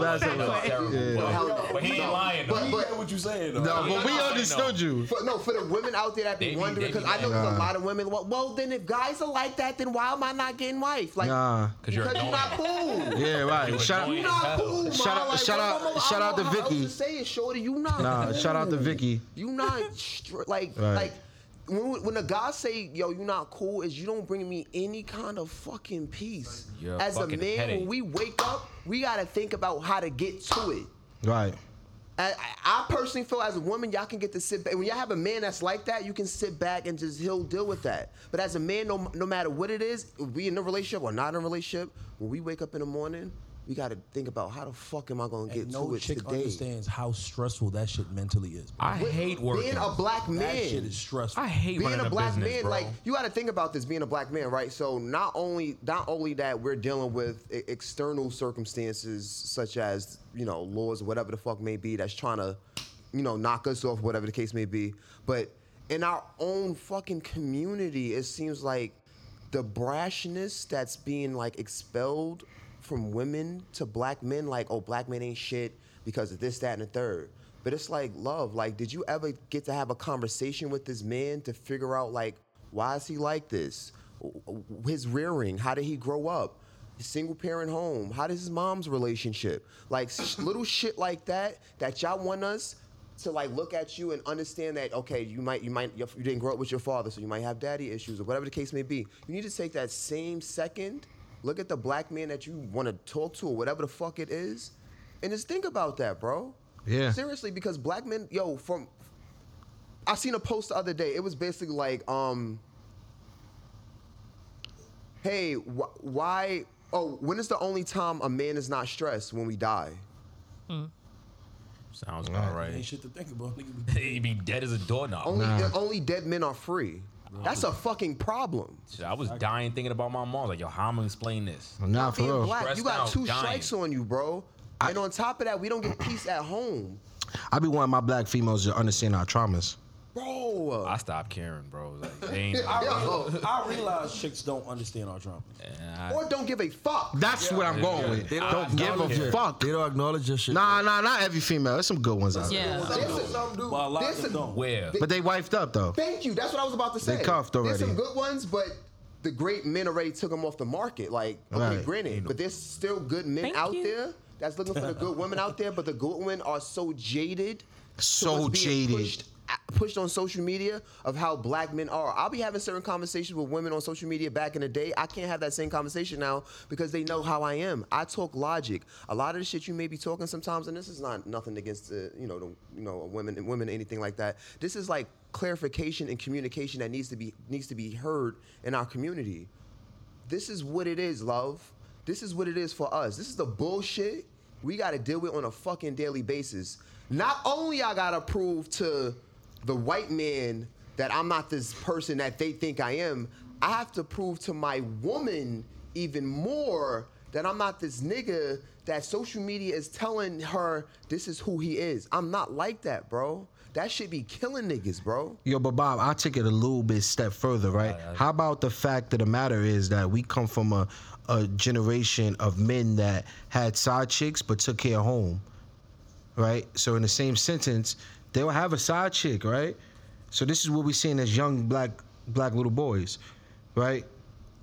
[SPEAKER 6] that's a yeah.
[SPEAKER 8] But he ain't lying, though.
[SPEAKER 9] But,
[SPEAKER 8] He
[SPEAKER 9] but,
[SPEAKER 13] what you saying though.
[SPEAKER 6] No, but we understood you.
[SPEAKER 9] for, no, for the women out there that
[SPEAKER 6] They
[SPEAKER 9] be
[SPEAKER 6] be-
[SPEAKER 9] wondering,
[SPEAKER 6] they be
[SPEAKER 9] because I know there's
[SPEAKER 6] mad.
[SPEAKER 9] a lot of women. Well, well, then if guys are like that, then why am I not getting wife? Like,
[SPEAKER 6] Nah. 'Cause you're
[SPEAKER 9] because you're not cool.
[SPEAKER 6] Yeah, right. Shout
[SPEAKER 9] You not cool, man.
[SPEAKER 6] shout out,
[SPEAKER 9] Like,
[SPEAKER 6] shout
[SPEAKER 9] I
[SPEAKER 6] out,
[SPEAKER 9] don't know- I
[SPEAKER 6] shout
[SPEAKER 9] don't
[SPEAKER 6] out to
[SPEAKER 9] know how else
[SPEAKER 6] Vicky.
[SPEAKER 9] to Say it, shorty. You not.
[SPEAKER 6] Nah,
[SPEAKER 9] cool.
[SPEAKER 6] shout out to Vicky.
[SPEAKER 9] You not str- like
[SPEAKER 6] Right.
[SPEAKER 9] like when when the guys say yo you not cool is you don't bring me any kind of fucking peace.
[SPEAKER 6] You're a
[SPEAKER 9] As a
[SPEAKER 6] fucking
[SPEAKER 9] man,
[SPEAKER 6] headache.
[SPEAKER 9] when we wake up, we gotta think about how to get to it.
[SPEAKER 6] Right.
[SPEAKER 9] I, I I personally feel as a woman, y'all can get to sit back. When y'all have a man that's like that, you can sit back and just he'll deal with that. But as a man, no, no matter what it is, we in a relationship or not in a relationship, when we wake up in the morning, we got to think about how the fuck am I gonna get
[SPEAKER 13] And no
[SPEAKER 9] to it
[SPEAKER 13] chick
[SPEAKER 9] today?
[SPEAKER 13] understands how stressful that shit mentally is. bro.
[SPEAKER 8] I hate working.
[SPEAKER 9] Being a black man,
[SPEAKER 13] That shit is stressful.
[SPEAKER 8] I hate
[SPEAKER 9] being
[SPEAKER 8] running
[SPEAKER 9] a black
[SPEAKER 8] business,
[SPEAKER 9] man,
[SPEAKER 8] bro.
[SPEAKER 9] like you got to think about this. Being a black man, right? So not only not only that we're dealing with e- external circumstances such as you know laws or whatever the fuck may be that's trying to you know knock us off, whatever the case may be, but in our own fucking community, it seems like the brashness that's being like expelled from women to black men, like oh black men ain't shit because of this, that, and the third. But it's like love. Like, did you ever get to have a conversation with this man to figure out like why is he like this? W- w- His rearing. How did he grow up? His single parent home. How does his mom's relationship? Like sh- little shit like that that y'all want us to like look at you and understand that okay you might you might you didn't grow up with your father so you might have daddy issues or whatever the case may be you need to take that same second look at the black man that you want to talk to or whatever the fuck it is and just think about that bro
[SPEAKER 6] Yeah.
[SPEAKER 9] seriously because black men yo from i seen a post the other day it was basically like um hey wh- why oh when is the only time a man is not stressed when we die
[SPEAKER 8] Sounds about
[SPEAKER 13] Ain't
[SPEAKER 8] right.
[SPEAKER 13] shit to think about. Nigga be
[SPEAKER 8] He'd be dead as a doorknob.
[SPEAKER 9] Only only dead men are free. That's a fucking problem.
[SPEAKER 8] Shit, I was dying thinking about my mom. Like, yo, how I'm gonna explain this?
[SPEAKER 6] Nah,
[SPEAKER 9] Being
[SPEAKER 6] for real.
[SPEAKER 9] black, you
[SPEAKER 8] Stressed
[SPEAKER 9] got
[SPEAKER 8] out,
[SPEAKER 9] two
[SPEAKER 8] dying.
[SPEAKER 9] strikes on you, bro. and on top of that, we don't get peace at home.
[SPEAKER 6] I be wanting my black females to understand our traumas.
[SPEAKER 16] bro.
[SPEAKER 8] I stopped caring, bro. Like, they ain't.
[SPEAKER 13] I, realize, I realize chicks don't understand our trauma.
[SPEAKER 9] Or don't give a fuck.
[SPEAKER 6] That's what I'm going with.
[SPEAKER 13] They
[SPEAKER 6] don't
[SPEAKER 13] don't
[SPEAKER 6] give a
[SPEAKER 13] acknowledge it.
[SPEAKER 6] fuck. They
[SPEAKER 13] don't acknowledge your shit.
[SPEAKER 6] Nah, nah, not every female. There's some good ones out there.
[SPEAKER 9] There's some dudes.
[SPEAKER 13] Well, a lot
[SPEAKER 9] There's
[SPEAKER 13] of them
[SPEAKER 9] some-
[SPEAKER 13] don't.
[SPEAKER 8] Where?
[SPEAKER 6] But they wifed up though.
[SPEAKER 9] Thank you. That's what I was about to
[SPEAKER 6] They
[SPEAKER 9] say.
[SPEAKER 6] cuffed already.
[SPEAKER 9] There's some good ones, but the great men already took them off the market. Like, okay,
[SPEAKER 6] Right.
[SPEAKER 9] granted, but there's still good men
[SPEAKER 17] Thank
[SPEAKER 9] out
[SPEAKER 17] you.
[SPEAKER 9] there that's looking for the good women out there, but the good women are so jaded. to
[SPEAKER 6] So
[SPEAKER 9] what's being
[SPEAKER 6] jaded.
[SPEAKER 9] Pushed, pushed on social media of how black men are. I'll be having certain conversations with women on social media back in the day. I can't have that same conversation now because they know how I am. I talk logic. A lot of the shit you may be talking sometimes, and this is not nothing against the you know the you know women and women or anything like that. This is like clarification and communication that needs to be needs to be heard in our community this is what it is, love. This is what it is for us. This is the bullshit we got to deal with on a fucking daily basis. Not only I got to prove to the white man that I'm not this person that they think I am, I have to prove to my woman even more that I'm not this nigga that social media is telling her this is who he is. I'm not like that, bro. That should be killing niggas, bro.
[SPEAKER 6] Yo, but Bob, I take it a little bit step further, right? How about the fact of the matter is that we come from a, a generation of men that had side chicks but took care of home, right? So in the same sentence, they'll have a side chick, right? So this is what we're seeing as young black black little boys, right?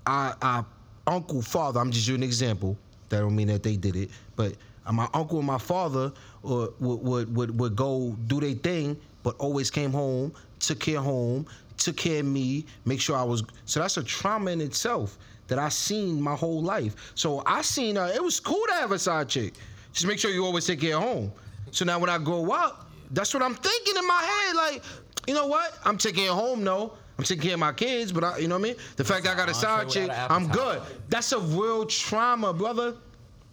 [SPEAKER 6] I, I uncle, father, I'm just using an example. That don't mean that they did it, but uh, my uncle and my father uh, would, would, would, would go do their thing, but always came home, took care of home, took care of me, make sure I was. So that's a trauma in itself that I seen my whole life. So I seen her, it was cool to have a side chick. Just make sure you always take care of home. So now when I grow up, that's what I'm thinking in my head. Like, you know what? I'm taking it home, no. I'm taking care of my kids, but I, you know what I mean? The fact that I got a side
[SPEAKER 8] entree
[SPEAKER 6] chick,
[SPEAKER 8] without an
[SPEAKER 6] I'm good. That's a real trauma, brother.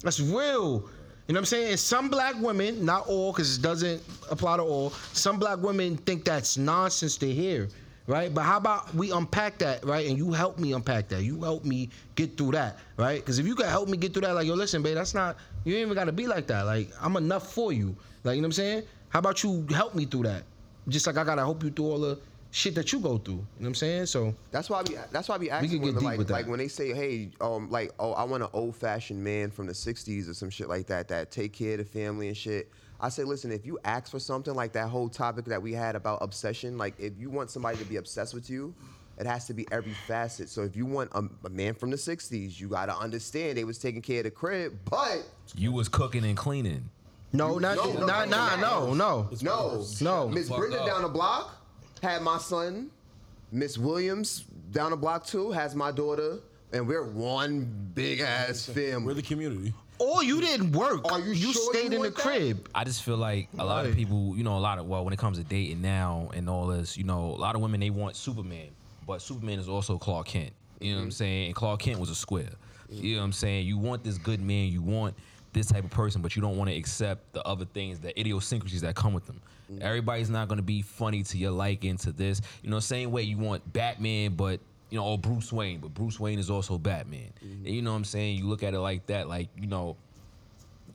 [SPEAKER 6] That's real. You know what I'm saying? And some black women, not all, because it doesn't apply to all, some black women think that's nonsense to hear, right? But how about we unpack that, right? And you help me unpack that. You help me get through that, right? Because if you can help me get through that, like, yo, listen, babe, that's not, you ain't even got to be like that. Like, I'm enough for you. Like, you know what I'm saying? How about you help me through that? Just like I got to help you through all the shit that you go through. You know what I'm saying? So,
[SPEAKER 9] That's why we. That's why we asking
[SPEAKER 6] could get
[SPEAKER 9] women
[SPEAKER 6] deep
[SPEAKER 9] like,
[SPEAKER 6] with that.
[SPEAKER 9] like when they say, "Hey, um, like, oh, I want an old fashioned man from the '60s or some shit like that that take care of the family and shit." I say, listen, if you ask for something like that whole topic that we had about obsession, like if you want somebody to be obsessed with you, it has to be every facet. So if you want a, a man from the '60s, you gotta understand they was taking care of the crib, but
[SPEAKER 8] You was cooking and cleaning.
[SPEAKER 6] no, not,
[SPEAKER 9] No, no,
[SPEAKER 6] nah,
[SPEAKER 9] no,
[SPEAKER 6] nah,
[SPEAKER 9] no.
[SPEAKER 6] no, no.
[SPEAKER 9] No,
[SPEAKER 6] No.
[SPEAKER 9] Miss
[SPEAKER 8] Fuck
[SPEAKER 9] Brenda
[SPEAKER 8] up.
[SPEAKER 9] down the block had my son. Miss Williams down the block too has my daughter, and we're one big ass family.
[SPEAKER 13] We're the community.
[SPEAKER 6] Or you didn't work.
[SPEAKER 9] Are you sure
[SPEAKER 6] stayed
[SPEAKER 9] you
[SPEAKER 6] in the
[SPEAKER 9] want that?
[SPEAKER 6] crib.
[SPEAKER 8] I just feel like a lot of
[SPEAKER 6] Right.
[SPEAKER 8] people, you know, a lot of well, when it comes to dating now and all this, you know, a lot of women they want Superman, but Superman is also Clark Kent. You know what I'm saying? And Clark Kent was a square. You know what I'm saying? You want this good man, you want this type of person, but you don't want to accept the other things, the idiosyncrasies that come with them. Everybody's not gonna be funny to your liking to this. You know, same way you want Batman, but you know, or Bruce Wayne, but Bruce Wayne is also Batman. And you know what I'm saying? You look at it like that, like, you know,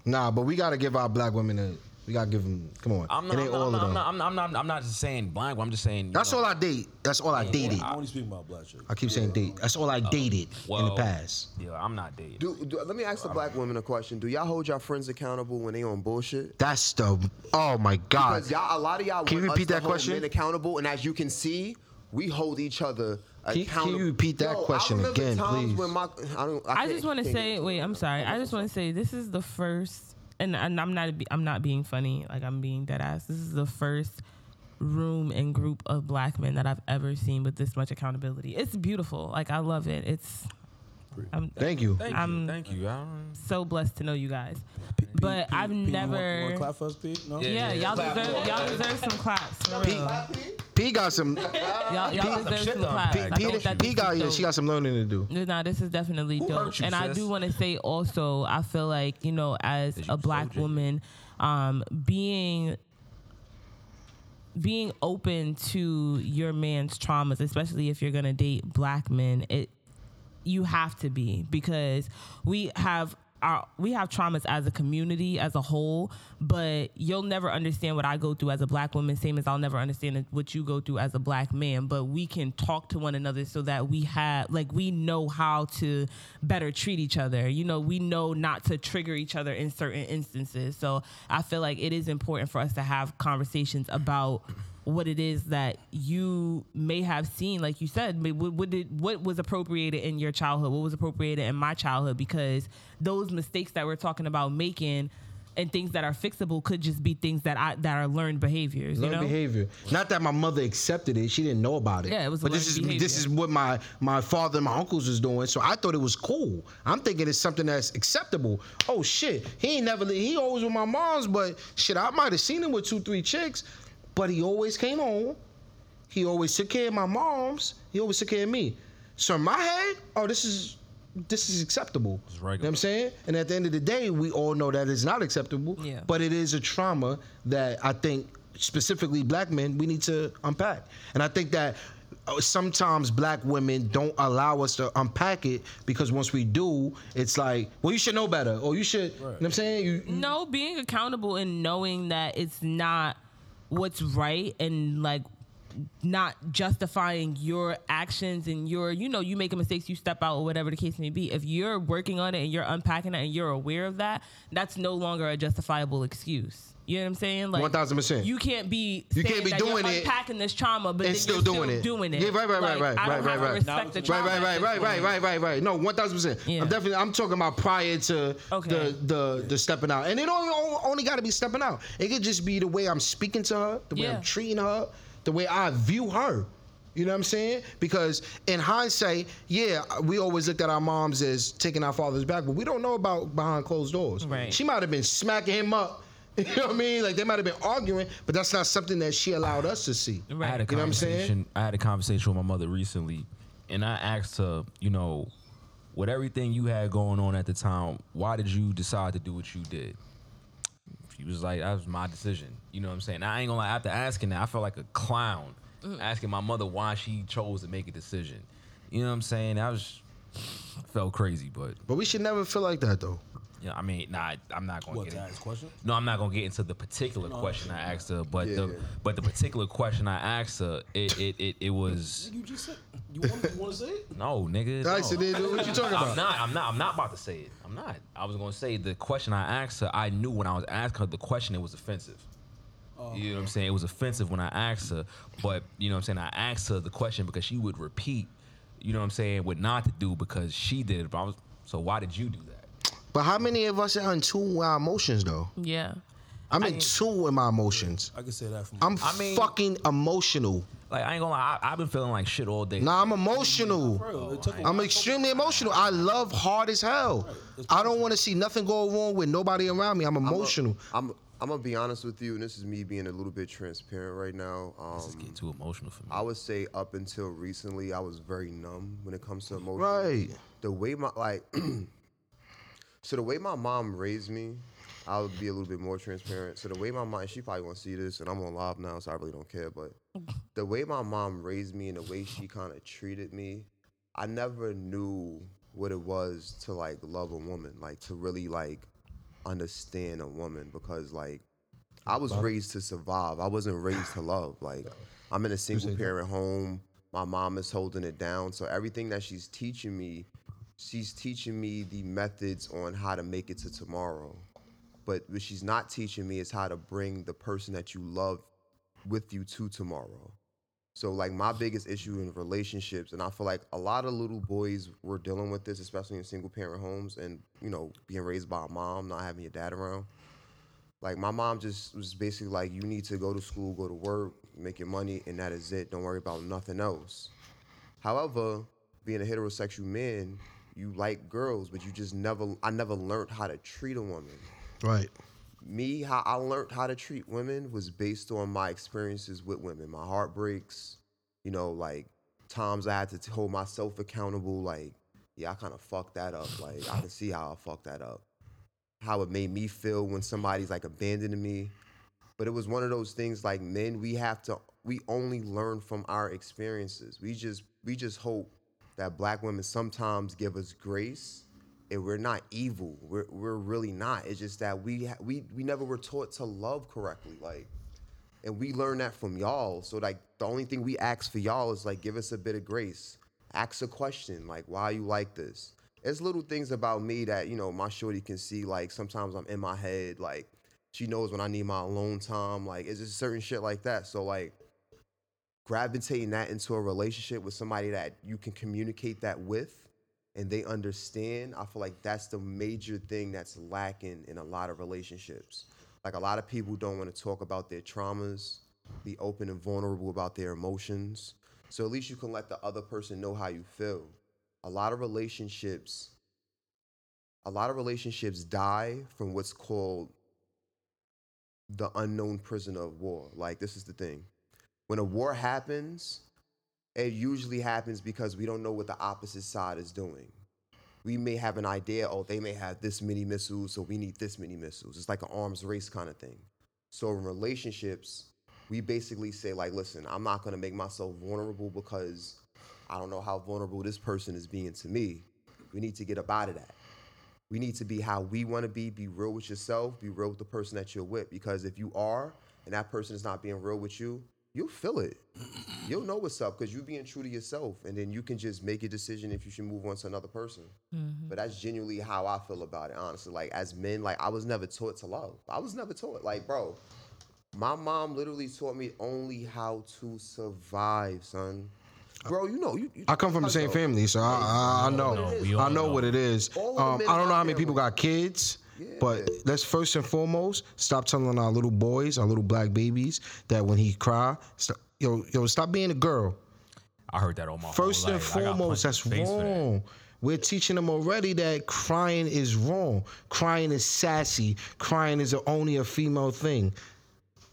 [SPEAKER 6] Nah, but we gotta give our black women a. We gotta give them. Come on,
[SPEAKER 8] I'm
[SPEAKER 6] it
[SPEAKER 8] not,
[SPEAKER 6] ain't
[SPEAKER 8] I'm, not,
[SPEAKER 6] all
[SPEAKER 8] I'm,
[SPEAKER 6] of
[SPEAKER 8] not,
[SPEAKER 6] them.
[SPEAKER 8] I'm, not, I'm, not, I'm not. I'm not just saying blind. I'm just saying. you
[SPEAKER 6] That's
[SPEAKER 8] know,
[SPEAKER 6] all I date. That's all I dated.
[SPEAKER 13] I
[SPEAKER 6] I,
[SPEAKER 13] only speak about black shit.
[SPEAKER 6] keep saying date. That's all I dated in the
[SPEAKER 8] Uh, well,
[SPEAKER 6] past.
[SPEAKER 8] Yeah, I'm not dating.
[SPEAKER 9] Do, do, let me ask the black women a question: Do y'all hold y'all friends accountable when they on bullshit?
[SPEAKER 6] That's the. Oh my god.
[SPEAKER 9] Because y'all, a lot of y'all
[SPEAKER 6] Can you
[SPEAKER 9] want us
[SPEAKER 6] repeat
[SPEAKER 9] to
[SPEAKER 6] that
[SPEAKER 9] hold
[SPEAKER 6] question?
[SPEAKER 9] men accountable, and as you can see, we hold each other
[SPEAKER 6] you-
[SPEAKER 9] accountable.
[SPEAKER 6] can you repeat that
[SPEAKER 9] Yo,
[SPEAKER 6] question
[SPEAKER 9] I remember
[SPEAKER 6] again,
[SPEAKER 9] times
[SPEAKER 6] please?
[SPEAKER 9] When my, I, don't, I,
[SPEAKER 7] I
[SPEAKER 9] can't-
[SPEAKER 7] just want to
[SPEAKER 9] can't get
[SPEAKER 7] say,
[SPEAKER 9] into
[SPEAKER 7] wait,
[SPEAKER 9] it.
[SPEAKER 7] I'm sorry. I just want to say this is the first, and, and I'm not, I'm not being funny. Like I'm being dead ass. This is the first room and group of black men that I've ever seen with this much accountability. It's beautiful. Like I love it. It's. I'm
[SPEAKER 6] Thank you.
[SPEAKER 8] Thank
[SPEAKER 7] I'm-
[SPEAKER 8] you. Thank you. I don't,
[SPEAKER 7] so blessed to know you guys, but I've
[SPEAKER 13] P, you want- you
[SPEAKER 7] never.
[SPEAKER 13] wanna clap for us, P? No?
[SPEAKER 7] yeah, y'all deserve y'all deserve some claps. For
[SPEAKER 6] P,
[SPEAKER 7] real.
[SPEAKER 6] P got some.
[SPEAKER 7] Y'all, y'all deserve
[SPEAKER 8] shit
[SPEAKER 7] some
[SPEAKER 8] done
[SPEAKER 7] claps.
[SPEAKER 8] packed.
[SPEAKER 7] I
[SPEAKER 6] P,
[SPEAKER 7] think that
[SPEAKER 6] P
[SPEAKER 7] this
[SPEAKER 6] got
[SPEAKER 7] is
[SPEAKER 6] yeah.
[SPEAKER 7] dope.
[SPEAKER 6] She got some learning to do.
[SPEAKER 7] No, nah, this is definitely dope.
[SPEAKER 8] hurt you,
[SPEAKER 7] and I
[SPEAKER 8] sis?
[SPEAKER 7] do want to say also, I feel like, you know, as a black woman, um, being being open to your man's traumas, especially if you're gonna date black men, it you have to be because we have our we have traumas as a community as a whole, but you'll never understand what I go through as a black woman, same as I'll never understand what you go through as a black man. But we can talk to one another so that we have like we know how to better treat each other. You know, we know not to trigger each other in certain instances. So I feel like it is important for us to have conversations about what it is that you may have seen like you said may- what, what did what was appropriated in your childhood what was appropriated in my childhood because those mistakes that we're talking about making and things that are fixable could just be things that I that are learned behaviors
[SPEAKER 6] Learned
[SPEAKER 7] you know
[SPEAKER 6] behavior. Not that my mother accepted it; she didn't know about it.
[SPEAKER 7] Yeah, it was a
[SPEAKER 6] But this
[SPEAKER 7] learned
[SPEAKER 6] is
[SPEAKER 7] behavior.
[SPEAKER 6] this is what my my father and my uncles was doing, so I thought it was cool. I'm thinking it's something that's acceptable. Oh shit, he ain't never he always with my mom's, but shit, I might have seen him with two three chicks, but he always came home. He always took care of my mom's. He always took care of me. So in my head, oh, this is this is acceptable. You know what I'm saying? And at the end of the day, we all know that it's not acceptable.
[SPEAKER 7] Yeah.
[SPEAKER 6] But it is a trauma that I think specifically black men we need to unpack. And I think that uh, sometimes black women don't allow us to unpack it because once we do, it's like, well, you should know better, or you should. You know what I'm saying? You,
[SPEAKER 7] no being accountable and knowing that it's not what's right and like not justifying your actions and your you know you making mistakes you step out or whatever the case may be if you're working on it and you're unpacking it and you're aware of that that's no longer a justifiable excuse you know what i'm saying like
[SPEAKER 6] 1000%.
[SPEAKER 7] you can't be
[SPEAKER 6] You
[SPEAKER 7] saying
[SPEAKER 6] can't be
[SPEAKER 7] that you're
[SPEAKER 6] doing it
[SPEAKER 7] unpacking this trauma but then
[SPEAKER 6] and
[SPEAKER 7] you're
[SPEAKER 6] still doing it.
[SPEAKER 7] doing it
[SPEAKER 6] Yeah, right, right,
[SPEAKER 7] Like,
[SPEAKER 6] right, right,
[SPEAKER 7] I don't
[SPEAKER 6] right,
[SPEAKER 7] have
[SPEAKER 6] right,
[SPEAKER 7] to
[SPEAKER 6] right.
[SPEAKER 7] respect the
[SPEAKER 6] right,
[SPEAKER 7] trauma
[SPEAKER 6] right,
[SPEAKER 7] at
[SPEAKER 6] right,
[SPEAKER 7] this
[SPEAKER 6] right, right,
[SPEAKER 7] point.
[SPEAKER 6] right, right, right. No, one thousand percent.
[SPEAKER 7] Yeah.
[SPEAKER 6] I'm definitely. I'm talking about prior to the the the stepping out, and it only only got to be stepping out. It could just be the way I'm speaking to her, the way
[SPEAKER 7] Yeah.
[SPEAKER 6] I'm treating her, the way I view her. You know what I'm saying? Because in hindsight, yeah, we always looked at our moms as taking our fathers back, but we don't know about behind closed doors.
[SPEAKER 7] Right.
[SPEAKER 6] She might have been smacking him up. You know what I mean? Like they might have been arguing, but that's not something that she allowed us to see.
[SPEAKER 8] I had a
[SPEAKER 6] You know what I'm saying?
[SPEAKER 8] conversation. I had a conversation with my mother recently, and I asked her, you know, with everything you had going on at the time, why did you decide to do what you did? She was like, that was my decision. You know what I'm saying? I ain't gonna lie. After asking that, I felt like a clown asking my mother why she chose to make a decision. You know what I'm saying? I was I felt crazy, but
[SPEAKER 6] But we should never feel like that though.
[SPEAKER 8] yeah, I mean, nah, I'm not gonna
[SPEAKER 13] What,
[SPEAKER 8] get
[SPEAKER 13] to
[SPEAKER 8] into
[SPEAKER 13] ask questions?
[SPEAKER 8] No, I'm not gonna get into the particular
[SPEAKER 13] No.
[SPEAKER 8] question I asked her, but
[SPEAKER 13] Yeah,
[SPEAKER 8] the
[SPEAKER 13] yeah.
[SPEAKER 8] but the particular question I asked her, it it it, it was
[SPEAKER 13] You just said you want, you want to say it?
[SPEAKER 8] no, nigga.
[SPEAKER 13] All right, so
[SPEAKER 8] no.
[SPEAKER 13] then what you talking
[SPEAKER 8] I'm
[SPEAKER 13] about?
[SPEAKER 8] not. I'm not. I'm not about to say it. I'm not. I was gonna say the question I asked her. I knew when I was asking her the question, it was offensive.
[SPEAKER 13] Oh.
[SPEAKER 8] You know what I'm saying? It was offensive when I asked her, but you know what I'm saying? I asked her the question because she would repeat, you know what I'm saying, what not to do because she did it. But I was, so why did you do that?
[SPEAKER 6] But how many of us are in tune with our emotions though?
[SPEAKER 7] yeah
[SPEAKER 6] I'm in tune with my emotions.
[SPEAKER 13] I can say that. From
[SPEAKER 6] I'm
[SPEAKER 8] I mean-
[SPEAKER 6] fucking emotional.
[SPEAKER 8] Like I ain't gonna lie, I, I've been feeling like shit all day.
[SPEAKER 6] Nah, I'm emotional. I'm extremely emotional. I love hard as hell. I don't want to see nothing go wrong with nobody around me. I'm emotional.
[SPEAKER 9] I'm I'm gonna be honest with you, and this is me being a little bit transparent right now. Um,
[SPEAKER 8] This is getting too emotional for me.
[SPEAKER 9] I would say up until recently, I was very numb when it comes to emotion.
[SPEAKER 6] Right.
[SPEAKER 9] The way my like, so the way my mom raised me, I'll be a little bit more transparent. So the way my mom, she probably won't see this, and I'm on live now, so I really don't care. But the way my mom raised me and the way she kind of treated me, I never knew what it was to like love a woman, like to really like understand a woman because like I was raised to survive. I wasn't raised to love. Like I'm in a single parent home. My mom is holding it down. So everything that she's teaching me, she's teaching me the methods on how to make it to tomorrow. But what she's not teaching me is how to bring the person that you love with you to tomorrow. So like my biggest issue in relationships, and I feel like a lot of little boys were dealing with this, especially in single parent homes, and you know being raised by a mom, not having your dad around. Like my mom just was basically like, you need to go to school, go to work, make your money, and that is it. Don't worry about nothing else. However, being a heterosexual man, you like girls, but you just never. I never learned how to treat a woman
[SPEAKER 6] Right.
[SPEAKER 9] me how I learned how to treat women was based on my experiences with women, my heartbreaks, you know, like times I had to t- hold myself accountable. Like, yeah, I kind of fucked that up. Like, I can see how I fucked that up. How it made me feel when somebody's like abandoning me. But it was one of those things like men, we have to, we only learn from our experiences. We just, we just hope that black women sometimes give us grace and we're not evil. We're we're really not. It's just that we ha- we we never were taught to love correctly. Like, and we learned that from y'all. So like, the only thing we ask for y'all is like, give us a bit of grace. Ask a question like, why you like this? It's little things about me that you know my shorty can see. Like sometimes I'm in my head. Like she knows when I need my alone time. Like it's just certain shit like that. So like gravitating that into a relationship with somebody that you can communicate that with and they understand, I feel like that's the major thing that's lacking in a lot of relationships. Like a lot of people don't want to talk about their traumas, be open and vulnerable about their emotions. So at least you can let the other person know how you feel. A lot of relationships a lot of relationships die from what's called the unknown prisoner of war. Like this is the thing. When a war happens, it usually happens because we don't know what the opposite side is doing. We may have an idea, oh, they may have this many missiles, so we need this many missiles. It's like an arms race kind of thing. So in relationships, we basically say, like, listen, I'm not gonna make myself vulnerable because I don't know how vulnerable this person is being to me. We need to get up out of that. We need to be how we wanna be, be real with yourself, be real with the person that you're with. Because if you are and that person is not being real with you, you'll feel it. You'll know what's up because you're being true to yourself, and then you can just make a decision if you should move on to another person.
[SPEAKER 10] Mhm.
[SPEAKER 9] But that's genuinely how I feel about it, honestly. Like as men, like I was never taught to love. I was never taught, like, bro. My mom literally taught me only how to survive, son. Bro, you know you. you
[SPEAKER 6] I come from the same family, so I, I, I know. I know what it is.
[SPEAKER 9] All of the
[SPEAKER 6] Um,
[SPEAKER 9] men
[SPEAKER 6] I don't
[SPEAKER 9] in
[SPEAKER 6] know
[SPEAKER 9] my
[SPEAKER 6] how many people got kids, but let's first and foremost stop telling our little boys, our little black babies, that when he cry, st- yo, yo, stop being a girl.
[SPEAKER 8] I heard that all my
[SPEAKER 6] First
[SPEAKER 8] whole
[SPEAKER 6] and
[SPEAKER 8] life. I got
[SPEAKER 6] foremost, that's
[SPEAKER 8] punched in the face for that.
[SPEAKER 6] wrong. We're teaching them already that crying is wrong. Crying is sassy. Crying is only a female thing.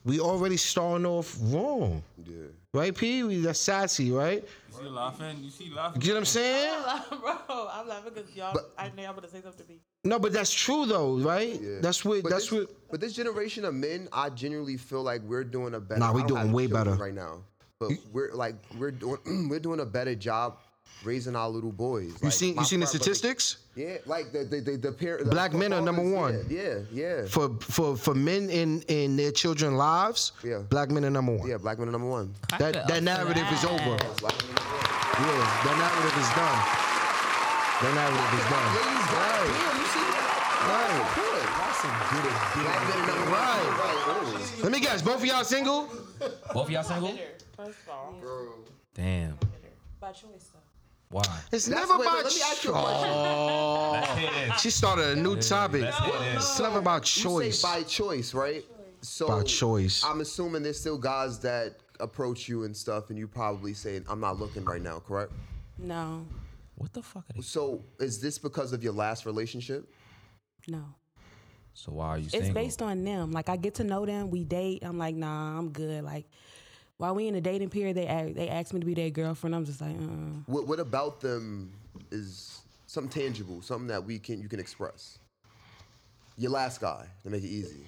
[SPEAKER 6] We already starting off wrong.
[SPEAKER 9] Yeah.
[SPEAKER 6] Right, P? We, that's sassy, right?
[SPEAKER 11] You see laughing? You see laughing?
[SPEAKER 6] You get what I'm saying?
[SPEAKER 7] I'm laughing, bro. I'm laughing because y'all. I know y'all about to say something to me.
[SPEAKER 6] No, but that's true though, right? That's what.
[SPEAKER 9] But
[SPEAKER 6] that's
[SPEAKER 9] this,
[SPEAKER 6] what.
[SPEAKER 9] But this generation of men, I genuinely feel like we're doing a better.
[SPEAKER 6] Nah, we
[SPEAKER 9] I don't
[SPEAKER 6] doing
[SPEAKER 9] have
[SPEAKER 6] way
[SPEAKER 9] children
[SPEAKER 6] better.
[SPEAKER 9] right now. But we're like we're doing we're doing a better job raising our little boys.
[SPEAKER 6] You seen- you seen the statistics?
[SPEAKER 9] yeah, like the the the, the pair. the-
[SPEAKER 6] Black
[SPEAKER 9] the
[SPEAKER 6] men are number
[SPEAKER 9] fathers,
[SPEAKER 6] one.
[SPEAKER 9] Yeah, yeah. yeah.
[SPEAKER 6] For for for men in in their children lives,
[SPEAKER 9] Yeah.
[SPEAKER 6] black men are number one.
[SPEAKER 9] Yeah, black men are number one.
[SPEAKER 6] That that narrative is over. Yeah, that narrative is done. That narrative is done. Right. Let me guess. Both of y'all single?
[SPEAKER 8] Both of y'all single?
[SPEAKER 7] First of all,
[SPEAKER 8] Damn.
[SPEAKER 7] by choice though.
[SPEAKER 8] Why?
[SPEAKER 6] It's
[SPEAKER 7] That's-
[SPEAKER 6] never
[SPEAKER 7] wait,
[SPEAKER 6] about
[SPEAKER 7] let me ask you a question.
[SPEAKER 6] Oh.
[SPEAKER 9] That's it.
[SPEAKER 6] She started a new topic.
[SPEAKER 9] That's it.
[SPEAKER 6] It's never about
[SPEAKER 9] You
[SPEAKER 6] choice.
[SPEAKER 9] say by choice, right? So
[SPEAKER 6] By choice.
[SPEAKER 9] I'm assuming there's still guys that approach you and stuff, and you probably saying, "I'm not looking right now," correct?
[SPEAKER 7] No,
[SPEAKER 8] What the fuck?
[SPEAKER 9] So is this because of your last relationship?
[SPEAKER 7] no.
[SPEAKER 8] So why are you
[SPEAKER 7] It's
[SPEAKER 8] single?
[SPEAKER 7] based on them. Like I get to know them, we date. I'm like, nah, I'm good. Like while we in the dating period, they ask, they ask me to be their girlfriend. I'm just like, uh.
[SPEAKER 9] What What about them is something tangible, something that we can you can express? Your last guy to make it easy.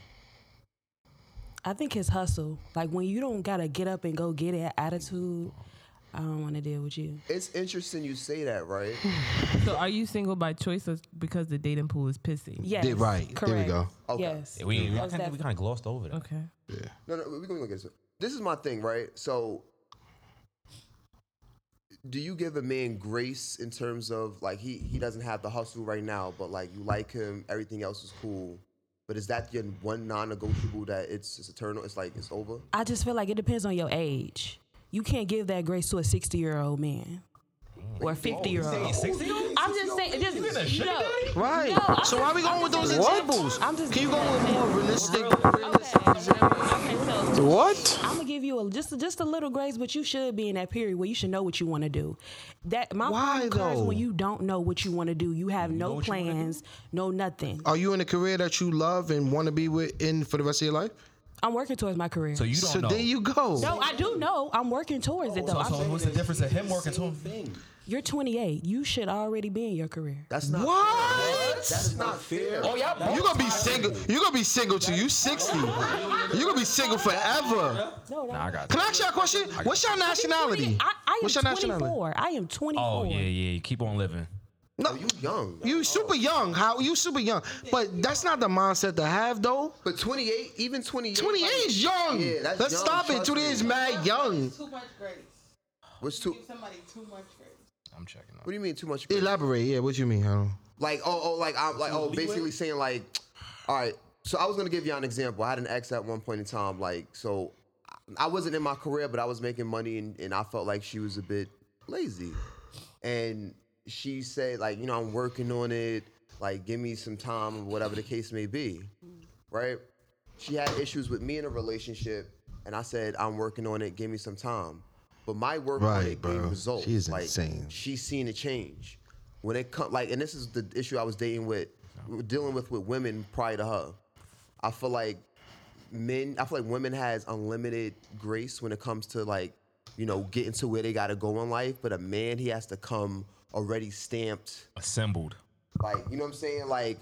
[SPEAKER 7] I think his hustle. Like when you don't gotta get up and go get it attitude. I don't want to deal with you.
[SPEAKER 9] It's interesting you say that, right?
[SPEAKER 10] So are you single by choice or because the dating pool is pissy?
[SPEAKER 7] Yes. Did- right. There we Correct. go. Yes.
[SPEAKER 8] Yeah, we,
[SPEAKER 7] Most
[SPEAKER 8] I think we
[SPEAKER 7] definitely.
[SPEAKER 8] kind of glossed over that.
[SPEAKER 10] Okay.
[SPEAKER 6] Yeah.
[SPEAKER 9] No, no, we're gonna get this. This is my thing, right? So, do you give a man grace in terms of like he he doesn't have the hustle right now, but like you like him, everything else is cool. But is that your one non-negotiable that it's it's eternal? It's like it's over.
[SPEAKER 7] I just feel like it depends on your age. You can't give that grace to a 60 year old man. Or a 50 year old. I'm just saying, just you know,
[SPEAKER 6] Right. so why we going with those examples? Can you go with more realistic? What?
[SPEAKER 7] I'm gonna give you a, just just a little grace, but you should be in that period where you should know what you want to do. That my
[SPEAKER 6] Why,
[SPEAKER 7] problem occurs
[SPEAKER 6] though?
[SPEAKER 7] when you don't know what you want to do, you have no plans, no nothing.
[SPEAKER 6] Are you in a career that you love and want to be with in for the rest of your life?
[SPEAKER 7] I'm working towards my career.
[SPEAKER 6] So you don't So know. there you go.
[SPEAKER 7] No, I do know. I'm working towards it though. I'm-
[SPEAKER 8] what's the difference of him working to him?
[SPEAKER 7] You're 28. You should already be in your career.
[SPEAKER 9] That's not
[SPEAKER 6] what?
[SPEAKER 9] That's not fair.
[SPEAKER 6] Oh yeah. You gonna be single. You gonna be single till you sixty. You gonna be single forever.
[SPEAKER 8] Nah, I got
[SPEAKER 6] Can I ask y'all a question? What's your nationality?
[SPEAKER 7] I, I am
[SPEAKER 6] What's your nationality?
[SPEAKER 7] 24. I am 24.
[SPEAKER 8] Oh, yeah, yeah. Keep on living.
[SPEAKER 6] No,
[SPEAKER 9] you young.
[SPEAKER 6] You super young. How you super young? But that's not the mindset to have though.
[SPEAKER 9] But 28, even 28.
[SPEAKER 6] 28 is young.
[SPEAKER 9] Yeah, that's
[SPEAKER 6] Let's
[SPEAKER 9] young,
[SPEAKER 6] stop it.
[SPEAKER 9] trust
[SPEAKER 6] 28
[SPEAKER 9] me.
[SPEAKER 6] is mad young.
[SPEAKER 7] Too much grace.
[SPEAKER 9] What's too?
[SPEAKER 7] Somebody too much grace.
[SPEAKER 8] I'm checking.
[SPEAKER 9] What do you mean too much?
[SPEAKER 6] Elaborate. Yeah, what you mean? I don't.
[SPEAKER 9] Like oh oh like I'm like oh
[SPEAKER 6] Leeway?
[SPEAKER 9] basically saying like, all right. So I was gonna give y'all an example. I had an ex at one point in time. Like so, I wasn't in my career, but I was making money, and, and I felt like she was a bit lazy. And she said like, you know, I'm working on it. Like, give me some time, or whatever the case may be. Right? She had issues with me in a relationship, and I said I'm working on it. Give me some time. But my work on
[SPEAKER 6] Right,
[SPEAKER 9] it gave
[SPEAKER 6] bro.
[SPEAKER 9] results.
[SPEAKER 6] She is
[SPEAKER 9] like,
[SPEAKER 6] insane.
[SPEAKER 9] She's seen a change when it comes like, and this is the issue I was dating with, dealing with with women prior to her. I feel like men, I feel like women has unlimited grace when it comes to like, you know, getting to where they gotta go in life. But a man, he has to come already stamped,
[SPEAKER 8] assembled.
[SPEAKER 9] like you know what I'm saying, like.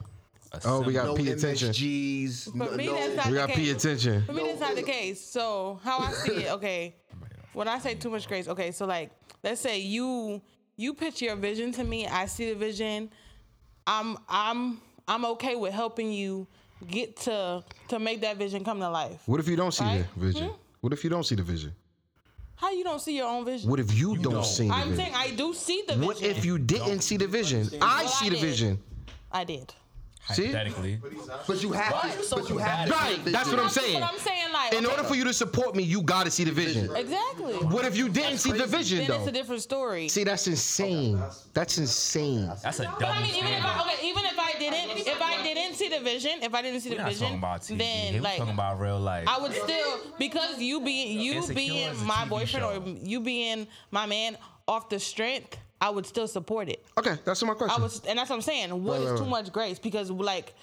[SPEAKER 6] Oh, we gotta
[SPEAKER 9] no
[SPEAKER 6] pay attention.
[SPEAKER 9] MSGs, no,
[SPEAKER 7] For me,
[SPEAKER 9] no-
[SPEAKER 7] that's not
[SPEAKER 6] Uh, We
[SPEAKER 7] the
[SPEAKER 6] gotta
[SPEAKER 7] case.
[SPEAKER 6] pay attention.
[SPEAKER 7] For me, that's not the case. So how I see it, okay. When I say too much grace, okay. So like, let's say you you pitch your vision to me. I see the vision. I'm I'm I'm okay with helping you get to to make that vision come to life.
[SPEAKER 6] What if you don't see
[SPEAKER 7] Right?
[SPEAKER 6] the vision?
[SPEAKER 7] Hmm?
[SPEAKER 6] What if you don't see the vision?
[SPEAKER 7] How you don't see your own vision?
[SPEAKER 6] What if you, don't, see the
[SPEAKER 7] I'm
[SPEAKER 6] vision?
[SPEAKER 7] saying I do see the vision.
[SPEAKER 6] what if you didn't see the vision? I
[SPEAKER 7] Well,
[SPEAKER 6] see
[SPEAKER 7] I
[SPEAKER 6] the
[SPEAKER 7] did.
[SPEAKER 6] vision.
[SPEAKER 7] I did.
[SPEAKER 6] See?
[SPEAKER 8] Hypothetically.
[SPEAKER 9] But you have
[SPEAKER 8] Why
[SPEAKER 9] to.
[SPEAKER 8] you so
[SPEAKER 9] but you have to.
[SPEAKER 6] Right. That's what I'm saying.
[SPEAKER 7] But I'm saying like
[SPEAKER 6] In
[SPEAKER 7] okay,
[SPEAKER 6] order for you to support me, you gotta see the vision.
[SPEAKER 7] exactly.
[SPEAKER 6] What if you didn't see the vision
[SPEAKER 7] Then it's
[SPEAKER 6] though?
[SPEAKER 7] a different story.
[SPEAKER 6] See, that's insane. That's insane.
[SPEAKER 8] That's a
[SPEAKER 7] But I mean, even if I okay, even if I didn't, if I didn't see the vision, if I didn't see
[SPEAKER 8] We're
[SPEAKER 7] the
[SPEAKER 8] not talking
[SPEAKER 7] vision,
[SPEAKER 8] about TV.
[SPEAKER 7] then
[SPEAKER 8] We're
[SPEAKER 7] like
[SPEAKER 8] talking about real life.
[SPEAKER 7] I would still because you being you
[SPEAKER 8] Insecure is a
[SPEAKER 7] being my
[SPEAKER 8] TV
[SPEAKER 7] boyfriend
[SPEAKER 8] show.
[SPEAKER 7] or you being my man off the strength, I would still support it.
[SPEAKER 6] Okay, that's my question.
[SPEAKER 7] I was, and that's what I'm saying. What
[SPEAKER 6] Right,
[SPEAKER 7] is
[SPEAKER 6] right,
[SPEAKER 7] too
[SPEAKER 6] right.
[SPEAKER 7] much grace? Because like,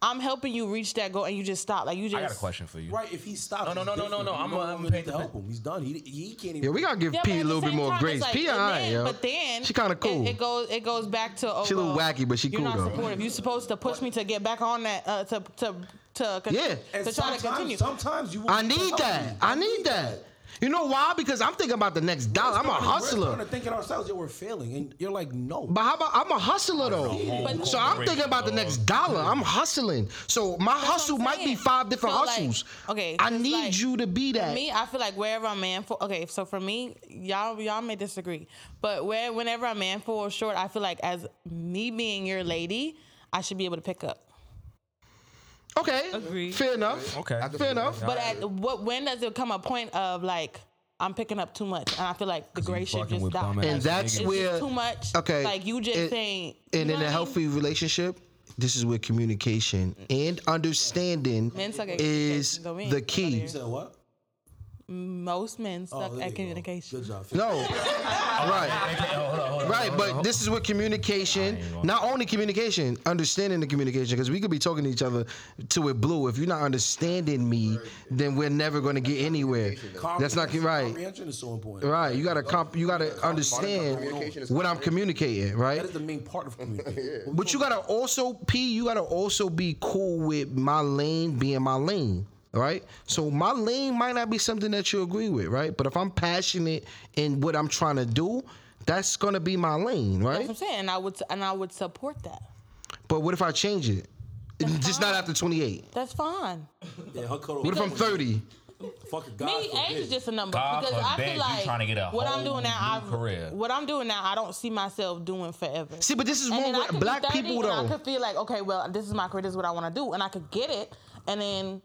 [SPEAKER 7] I'm helping you reach that goal, and you just stop. Like you just.
[SPEAKER 8] I got a question for you.
[SPEAKER 13] Right, if he stops.
[SPEAKER 8] No, no, no,
[SPEAKER 13] it's
[SPEAKER 8] no, no, no.
[SPEAKER 13] different.
[SPEAKER 8] I'm
[SPEAKER 13] You don't
[SPEAKER 8] gonna- I'm
[SPEAKER 13] even
[SPEAKER 8] gonna
[SPEAKER 13] need to help him. He's done. He, he can't even.
[SPEAKER 6] Yeah, we gotta give
[SPEAKER 7] Yeah, but
[SPEAKER 6] P a
[SPEAKER 7] at the
[SPEAKER 6] little bit
[SPEAKER 7] same
[SPEAKER 6] more
[SPEAKER 7] time, it's
[SPEAKER 6] grace.
[SPEAKER 7] like-
[SPEAKER 6] P,
[SPEAKER 7] and
[SPEAKER 6] alright,
[SPEAKER 7] then-
[SPEAKER 6] yo.
[SPEAKER 7] But then
[SPEAKER 6] she kind of cool.
[SPEAKER 7] It, it goes it goes back to oh,
[SPEAKER 6] She a little
[SPEAKER 7] well,
[SPEAKER 6] wacky, but she
[SPEAKER 7] you're
[SPEAKER 6] cool,
[SPEAKER 7] not
[SPEAKER 6] though.
[SPEAKER 7] supportive. You're supposed to push me to get back on that uh, to to to con-
[SPEAKER 6] Yeah.
[SPEAKER 13] And
[SPEAKER 7] to try to
[SPEAKER 13] sometimes-
[SPEAKER 7] continue.
[SPEAKER 13] Sometimes you.
[SPEAKER 6] I need that. I need that. You know why? Because I'm thinking about the next dollar. I'm a
[SPEAKER 13] We're
[SPEAKER 6] hustler.
[SPEAKER 13] starting to think in ourselves that we're failing, and you're like, no.
[SPEAKER 6] But how about I'm a hustler though?
[SPEAKER 7] But-
[SPEAKER 6] So I'm thinking about the next dollar. I'm hustling. So my hustle
[SPEAKER 7] I'm
[SPEAKER 6] might be
[SPEAKER 7] saying.
[SPEAKER 6] five different
[SPEAKER 7] So, like,
[SPEAKER 6] hustles.
[SPEAKER 7] okay,
[SPEAKER 6] I
[SPEAKER 7] 'cause,
[SPEAKER 6] need
[SPEAKER 7] like,
[SPEAKER 6] you to be
[SPEAKER 7] For
[SPEAKER 6] that.
[SPEAKER 7] me, I feel like wherever I'm man for okay, so for me, y'all y'all may disagree, but where whenever I'm man for short, I feel like as me being your lady, I should be able to pick up.
[SPEAKER 6] okay.
[SPEAKER 10] Agree.
[SPEAKER 6] Fair enough.
[SPEAKER 8] Okay.
[SPEAKER 6] Fair enough.
[SPEAKER 7] But at what when does it come a point of like I'm picking up too much, and I feel like the grace should
[SPEAKER 8] fucking
[SPEAKER 7] just
[SPEAKER 8] with
[SPEAKER 7] stop.
[SPEAKER 8] bum-ass
[SPEAKER 6] And that's
[SPEAKER 7] It's just
[SPEAKER 6] where-
[SPEAKER 7] too much.
[SPEAKER 6] Okay.
[SPEAKER 7] like you just
[SPEAKER 6] And-
[SPEAKER 7] saying. you
[SPEAKER 6] And
[SPEAKER 7] know
[SPEAKER 6] in a
[SPEAKER 7] what I mean?
[SPEAKER 6] healthy relationship, this is where communication and understanding
[SPEAKER 7] Men suck at
[SPEAKER 6] is
[SPEAKER 7] communication, though, man.
[SPEAKER 6] the key.
[SPEAKER 13] You said what? Oh,
[SPEAKER 7] most men suck
[SPEAKER 13] there you
[SPEAKER 7] at
[SPEAKER 13] go.
[SPEAKER 7] communication.
[SPEAKER 13] Good job. Phil.
[SPEAKER 6] No. right. Right, but this is what communication, not only communication, understanding the communication, because we could be talking to each other to it blue. If you're not understanding me, then we're never going to get anywhere. That's not
[SPEAKER 13] Comprehension-
[SPEAKER 6] right.
[SPEAKER 13] Comprehension is so important.
[SPEAKER 6] Right, you gotta comp, you gotta understand
[SPEAKER 9] Communication is
[SPEAKER 6] what I'm communicating, right?
[SPEAKER 13] That is the main part of communication.
[SPEAKER 6] But you gotta also P, you gotta also be cool with my lane being my lane. Right? So my lane might not be something that you agree with, right? But if I'm passionate in what I'm trying to do, that's gonna be my lane,
[SPEAKER 7] That's
[SPEAKER 6] right?
[SPEAKER 7] what I'm saying. And I would and I would support that.
[SPEAKER 6] But what if I change it? Just not after 28.
[SPEAKER 7] That's fine.
[SPEAKER 13] Yeah, her cuddle.
[SPEAKER 6] What if I'm 30?
[SPEAKER 13] Fucking God
[SPEAKER 7] Me, age
[SPEAKER 13] forbid.
[SPEAKER 7] is just a number
[SPEAKER 8] God
[SPEAKER 7] because I
[SPEAKER 8] forbid
[SPEAKER 7] feel
[SPEAKER 8] you
[SPEAKER 7] like
[SPEAKER 8] trying to get a
[SPEAKER 7] what
[SPEAKER 8] whole
[SPEAKER 7] I'm doing now,
[SPEAKER 8] new
[SPEAKER 7] I
[SPEAKER 8] career.
[SPEAKER 7] what I'm doing now, I don't see myself doing forever.
[SPEAKER 6] See, but this is
[SPEAKER 7] And
[SPEAKER 6] wrong
[SPEAKER 7] then I
[SPEAKER 6] with
[SPEAKER 7] could be
[SPEAKER 6] black
[SPEAKER 7] 30
[SPEAKER 6] people
[SPEAKER 7] and I
[SPEAKER 6] though.
[SPEAKER 7] could feel like, okay, well, this is my career, this is what I want to do, and I could get it, and then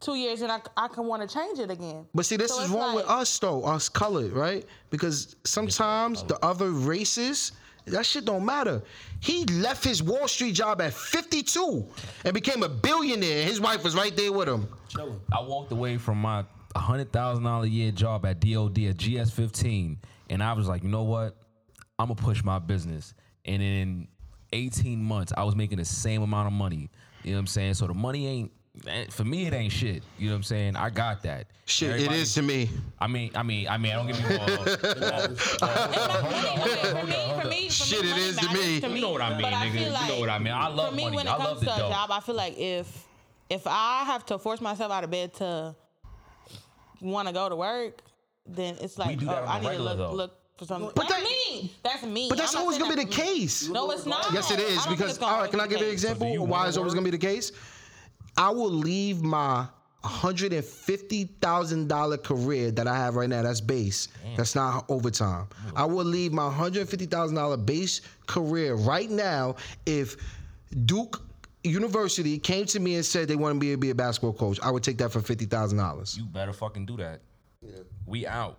[SPEAKER 7] two years, and I I can want to change it again.
[SPEAKER 6] But see, this
[SPEAKER 7] So
[SPEAKER 6] is
[SPEAKER 7] it's
[SPEAKER 6] wrong with
[SPEAKER 7] like-
[SPEAKER 6] us though, us colored, right? Because sometimes the other races, that shit don't matter. He left his Wall Street job at 52 and became a billionaire. His wife was right there with him.
[SPEAKER 8] I walked away from my hundred thousand dollar a year job at DOD at GS fifteen, and I was like, you know what? I'm gonna push my business. And in eighteen months, I was making the same amount of money. You know what I'm saying? So the money ain't eh, for me. It ain't shit. You know what I'm saying? I got that.
[SPEAKER 6] Shit,
[SPEAKER 8] Everybody-
[SPEAKER 6] it is to me.
[SPEAKER 8] I mean, I mean, I mean. I don't get me wrong.
[SPEAKER 7] For me, for me, for
[SPEAKER 6] Shit,
[SPEAKER 7] me,
[SPEAKER 6] it
[SPEAKER 7] money
[SPEAKER 6] is to
[SPEAKER 7] matters
[SPEAKER 6] me.
[SPEAKER 8] You know what I mean,
[SPEAKER 7] but I
[SPEAKER 8] nigga.
[SPEAKER 7] feel
[SPEAKER 8] You know
[SPEAKER 7] like
[SPEAKER 8] what I mean. I love
[SPEAKER 7] for me,
[SPEAKER 8] money.
[SPEAKER 7] When it
[SPEAKER 8] I
[SPEAKER 7] comes
[SPEAKER 8] love the
[SPEAKER 7] to a
[SPEAKER 8] dough.
[SPEAKER 7] job, I feel like if if I have to force myself out of bed to want to go to work, then it's like
[SPEAKER 8] do that
[SPEAKER 7] oh,
[SPEAKER 8] on
[SPEAKER 7] I
[SPEAKER 8] the
[SPEAKER 7] oh, need to
[SPEAKER 8] regular,
[SPEAKER 7] look
[SPEAKER 8] though.
[SPEAKER 7] look for something. But that's me. That's me.
[SPEAKER 6] But that's
[SPEAKER 7] I'm not
[SPEAKER 6] always
[SPEAKER 7] saying
[SPEAKER 6] gonna be the
[SPEAKER 7] that's me.
[SPEAKER 6] case.
[SPEAKER 7] No, it's not.
[SPEAKER 6] Yes, it
[SPEAKER 7] I don't
[SPEAKER 6] is.
[SPEAKER 7] think
[SPEAKER 6] Because
[SPEAKER 7] it's gonna
[SPEAKER 6] all right, can I
[SPEAKER 7] always
[SPEAKER 6] give
[SPEAKER 7] be
[SPEAKER 6] you
[SPEAKER 7] the
[SPEAKER 6] an
[SPEAKER 7] case.
[SPEAKER 6] example? Why it's always gonna be the case? I will leave my hundred and fifty thousand dollar career that I have right now. That's base. That's not overtime. I will leave my hundred fifty thousand dollar base career right now if Duke. University came to me and said they wanted me to be a basketball coach. I would take that for fifty thousand dollars.
[SPEAKER 8] You better fucking do that. We out.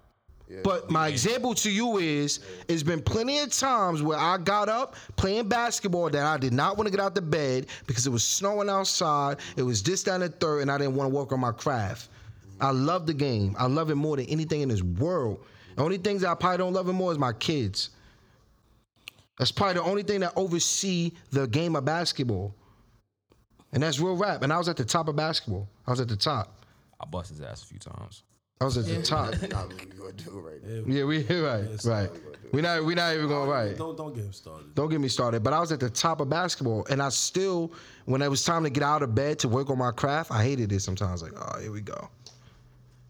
[SPEAKER 6] But my example to you is it's been plenty of times where I got up playing basketball that I did not want to get out the bed because it was snowing outside, it was this, that, and the third, and I didn't want to work on my craft. I love the game. I love it more than anything in this world. The only things I probably don't love it more is my kids. That's probably the only thing that oversee the game of basketball. And that's real rap. And I was at the top of basketball. I was at the top.
[SPEAKER 8] I bust his ass a few times.
[SPEAKER 6] I was at the top. Yeah, we right, right. We're not we're not even going right.
[SPEAKER 13] Don't don't get him started.
[SPEAKER 6] Don't get me started. But I was at the top of basketball, and I still, when it was time to get out of bed to work on my craft, I hated it sometimes. Like, oh, here we go.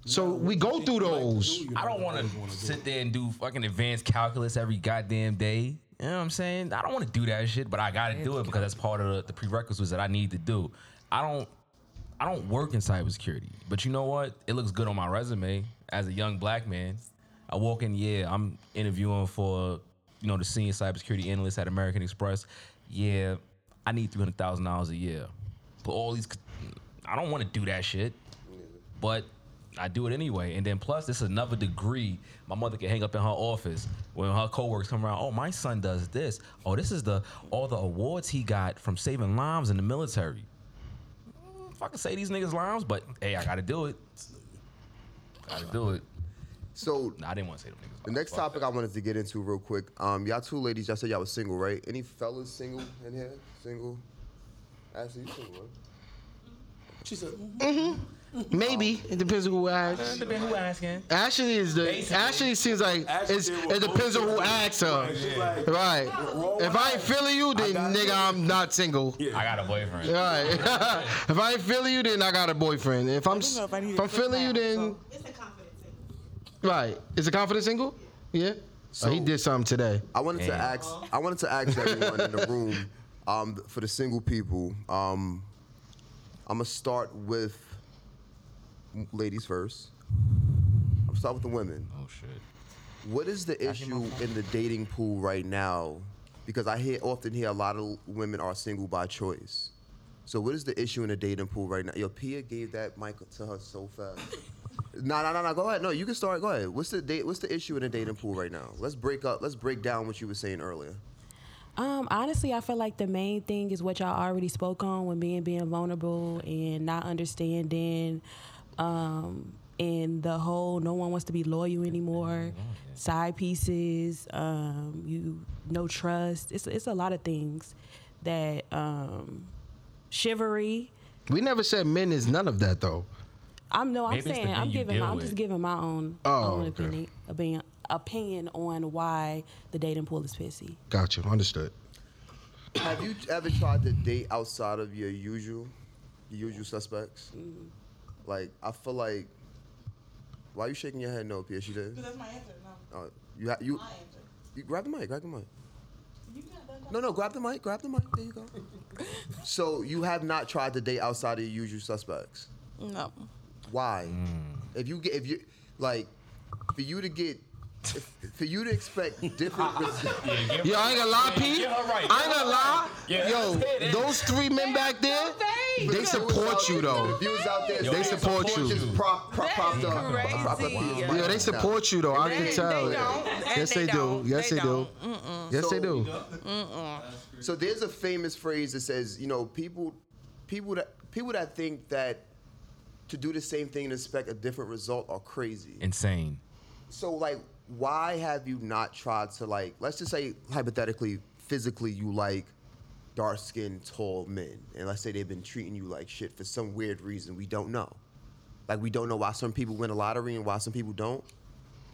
[SPEAKER 6] So we go through those.
[SPEAKER 8] I don't want to sit there and do fucking advanced calculus every goddamn day. You know what I'm saying? I don't want to do that shit, but I gotta do it because that's part of the, the prerequisites that I need to do. I don't, I don't work in cybersecurity, but you know what? It looks good on my resume as a young black man. I walk in, yeah, I'm interviewing for, you know, the senior cybersecurity analyst at American Express. Yeah, I need three hundred thousand dollars a year, but all these, I don't want to do that shit but I do it anyway. And then plus, this is another degree my mother can hang up in her office when her coworkers come around. Oh, my son does this. Oh, this is the all the awards he got from saving lives in the military. Mm, Fucking say these niggas lives, but hey, I gotta do it. Gotta do it.
[SPEAKER 9] So
[SPEAKER 8] I didn't want to say them niggas.
[SPEAKER 9] The next
[SPEAKER 8] Fuck
[SPEAKER 9] topic I wanted to get into real quick. Um, y'all two ladies, y'all said y'all was single, right? Any fellas single in here? Single? Ashley, you single, right?
[SPEAKER 13] She said, "Mm,
[SPEAKER 6] Mm-hmm. Maybe it depends on who asks.
[SPEAKER 8] Depends who asking.
[SPEAKER 6] Ashley is the Ashley seems like it's, it depends on who asks her. Right. If I ain't feeling you, then nigga, I'm not single.
[SPEAKER 8] I got a boyfriend.
[SPEAKER 6] Right. if I ain't feeling you, then I got a boyfriend. If I'm
[SPEAKER 7] don't
[SPEAKER 6] s-
[SPEAKER 7] know
[SPEAKER 6] if
[SPEAKER 7] if I need to
[SPEAKER 6] I'm
[SPEAKER 7] put
[SPEAKER 6] feeling you,
[SPEAKER 7] that,
[SPEAKER 6] then right. Is a confident single? Yeah. So he did something today.
[SPEAKER 9] I wanted to ask. I wanted to ask everyone in the room, um, for the single people. Um, I'm gonna start with ladies first. I'm gonna start with the women.
[SPEAKER 8] Oh shit.
[SPEAKER 9] What is the issue in the dating pool right now? Because I hear often hear a lot of women are single by choice. So what is the issue in the dating pool right now? Yo, Pia gave that mic to her so fast. No, no, no, no. Go ahead. No, you can start. Go ahead. What's the date? What's the issue in the dating pool right now? Let's break up. Let's break down what you were saying earlier.
[SPEAKER 2] Um, honestly, I feel like the main thing is what y'all already spoke on with being being vulnerable and not understanding, um, and the whole no one wants to be loyal anymore, side pieces, um, you no trust. It's it's a lot of things that um, chivalry.
[SPEAKER 6] We never said men is none of that though.
[SPEAKER 2] I'm no, I'm
[SPEAKER 6] Maybe it's the
[SPEAKER 2] saying
[SPEAKER 6] thing
[SPEAKER 2] I'm
[SPEAKER 6] you
[SPEAKER 2] giving.
[SPEAKER 6] deal
[SPEAKER 2] My, I'm
[SPEAKER 6] with.
[SPEAKER 2] just giving my own
[SPEAKER 6] Oh,
[SPEAKER 2] own
[SPEAKER 6] okay.
[SPEAKER 2] opinion, opinion opinion on why the dating pool is pissy.
[SPEAKER 6] Gotcha. Understood.
[SPEAKER 9] Have you ever tried to date outside of your usual, your usual suspects? Like, I feel like, why are you shaking your head? No, Pia, she did.
[SPEAKER 7] That's my answer. No.
[SPEAKER 9] Uh, you, ha- you, you grab the mic. Grab the mic. No, no, grab the mic. Grab the mic. There you go. so you have not tried to date outside of your usual suspects.
[SPEAKER 7] No.
[SPEAKER 9] Why?
[SPEAKER 6] Hmm.
[SPEAKER 9] If you get, if you like, for you to get. if- For you to expect different results.
[SPEAKER 6] Yo, I ain't gonna lie, Pete. I ain't gonna lie. Yo, those three men back there, they support you though.
[SPEAKER 9] The viewers out there,
[SPEAKER 6] They support you.
[SPEAKER 9] Just prop, prop, propped up. Prop- prop-
[SPEAKER 6] Yeah, they support you though. I can tell. Yes, they do. Yes, they do. Yes, they do.
[SPEAKER 9] So there's a famous phrase that says, you know, people, people that people that think that to do the same thing and expect a different result are crazy.
[SPEAKER 8] Insane.
[SPEAKER 9] So like, why have you not tried to like, let's just say hypothetically, physically, you like dark skinned, tall men, and let's say they've been treating you like shit for some weird reason we don't know. Like we don't know why some people win a lottery and why some people don't.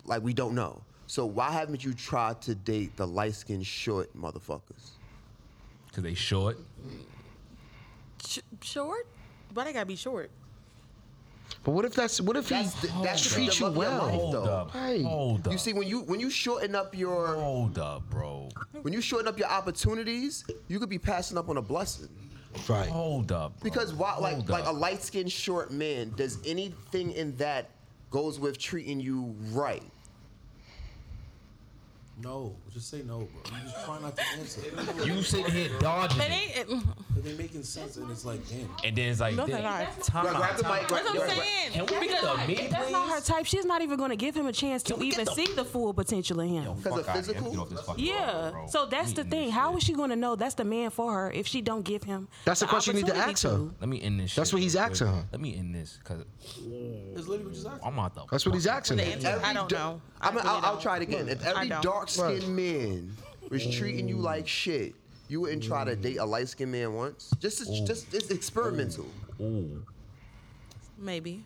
[SPEAKER 9] Like we don't know. So why haven't you tried to date the light skinned short motherfuckers?
[SPEAKER 8] Cause they short.
[SPEAKER 7] Sh- short? Why they gotta be short?
[SPEAKER 6] But what if that's what if he
[SPEAKER 9] That's the- that's the
[SPEAKER 6] treats you
[SPEAKER 9] love of your
[SPEAKER 6] well?
[SPEAKER 9] life,
[SPEAKER 8] Hold
[SPEAKER 9] though.
[SPEAKER 8] up. Hold up.
[SPEAKER 9] You see, when you when you shorten up your
[SPEAKER 8] hold up, bro.
[SPEAKER 9] When you shorten up your opportunities, you could be passing up on a blessing.
[SPEAKER 6] Right.
[SPEAKER 8] Hold up.
[SPEAKER 9] Because why, like
[SPEAKER 8] Hold
[SPEAKER 9] like
[SPEAKER 8] up.
[SPEAKER 9] a light skinned short man, does anything in that goes with treating you right?
[SPEAKER 13] No, just say no, bro. You just try not to answer.
[SPEAKER 8] You sitting here dodging
[SPEAKER 18] It ain't. It,
[SPEAKER 13] But they making sense, and it's like, damn.
[SPEAKER 8] And then it's like,
[SPEAKER 18] No, they're
[SPEAKER 8] damn,
[SPEAKER 18] not.
[SPEAKER 8] time
[SPEAKER 18] Right,
[SPEAKER 8] out,
[SPEAKER 18] grab the
[SPEAKER 8] time
[SPEAKER 18] mic,
[SPEAKER 8] out.
[SPEAKER 18] grab- That's what I'm
[SPEAKER 8] Yo,
[SPEAKER 18] saying.
[SPEAKER 8] Can we get the
[SPEAKER 18] Because-
[SPEAKER 8] meat,
[SPEAKER 2] That's not her
[SPEAKER 8] please?
[SPEAKER 2] type. She's not even going to give him a chance to
[SPEAKER 8] we get
[SPEAKER 2] even
[SPEAKER 8] the-
[SPEAKER 2] see the full potential in him.
[SPEAKER 8] Fuck
[SPEAKER 9] of
[SPEAKER 8] outta here.
[SPEAKER 9] physical?
[SPEAKER 8] Get off this fucking phone,
[SPEAKER 2] Yeah.
[SPEAKER 8] bro.
[SPEAKER 2] So that's the thing. How is she going to know that's the man for her if she don't give him?
[SPEAKER 6] That's the question you need to
[SPEAKER 2] opportunity
[SPEAKER 6] ask her.
[SPEAKER 8] Let me end this.
[SPEAKER 6] That's
[SPEAKER 8] shit
[SPEAKER 6] what he's
[SPEAKER 8] real
[SPEAKER 6] asking
[SPEAKER 8] quick.
[SPEAKER 6] her.
[SPEAKER 8] Let me end this because
[SPEAKER 13] It's literally what you said.
[SPEAKER 8] I'm out the.
[SPEAKER 6] That's what he's
[SPEAKER 8] fucking-
[SPEAKER 6] asking. her.
[SPEAKER 18] answer. I don't know.
[SPEAKER 9] I mean,
[SPEAKER 18] really
[SPEAKER 9] I'll, I'll
[SPEAKER 18] don't.
[SPEAKER 9] try it again. If every
[SPEAKER 18] don't.
[SPEAKER 9] dark skinned man was treating you like shit, you wouldn't try to date a light skinned man once. Just, it's- just it's experimental.
[SPEAKER 8] Ooh,
[SPEAKER 18] Maybe.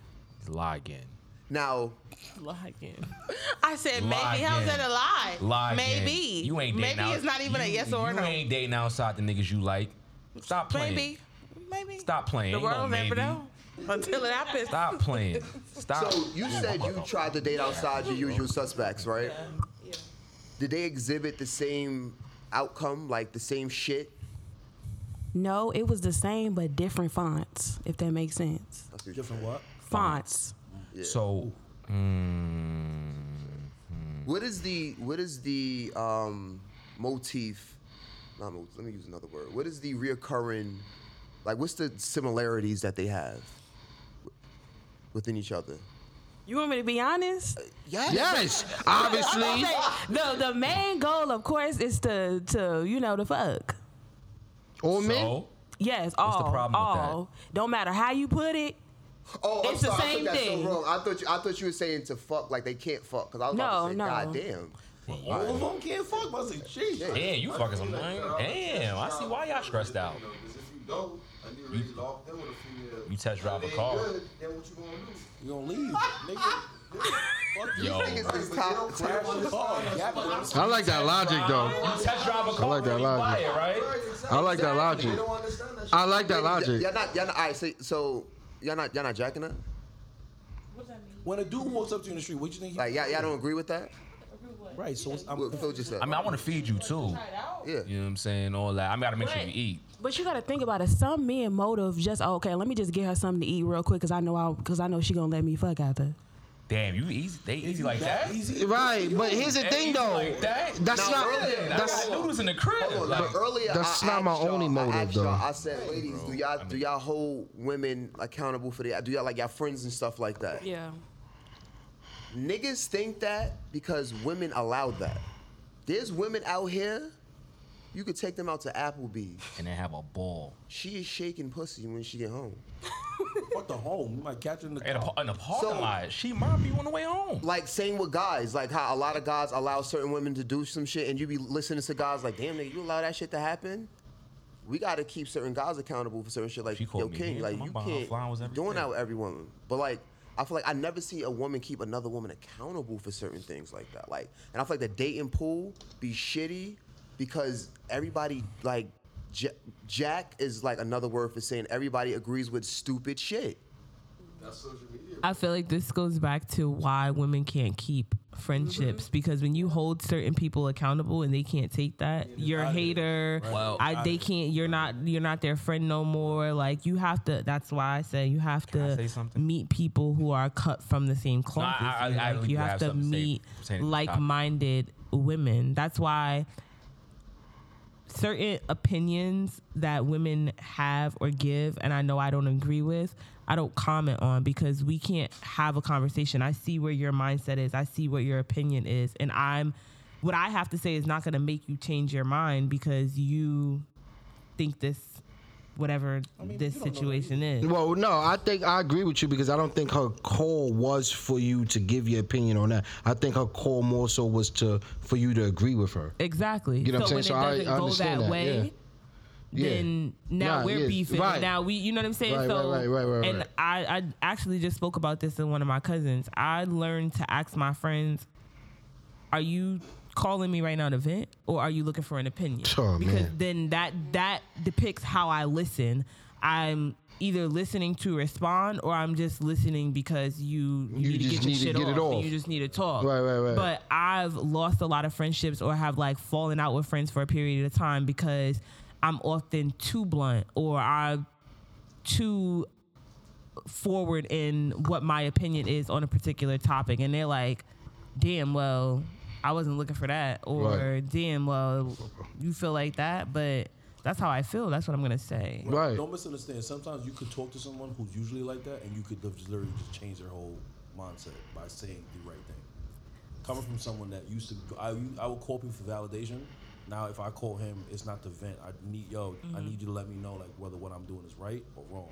[SPEAKER 8] lie again.
[SPEAKER 9] Now,
[SPEAKER 7] Lie again.
[SPEAKER 18] I said maybe.
[SPEAKER 8] Lie
[SPEAKER 18] How's
[SPEAKER 8] again.
[SPEAKER 18] that a lie?
[SPEAKER 8] Lie again.
[SPEAKER 18] Maybe.
[SPEAKER 8] You ain't dating
[SPEAKER 18] Maybe
[SPEAKER 8] out-
[SPEAKER 18] it's not even a
[SPEAKER 8] you-
[SPEAKER 18] yes or a
[SPEAKER 8] you
[SPEAKER 18] no.
[SPEAKER 8] ain't dating outside the niggas you like. Stop playing.
[SPEAKER 18] Maybe. Maybe.
[SPEAKER 8] Stop playing.
[SPEAKER 18] The
[SPEAKER 8] Ain't no
[SPEAKER 18] world never
[SPEAKER 8] maybe.
[SPEAKER 18] know until it happens.
[SPEAKER 8] Stop playing. Stop.
[SPEAKER 9] so you said you tried to date outside your usual suspects, right?
[SPEAKER 18] Yeah.
[SPEAKER 9] Did they exhibit the same outcome, like the same shit?
[SPEAKER 2] No, it was the same but different fonts, if that makes sense.
[SPEAKER 13] Different what?
[SPEAKER 2] Fonts.
[SPEAKER 8] So. Mm,
[SPEAKER 9] What is the what is the um, motif? Not motif. Let me use another word. What is the reoccurring? Like, what's the similarities that they have within each other?
[SPEAKER 2] You want me to be honest?
[SPEAKER 9] Yes.
[SPEAKER 6] Yes, obviously.
[SPEAKER 2] No, the main goal, of course, is to to you know to fuck.
[SPEAKER 6] Or men.
[SPEAKER 8] so
[SPEAKER 2] Yes, all.
[SPEAKER 8] the problem with that?
[SPEAKER 2] all. Don't matter how you put it.
[SPEAKER 9] Oh, I'm
[SPEAKER 2] It's the
[SPEAKER 9] sorry, I
[SPEAKER 2] same
[SPEAKER 9] took that
[SPEAKER 2] thing.
[SPEAKER 9] So wrong. I thought you, I thought you were saying to fuck like they can't fuck because I was about to say,
[SPEAKER 2] No, no.
[SPEAKER 9] God damn.
[SPEAKER 13] All of them can't fuck, but I say, jeez.
[SPEAKER 8] damn, you fucking some. Damn, I see why y'all stressed out.
[SPEAKER 5] Because if you don't, a nigga really locked in with a female.
[SPEAKER 8] You test
[SPEAKER 5] and
[SPEAKER 8] drive a
[SPEAKER 5] it ain't
[SPEAKER 8] car.
[SPEAKER 5] good, Then what you gonna do?
[SPEAKER 13] You gonna leave, nigga?
[SPEAKER 8] Yo,
[SPEAKER 9] Niggas is top
[SPEAKER 13] Crash the car. Yeah, but I'm
[SPEAKER 6] I like that logic though.
[SPEAKER 8] You test drive a car.
[SPEAKER 6] like that
[SPEAKER 8] when you buy
[SPEAKER 6] logic.
[SPEAKER 8] it, right?
[SPEAKER 6] I like that logic.
[SPEAKER 5] They don't understand that shit.
[SPEAKER 6] I like that logic.
[SPEAKER 9] Y'all not, y'all not, all right, so, so y'all not, y'all not jacking up?
[SPEAKER 13] When a dude walks up to you in the street, what you think? He,
[SPEAKER 9] Like, y'all, y'all don't agree with that?
[SPEAKER 13] right. So it's, I'm
[SPEAKER 9] What Phil just said.
[SPEAKER 8] I mean, I want to feed you too.
[SPEAKER 9] yeah.
[SPEAKER 8] You know what I'm saying? All that. I gotta make sure
[SPEAKER 2] Right.
[SPEAKER 8] you eat.
[SPEAKER 2] But you got to think about it. Some men motive just oh, okay. Let me just get her something to eat real quick because I know I because I know she gonna let me fuck after.
[SPEAKER 8] Damn, you easy. They easy like that.
[SPEAKER 13] Easy.
[SPEAKER 6] Right, but here's the
[SPEAKER 8] They
[SPEAKER 6] thing
[SPEAKER 8] easy
[SPEAKER 6] though.
[SPEAKER 8] like that?
[SPEAKER 6] That's
[SPEAKER 9] Now,
[SPEAKER 6] not.
[SPEAKER 9] earlier, I
[SPEAKER 6] That's
[SPEAKER 8] I got noodles in the crib.
[SPEAKER 9] Hold on,
[SPEAKER 8] Like,
[SPEAKER 9] but earlier
[SPEAKER 6] that's
[SPEAKER 9] I
[SPEAKER 6] not my
[SPEAKER 9] asked y'all-
[SPEAKER 6] only motive,
[SPEAKER 9] I asked y'all,
[SPEAKER 6] though.
[SPEAKER 9] I said, ladies, do y'all do y'all hold women accountable for their do y'all like y'all friends and stuff like that?
[SPEAKER 2] Yeah.
[SPEAKER 9] Niggas think that because women allow that. There's women out here, you could take them out to Applebee's.
[SPEAKER 8] and they have a ball.
[SPEAKER 9] She is shaking pussy when she get home.
[SPEAKER 13] What the home? You might catch her in the
[SPEAKER 8] In a,
[SPEAKER 13] car.
[SPEAKER 8] par- in a parking
[SPEAKER 9] So-
[SPEAKER 8] lot. She might be on the way home.
[SPEAKER 9] Like same with guys, like how a lot of guys allow certain women to do some shit, and you be listening to guys like, damn nigga, you allow that shit to happen. We gotta keep certain guys accountable for certain shit. Like,
[SPEAKER 8] She called
[SPEAKER 9] yo,
[SPEAKER 8] me
[SPEAKER 9] King,
[SPEAKER 8] here,
[SPEAKER 9] like
[SPEAKER 8] my
[SPEAKER 9] you
[SPEAKER 8] behind flowers every
[SPEAKER 9] can't doing
[SPEAKER 8] day.
[SPEAKER 9] that with every woman. But like, I feel like I never see a woman keep another woman accountable for certain things like that. Like, and I feel like the dating pool be shitty because everybody like ja- Jack is like another word for saying everybody agrees with stupid shit.
[SPEAKER 5] That's social media.
[SPEAKER 7] I feel like this goes back to why women can't keep friendships
[SPEAKER 18] Mm-hmm.
[SPEAKER 7] because when you hold certain people accountable and they can't take that, you're a hater.
[SPEAKER 8] Well,
[SPEAKER 7] I, they can't. You're not. You're not their friend no more. Like you have to. That's why I say you have
[SPEAKER 8] I say
[SPEAKER 7] to
[SPEAKER 8] something?
[SPEAKER 7] meet people who are cut from the same cloth.
[SPEAKER 8] I-
[SPEAKER 7] as you.
[SPEAKER 8] I- I
[SPEAKER 7] Like,
[SPEAKER 8] really
[SPEAKER 7] you
[SPEAKER 8] do
[SPEAKER 7] have,
[SPEAKER 8] have
[SPEAKER 7] to
[SPEAKER 8] something to say
[SPEAKER 7] meet
[SPEAKER 8] pertaining to this topic.
[SPEAKER 7] like-minded women. That's why certain opinions that women have or give and I know I don't agree with, I don't comment on because we can't have a conversation. I see where your mindset is, I see what your opinion is, and I'm what I have to say is not going to make you change your mind because you think this whatever this situation is.
[SPEAKER 6] Well, no, I think I agree with you because I don't think her call was for you to give your opinion on that. I think her call more so was to for you to agree with her.
[SPEAKER 7] Exactly.
[SPEAKER 6] You know what
[SPEAKER 7] so
[SPEAKER 6] I'm saying?
[SPEAKER 7] when
[SPEAKER 6] So I-
[SPEAKER 7] it
[SPEAKER 6] I
[SPEAKER 7] doesn't go
[SPEAKER 6] understand
[SPEAKER 7] that,
[SPEAKER 6] that,
[SPEAKER 7] way,
[SPEAKER 6] yeah. Yeah.
[SPEAKER 7] then now
[SPEAKER 6] Nah,
[SPEAKER 7] we're
[SPEAKER 6] yeah,
[SPEAKER 7] beefing.
[SPEAKER 6] right.
[SPEAKER 7] Now we, you know what I'm saying?
[SPEAKER 6] Right, right,
[SPEAKER 7] so,
[SPEAKER 6] right, right, right,
[SPEAKER 7] and
[SPEAKER 6] right.
[SPEAKER 7] I, I actually just spoke about this in one of my cousins. I learned to ask my friends, "Are you calling me right now to vent, or are you looking for an opinion?"
[SPEAKER 6] Oh,
[SPEAKER 7] because
[SPEAKER 6] man.
[SPEAKER 7] then that that depicts how I listen. I'm either listening to respond or I'm just listening because you you,
[SPEAKER 6] You
[SPEAKER 7] need to
[SPEAKER 6] just
[SPEAKER 7] get your
[SPEAKER 6] need to
[SPEAKER 7] shit
[SPEAKER 6] get it
[SPEAKER 7] off. and
[SPEAKER 6] off.
[SPEAKER 7] You just need to talk.
[SPEAKER 6] Right, right, right.
[SPEAKER 7] But I've lost a lot of friendships or have like fallen out with friends for a period of time because I'm often too blunt or I'm too forward in what my opinion is on a particular topic and they're like damn well i wasn't looking for that or
[SPEAKER 6] Right.
[SPEAKER 7] damn well you feel like that but that's how i feel that's what i'm gonna say
[SPEAKER 13] Don't misunderstand. Sometimes you could talk to someone who's usually like that, and you could just literally just change their whole mindset by saying the right thing. Coming from someone that used to, I I would call people for validation. Now, if I call him, it's not to vent. I need yo. I
[SPEAKER 7] Mhm.
[SPEAKER 13] need you to let me know like whether what I'm doing is right or wrong,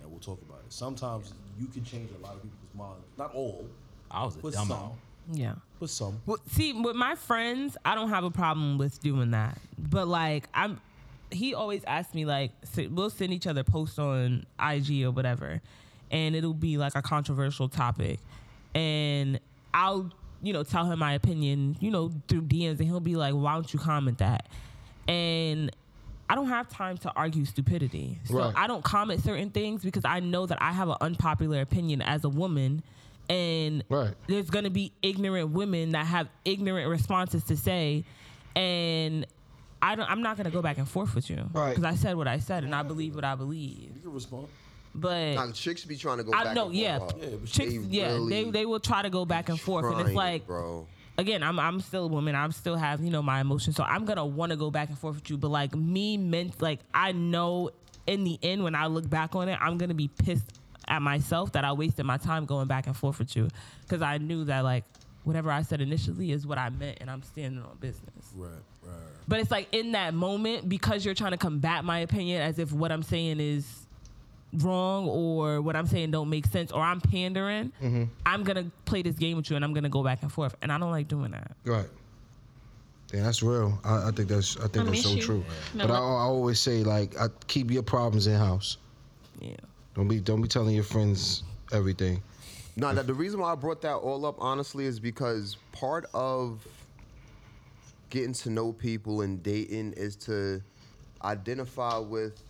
[SPEAKER 13] and we'll talk about it. Sometimes you can change a lot of people's mind. Not all.
[SPEAKER 8] I was a
[SPEAKER 13] but
[SPEAKER 8] dumb
[SPEAKER 13] some.
[SPEAKER 7] yeah
[SPEAKER 13] But some.
[SPEAKER 7] well, see with my friends i don't have a problem with doing that but like i'm he always asks me like s- we'll send each other posts on ig or whatever and it'll be like a controversial topic and i'll you know tell him my opinion you know through dms and he'll be like why don't you comment that and I don't have time to argue stupidity. So
[SPEAKER 19] Right.
[SPEAKER 7] I don't comment certain things because I know that I have an unpopular opinion as a woman and there's going to be ignorant women that have ignorant responses to say and I don't I'm not going to go back and forth with you because I said what I said and I believe what I believe.
[SPEAKER 13] You can respond.
[SPEAKER 7] But
[SPEAKER 9] Nah, chicks be trying to go
[SPEAKER 7] I
[SPEAKER 9] back
[SPEAKER 7] know,
[SPEAKER 9] and
[SPEAKER 7] yeah.
[SPEAKER 9] forth.
[SPEAKER 7] Chicks, yeah, they they will try to go back and forth, and it's
[SPEAKER 9] trying,
[SPEAKER 7] like,
[SPEAKER 9] bro.
[SPEAKER 7] Again, I'm I'm still a woman. I'm still have you know my emotions, so I'm gonna want to go back and forth with you. But like me, meant like I know in the end when I look back on it, I'm gonna be pissed at myself that I wasted my time going back and forth with you because I knew that like whatever I said initially is what I meant, and I'm standing on business.
[SPEAKER 13] Right, right.
[SPEAKER 7] But it's like in that moment, because you're trying to combat my opinion as if what I'm saying is wrong or what I'm saying don't make sense or I'm pandering,
[SPEAKER 6] Mhm.
[SPEAKER 7] I'm gonna play this game with you and I'm gonna go back and forth. And I don't like doing that.
[SPEAKER 6] Right. Yeah, that's real. I, I think that's I
[SPEAKER 7] I
[SPEAKER 6] think that's
[SPEAKER 7] miss
[SPEAKER 6] so
[SPEAKER 7] you.
[SPEAKER 6] true.
[SPEAKER 7] No,
[SPEAKER 6] But I,
[SPEAKER 7] but-
[SPEAKER 6] I always say like I keep your problems in house.
[SPEAKER 7] Yeah.
[SPEAKER 6] Don't be don't be telling your friends everything.
[SPEAKER 9] No, that the reason why I brought that all up honestly is because part of getting to know people and dating is to identify with.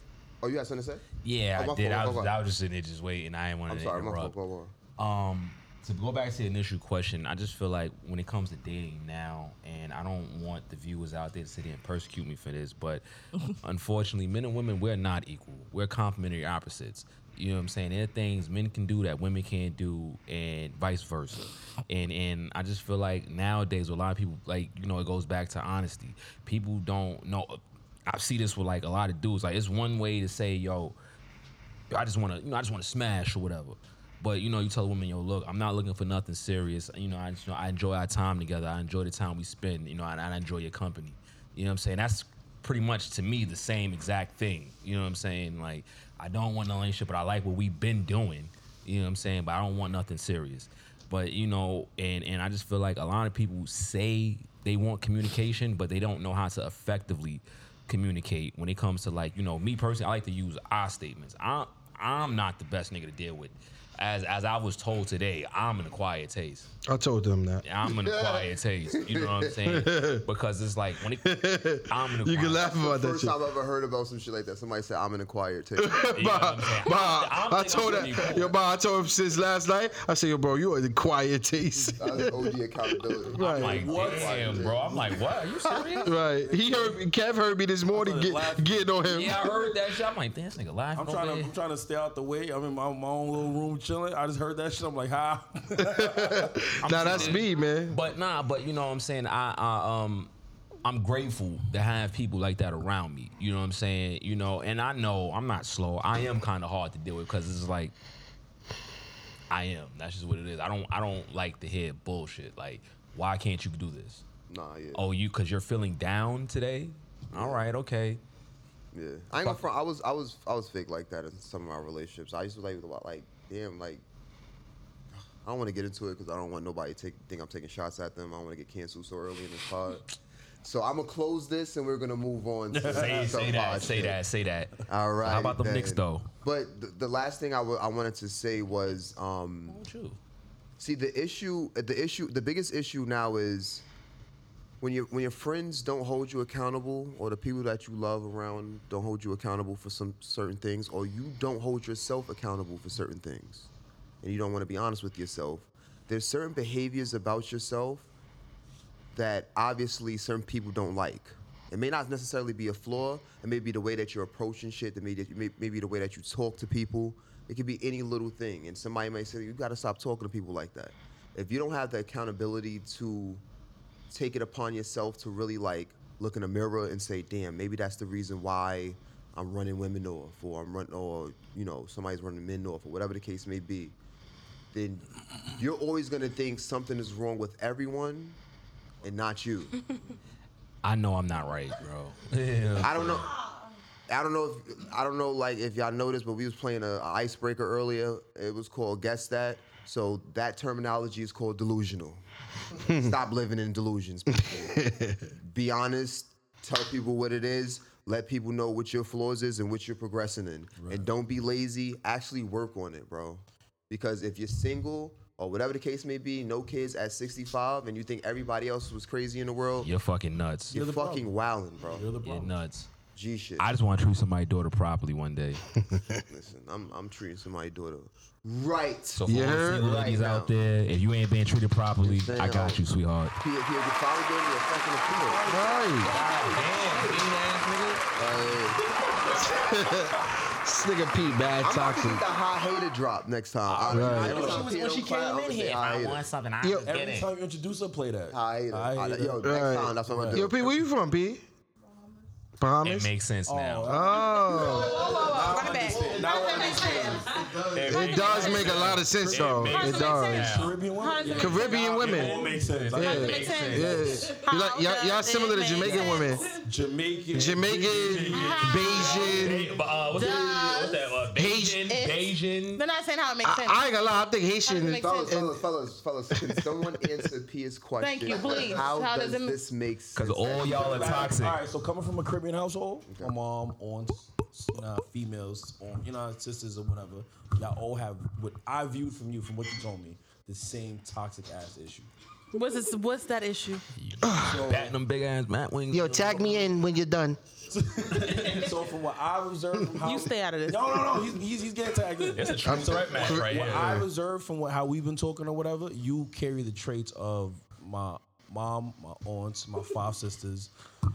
[SPEAKER 9] Oh, you got something to say?
[SPEAKER 8] Yeah,
[SPEAKER 9] Oh, my
[SPEAKER 8] I did.
[SPEAKER 9] fault,
[SPEAKER 8] I
[SPEAKER 9] my
[SPEAKER 8] was,
[SPEAKER 9] fault.
[SPEAKER 8] I was just sitting there just waiting. I didn't want
[SPEAKER 9] I'm
[SPEAKER 8] to
[SPEAKER 9] sorry, my fault,
[SPEAKER 8] interrupt.
[SPEAKER 9] my fault.
[SPEAKER 8] Um, to go back to the initial question, I just feel like when it comes to dating now, and I don't want the viewers out there to sit here and persecute me for this, but unfortunately, men and women, we're not equal. We're complementary opposites. You know what I'm saying? There are things men can do that women can't do, and vice versa. And and I just feel like nowadays, a lot of people like you know it goes back to honesty. People don't know. I see this with like a lot of dudes. Like it's one way to say, yo, I just want to, you know, I just want to smash or whatever. But you know, you tell a woman, yo, look, I'm not looking for nothing serious. You know, I just, you know, I enjoy our time together. I enjoy the time we spend. You know, and I enjoy your company. You know what I'm saying? That's pretty much to me the same exact thing. You know what I'm saying? Like, I don't want no relationship, but I like what we've been doing. You know what I'm saying? But I don't want nothing serious. But you know, and and I just feel like a lot of people say they want communication, but they don't know how to effectively communicate when it comes to like you know me personally. I like to use I statements. I I'm not the best nigga to deal with. As as I was told today, I'm an acquired taste.
[SPEAKER 6] I told them that.
[SPEAKER 8] I'm an acquired taste. You know what I'm saying? Because it's like when it, I'm an acquired.
[SPEAKER 9] That's the First time I've ever heard about some shit like that. Somebody said I'm an acquired taste.
[SPEAKER 6] Bah, bah, I told that yo, bah, I told him since last night. I said, yo, bro, you are the quiet taste.
[SPEAKER 9] That's OG accountability.
[SPEAKER 6] Right.
[SPEAKER 8] Like, damn, bro. I'm like, what? Are you serious?
[SPEAKER 6] right. He heard Kev heard me this morning get, getting on him.
[SPEAKER 8] Yeah, I heard that shit. I'm like, damn, this nigga live.
[SPEAKER 13] I'm
[SPEAKER 8] over
[SPEAKER 13] trying to
[SPEAKER 8] here.
[SPEAKER 13] I'm trying to stay out the way. I'm in my, my own little room chilling. I just heard that shit. I'm like, ha.
[SPEAKER 8] I'm
[SPEAKER 6] Nah, that's
[SPEAKER 8] saying-
[SPEAKER 6] me, man.
[SPEAKER 8] But nah, but you know what I'm saying? I, I um I'm grateful to have people like that around me. You know what I'm saying? You know, and I know I'm not slow. I am kind of hard to deal with because it's like I am. That's just what it is. I don't I don't like to hear bullshit. Like, why can't you do this?
[SPEAKER 9] Nah, yeah.
[SPEAKER 8] Oh, you because you're feeling down today? All right, okay.
[SPEAKER 9] Yeah, I ain't gonna front. I was, I was, I was fake like that in some of my relationships. I used to like, like, damn, like, I don't want to get into it because I don't want nobody to take, think I'm taking shots at them. I don't want to get canceled so early in this pod. So I'm gonna close this and we're gonna move on. To
[SPEAKER 8] say
[SPEAKER 9] some
[SPEAKER 8] say that,
[SPEAKER 9] pod
[SPEAKER 8] say
[SPEAKER 9] shit.
[SPEAKER 8] that, say that.
[SPEAKER 9] All right.
[SPEAKER 8] How about them
[SPEAKER 9] then.
[SPEAKER 8] Knicks though?
[SPEAKER 9] But the, the last thing I wa- I wanted to say was, um,
[SPEAKER 8] you?
[SPEAKER 9] see, the issue, the issue, the biggest issue now is when your when your friends don't hold you accountable, or the people that you love around don't hold you accountable for some certain things, or you don't hold yourself accountable for certain things, and you don't want to be honest with yourself, there's certain behaviors about yourself that obviously certain people don't like. It may not necessarily be a flaw. It may be the way that you're approaching shit. That maybe maybe the way that you talk to people. It could be any little thing, and somebody might say you got to stop talking to people like that. If you don't have the accountability to take it upon yourself to really like look in the mirror and say, "Damn, maybe that's the reason why I'm running women off, or I'm running, or you know, somebody's running men off, or whatever the case may be." Then you're always gonna think something is wrong with everyone, and not you.
[SPEAKER 8] I know I'm not right, bro.
[SPEAKER 9] I don't know. I don't know if I don't know like if y'all noticed, but we was playing a, a icebreaker earlier. It was called guess that. So that terminology is called delusional. Stop living in delusions. people. Be honest. Tell people what it is. Let people know what your flaws is and what you're progressing in. And don't be lazy. Actually work on it, bro. Because if you're single or whatever the case may be, no kids at 65, and you think everybody else was crazy in the world,
[SPEAKER 8] You're fucking nuts.
[SPEAKER 9] you're,
[SPEAKER 8] You're the
[SPEAKER 9] fucking wildin', bro. You're the
[SPEAKER 8] nuts.
[SPEAKER 9] G shit.
[SPEAKER 8] I just want to treat somebody's daughter properly one day.
[SPEAKER 9] Listen, I'm I'm treating somebody's daughter right.
[SPEAKER 8] So for all the single
[SPEAKER 9] Right
[SPEAKER 8] ladies out
[SPEAKER 9] now.
[SPEAKER 8] there, if you ain't been treated properly, I got you, sweetheart.
[SPEAKER 9] He, he, he probably gave me a fucking appeal.
[SPEAKER 6] this nigga Pete bad
[SPEAKER 9] I'm about to
[SPEAKER 6] toxic.
[SPEAKER 9] get the high hater drop next time.
[SPEAKER 6] Right.
[SPEAKER 9] I, I,
[SPEAKER 6] Yo, she
[SPEAKER 9] I,
[SPEAKER 6] was- when she came in here, I want
[SPEAKER 9] something.
[SPEAKER 6] I Yo, was
[SPEAKER 13] Every
[SPEAKER 6] getting.
[SPEAKER 13] time you introduce her, play that.
[SPEAKER 9] I hate it. I hate it. Yo, next
[SPEAKER 6] Right.
[SPEAKER 9] time, that's what I'm gonna
[SPEAKER 6] Yo,
[SPEAKER 9] do.
[SPEAKER 6] Pete, where you from, Pete? Bahamas.
[SPEAKER 8] It makes sense now.
[SPEAKER 6] Oh, it does make a lot of sense though. It does.
[SPEAKER 13] Caribbean woman.
[SPEAKER 7] Yeah.
[SPEAKER 6] Caribbean women.
[SPEAKER 13] It makes sense.
[SPEAKER 6] Yeah, yeah.
[SPEAKER 13] Like,
[SPEAKER 6] You like- y'all, y'all similar to Jamaican women.
[SPEAKER 13] Jamaican.
[SPEAKER 6] Jamaican, Bayesian.
[SPEAKER 8] But, uh, what's that? What's that? Uh, Bayesian, Bayesian.
[SPEAKER 7] They're not saying how it makes
[SPEAKER 6] I,
[SPEAKER 7] sense.
[SPEAKER 6] I ain't gonna lie. I think Haitian.
[SPEAKER 7] Makes sense.
[SPEAKER 9] Fellas, fellas, fellas, fellas, can someone answer Pia's question?
[SPEAKER 7] Thank you, please.
[SPEAKER 9] How,
[SPEAKER 7] How
[SPEAKER 9] does,
[SPEAKER 7] does it-
[SPEAKER 9] this make sense?
[SPEAKER 8] Because all y'all are toxic.
[SPEAKER 13] All right, so coming from a Caribbean household, my mom on you know, females on you know sisters or whatever, y'all all have what I viewed from you, from what you told me, the same toxic ass issue.
[SPEAKER 7] What's this, what's that issue?
[SPEAKER 8] Batting them big ass mat wings.
[SPEAKER 6] Yo, tag me in when you're done.
[SPEAKER 13] so from what I've observed, from how
[SPEAKER 7] You stay out of this.
[SPEAKER 13] No, no, no. He's he's, he's getting tagged in.
[SPEAKER 8] It's a true threat match right
[SPEAKER 13] what
[SPEAKER 8] here.
[SPEAKER 13] I've observed from what, how we've been talking or whatever, you carry the traits of my mom, my aunts, my five sisters,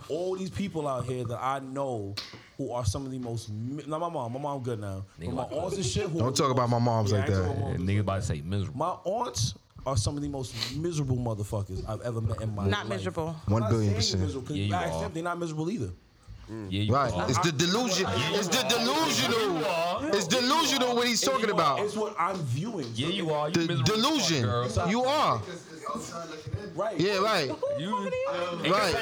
[SPEAKER 13] all these people out here that I know who are some of the most. mi- Not my mom. My mom good now. But my aunts and shit. Who
[SPEAKER 6] Don't talk about my moms
[SPEAKER 13] Yeah,
[SPEAKER 6] like
[SPEAKER 13] I ain't talking
[SPEAKER 6] that.
[SPEAKER 13] about my moms.
[SPEAKER 8] Nigga about to say miserable.
[SPEAKER 13] My aunts are some of the most miserable motherfuckers I've ever met in my life.
[SPEAKER 7] Not miserable.
[SPEAKER 6] One
[SPEAKER 13] I'm not
[SPEAKER 6] billion
[SPEAKER 13] saying
[SPEAKER 6] percent.
[SPEAKER 13] miserable, 'cause
[SPEAKER 8] Yeah, you
[SPEAKER 13] I
[SPEAKER 8] are.
[SPEAKER 13] accept they're not miserable either.
[SPEAKER 8] Yeah, you
[SPEAKER 6] Right.
[SPEAKER 8] are.
[SPEAKER 6] It's the delusion. It's the delusional. It's delusional what he's
[SPEAKER 13] If
[SPEAKER 6] talking
[SPEAKER 13] you are,
[SPEAKER 6] about.
[SPEAKER 13] It's what I'm viewing.
[SPEAKER 8] Yeah, you are. You
[SPEAKER 6] The
[SPEAKER 8] miserable as fuck,
[SPEAKER 6] delusion.
[SPEAKER 8] girl.
[SPEAKER 6] You are.
[SPEAKER 15] It's, it's outside looking in.
[SPEAKER 13] Right.
[SPEAKER 6] Yeah, right.
[SPEAKER 8] You,
[SPEAKER 6] Right.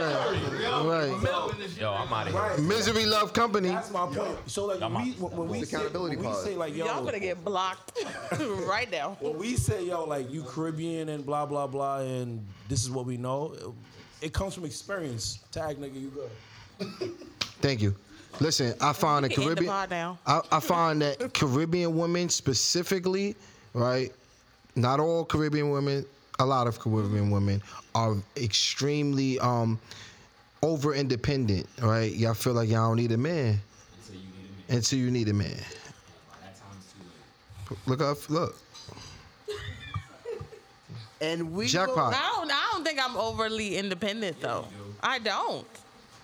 [SPEAKER 6] Right. Right.
[SPEAKER 8] yo, I'm out of here.
[SPEAKER 13] Right.
[SPEAKER 6] Misery love company.
[SPEAKER 13] That's my point. So like
[SPEAKER 8] I'm
[SPEAKER 13] we,
[SPEAKER 8] out.
[SPEAKER 13] when, when we
[SPEAKER 9] It's
[SPEAKER 13] say,
[SPEAKER 9] accountability
[SPEAKER 13] when we
[SPEAKER 9] pod.
[SPEAKER 13] say like yo,
[SPEAKER 7] Y'all gonna get blocked right now.
[SPEAKER 13] when we say yo like you Caribbean and blah blah blah and this is what we know, it, it comes from experience. Tag nigga, you good.
[SPEAKER 6] Thank you. Listen, I find that
[SPEAKER 7] can end the
[SPEAKER 6] Caribbean.
[SPEAKER 7] pod now.
[SPEAKER 6] I, I find that Caribbean women specifically, right? Not all Caribbean women. A lot of Caribbean women are extremely um, over independent, right? Y'all feel like y'all don't need a man until you need a man. Look up, look.
[SPEAKER 9] And we
[SPEAKER 6] Jackpot.
[SPEAKER 7] I don't. I don't think I'm overly independent though. I don't.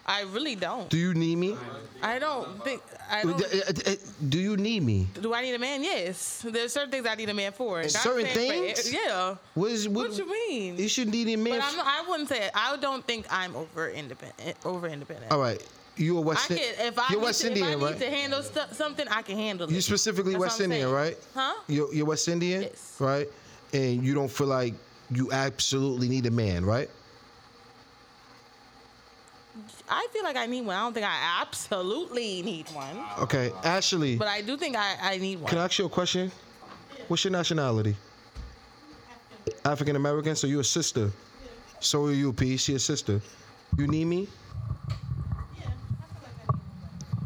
[SPEAKER 7] I really don't.
[SPEAKER 6] Do you need me? Uh,
[SPEAKER 7] I don't think. I don't.
[SPEAKER 6] Do you need me?
[SPEAKER 7] Do I need a man? Yes. There's certain things I need a man for. Not
[SPEAKER 6] Certain
[SPEAKER 7] saying for-
[SPEAKER 6] things?
[SPEAKER 7] yeah.
[SPEAKER 6] What, is,
[SPEAKER 7] What you mean?
[SPEAKER 6] You should need a man.
[SPEAKER 7] But
[SPEAKER 6] f-
[SPEAKER 7] I'm, I wouldn't say. I don't think I'm over independent. Over independent.
[SPEAKER 6] All right. You a
[SPEAKER 7] I
[SPEAKER 6] West
[SPEAKER 7] can.
[SPEAKER 6] Indian?
[SPEAKER 7] If I
[SPEAKER 6] You're
[SPEAKER 7] need
[SPEAKER 6] West
[SPEAKER 7] to,
[SPEAKER 6] Indian,
[SPEAKER 7] if I need
[SPEAKER 6] right?
[SPEAKER 7] to handle stu- something, I can handle it.
[SPEAKER 6] You specifically
[SPEAKER 7] That's what
[SPEAKER 6] West
[SPEAKER 7] I'm
[SPEAKER 6] Indian,
[SPEAKER 7] saying.
[SPEAKER 6] right?
[SPEAKER 7] Huh?
[SPEAKER 6] You're, you're West Indian,
[SPEAKER 7] Yes.
[SPEAKER 6] right? And you don't feel like you absolutely need a man, right?
[SPEAKER 7] I feel like I need one. I don't think I absolutely need one,
[SPEAKER 6] Okay, Ashley,
[SPEAKER 7] but I do think I, I need one.
[SPEAKER 6] can I ask you a question? What's your nationality? African American. So you're a sister. So are you, P. She a sister. You need me.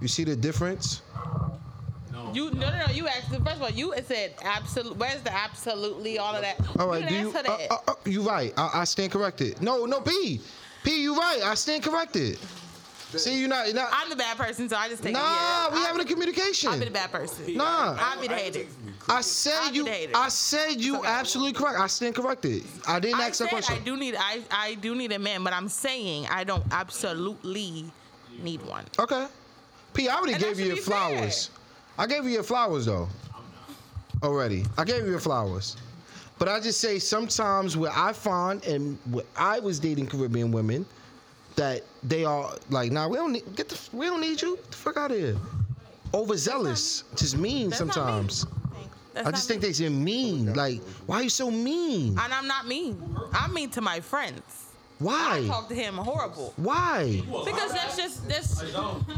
[SPEAKER 6] You see the difference?
[SPEAKER 8] No,
[SPEAKER 7] You no no no. You asked first of all. You said absolute. Where's the absolutely all of that?
[SPEAKER 6] All right, do
[SPEAKER 7] didn't
[SPEAKER 6] you?
[SPEAKER 7] ask her
[SPEAKER 6] Uh,
[SPEAKER 7] that.
[SPEAKER 6] uh, uh, you right. I, I stand corrected. No, no, P, P, you right. I stand corrected. See, you're not. You're not
[SPEAKER 7] I'm the bad person, so I just take.
[SPEAKER 6] Nah,
[SPEAKER 7] it, yeah.
[SPEAKER 6] we having a communication.
[SPEAKER 7] I've been a bad person.
[SPEAKER 6] Nah.
[SPEAKER 7] I've been hated.
[SPEAKER 6] I said you. I said you absolutely correct. I stand corrected. I didn't
[SPEAKER 7] I
[SPEAKER 6] ask that
[SPEAKER 7] said
[SPEAKER 6] question.
[SPEAKER 7] I do need. I I do need a man, but I'm saying I don't absolutely need one.
[SPEAKER 6] Okay. P, I already
[SPEAKER 7] And that
[SPEAKER 6] gave you your
[SPEAKER 7] should be fair.
[SPEAKER 6] flowers. I gave you your flowers though. Already. I gave you your flowers. But I just say sometimes what I find and what I was dating Caribbean women that they are like, nah, we don't need get the f- we don't need you. Get the fuck out of here. Overzealous. Just mean
[SPEAKER 7] That's not me.
[SPEAKER 6] sometimes.
[SPEAKER 7] That's
[SPEAKER 6] I
[SPEAKER 7] not
[SPEAKER 6] just think they just mean. Like, why are you so mean?
[SPEAKER 7] And I'm not mean. I'm mean to my friends. I
[SPEAKER 6] Why?
[SPEAKER 7] talk to him horrible.
[SPEAKER 6] Why?
[SPEAKER 7] Because that's just that's.
[SPEAKER 15] I don't.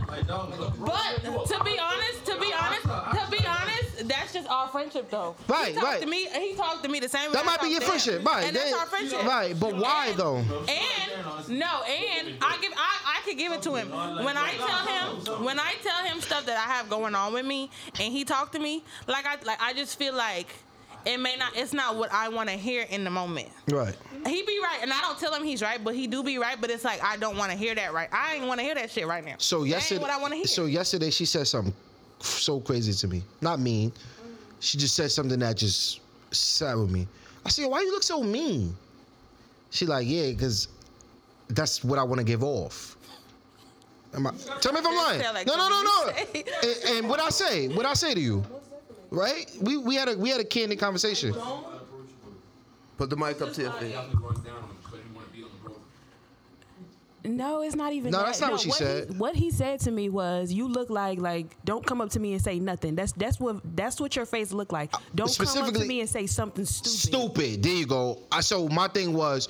[SPEAKER 15] Look, bro,
[SPEAKER 7] But to be honest, to be honest, to be honest, that's just our friendship though.
[SPEAKER 6] Right,
[SPEAKER 7] he talked
[SPEAKER 6] right.
[SPEAKER 7] To me, he talked to me the same. way
[SPEAKER 6] That
[SPEAKER 7] I
[SPEAKER 6] might be
[SPEAKER 7] talked
[SPEAKER 6] your
[SPEAKER 7] to him.
[SPEAKER 6] friendship. Right.
[SPEAKER 7] And that's
[SPEAKER 6] They-
[SPEAKER 7] our friendship.
[SPEAKER 6] Right. But why though?
[SPEAKER 7] And no, and I give I, I could give it to him. When I tell him when I tell him stuff that I have going on with me and he talk to me, like I like I just feel like it may not it's not what I want to hear in the moment.
[SPEAKER 6] Right.
[SPEAKER 7] He be right, and I don't tell him he's right, but he do be right. But it's like I don't want to hear that right. I ain't want to hear that shit right now.
[SPEAKER 6] So
[SPEAKER 7] That ain't
[SPEAKER 6] yesterday,
[SPEAKER 7] what I want to hear.
[SPEAKER 6] so yesterday she said something so crazy to me. Not mean. She just said something that just sat with me. I said, "Why you look so mean?" She like, "Yeah, because that's what I want to give off." Am I, tell me if I'm lying.
[SPEAKER 7] sound like
[SPEAKER 6] no, no, no, no.
[SPEAKER 7] something you
[SPEAKER 6] And, and what I say, what I say to you, right? We we had a we had a candid conversation.
[SPEAKER 9] Put the mic up to your face.
[SPEAKER 2] No, it's not even.
[SPEAKER 6] No,
[SPEAKER 2] that.
[SPEAKER 6] that's not what she
[SPEAKER 2] he-
[SPEAKER 6] said.
[SPEAKER 2] what he said to me was, "You look like like don't come up to me and say nothing. That's that's what that's what your face look like. Don't come up to
[SPEAKER 6] Uh, specifically-
[SPEAKER 2] me and say something stupid.
[SPEAKER 6] Stupid. There you go. I so my thing was,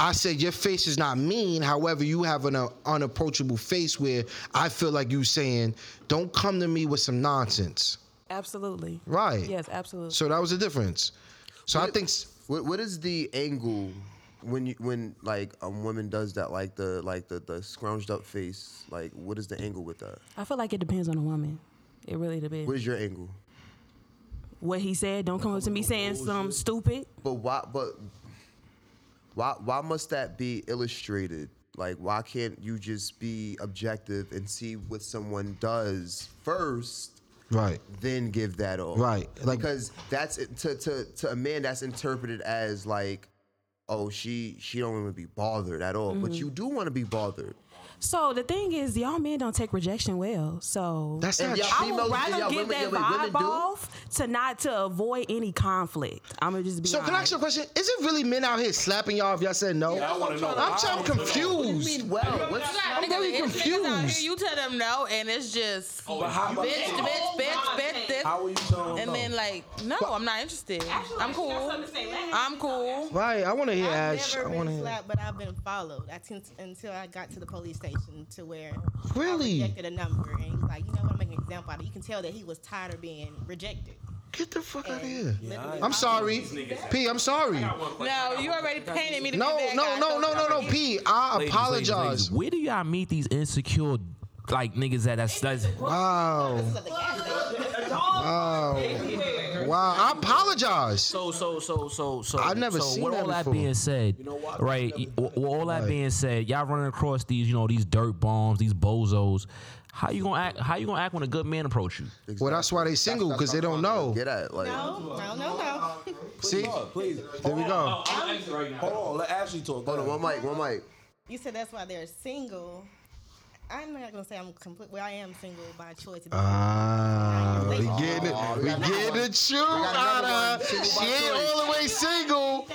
[SPEAKER 6] I said your face is not mean. However, you have an uh, unapproachable face where I feel like you saying, "Don't come to me with some nonsense."
[SPEAKER 2] Absolutely.
[SPEAKER 6] Right.
[SPEAKER 2] Yes, absolutely.
[SPEAKER 6] So that was the difference. So I think s-
[SPEAKER 9] What what is the angle when you when like a woman does that like the like the the scrounged up face like what is the angle with that?
[SPEAKER 2] I feel like it depends on the woman. It really depends.
[SPEAKER 9] What is your angle?
[SPEAKER 2] what he said. Don't come up to
[SPEAKER 6] Oh,
[SPEAKER 2] me saying some stupid.
[SPEAKER 9] But why? But why? Why must that be illustrated? Like, why can't you just be objective and see what someone does first?
[SPEAKER 6] Right.
[SPEAKER 9] Then give that off.
[SPEAKER 6] Right, like-
[SPEAKER 9] because that's to to to a man that's interpreted as like, oh, she she don't want to be bothered at all. But
[SPEAKER 20] Mm-hmm.
[SPEAKER 2] Mhm.
[SPEAKER 9] you do want to be bothered.
[SPEAKER 2] So the thing is, y'all men don't take rejection well. So
[SPEAKER 9] That's And not y'all
[SPEAKER 2] I
[SPEAKER 9] true.
[SPEAKER 2] would
[SPEAKER 9] females-
[SPEAKER 2] rather
[SPEAKER 9] y'all
[SPEAKER 2] give
[SPEAKER 9] women-
[SPEAKER 2] that
[SPEAKER 9] yeah, wait, women
[SPEAKER 2] vibe
[SPEAKER 9] do?
[SPEAKER 2] off to not to avoid any conflict. I'm gonna just be.
[SPEAKER 6] So can I
[SPEAKER 2] honest.
[SPEAKER 6] ask you a question? Is it really men out here slapping y'all if y'all said no?
[SPEAKER 2] Yeah, I wanna know.
[SPEAKER 6] I'm, trying- I'm
[SPEAKER 2] I wanna know.
[SPEAKER 6] confused.
[SPEAKER 2] What do you mean, well?
[SPEAKER 7] What's-
[SPEAKER 6] I'm very
[SPEAKER 7] It's niggas out
[SPEAKER 6] confused.
[SPEAKER 7] here, you tell them no, and it's just
[SPEAKER 13] Oh, but how-
[SPEAKER 7] bitch, bitch, bitch, bitch, this.
[SPEAKER 13] How are you telling
[SPEAKER 7] And
[SPEAKER 13] them
[SPEAKER 7] then
[SPEAKER 13] no?
[SPEAKER 7] like, no, I'm not interested. I'm cool. I'm cool.
[SPEAKER 6] Right. I want to hear
[SPEAKER 20] I've
[SPEAKER 6] Ash. I
[SPEAKER 20] never
[SPEAKER 6] want to
[SPEAKER 20] been
[SPEAKER 6] hear.
[SPEAKER 20] slapped, but I've been followed. I tend until I got to the police station to where
[SPEAKER 6] Really?
[SPEAKER 20] I rejected a number, and he's like, you know what, I'm making an example out of. it." You can tell that he was tired of being rejected.
[SPEAKER 6] Get the fuck out of here.
[SPEAKER 20] Yeah,
[SPEAKER 6] I'm sorry, P. I'm sorry.
[SPEAKER 7] No, you already painted me to
[SPEAKER 6] No,
[SPEAKER 7] be that
[SPEAKER 6] no,
[SPEAKER 7] guy.
[SPEAKER 6] no, no, no, no, P. I
[SPEAKER 8] Ladies, ladies,
[SPEAKER 6] apologize.
[SPEAKER 8] ladies, Where do y'all meet these insecure like niggas at? That's that's
[SPEAKER 6] wow. Wow. Wow. I apologize.
[SPEAKER 8] So so so so so.
[SPEAKER 6] I've never
[SPEAKER 8] so
[SPEAKER 6] seen
[SPEAKER 8] with
[SPEAKER 6] that
[SPEAKER 8] all that
[SPEAKER 6] before.
[SPEAKER 8] being said, right? y- With all that being said, y'all running across these, you know, these dirt bombs, these bozos. How you gonna act? How you gonna act when a good man approach you?
[SPEAKER 6] Well, that's why they single because they don't know.
[SPEAKER 9] Get at like.
[SPEAKER 20] No, no, no, no.
[SPEAKER 6] See,
[SPEAKER 13] please.
[SPEAKER 6] There we go.
[SPEAKER 13] Hold on, let Ashley talk.
[SPEAKER 9] Hold on, one mic, one mic.
[SPEAKER 20] You said that's why they're single. I'm not gonna say I'm complete. Well, I am single by choice.
[SPEAKER 8] Uh.
[SPEAKER 6] Ah, we
[SPEAKER 20] Thank you.
[SPEAKER 6] getting it.
[SPEAKER 20] Aw, we
[SPEAKER 6] We
[SPEAKER 20] got another
[SPEAKER 6] getting the
[SPEAKER 20] one.
[SPEAKER 6] truth
[SPEAKER 20] We got another
[SPEAKER 6] out of.
[SPEAKER 20] one.
[SPEAKER 6] She
[SPEAKER 20] Single by
[SPEAKER 6] ain't
[SPEAKER 20] choice.
[SPEAKER 6] all the way single.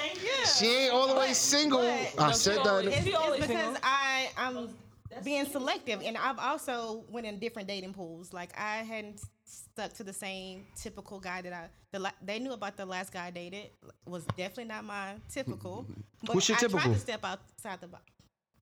[SPEAKER 6] She ain't all the way single. I said
[SPEAKER 20] It's,
[SPEAKER 6] that.
[SPEAKER 20] it's because I I'm being selective, and I've also went in different dating pools. Like I hadn't stuck to the same typical guy that I the la- they knew about the last guy I dated was definitely not my typical.
[SPEAKER 8] Mm-hmm.
[SPEAKER 20] But
[SPEAKER 6] What's your
[SPEAKER 20] I Tried
[SPEAKER 6] typical?
[SPEAKER 20] to step outside the box.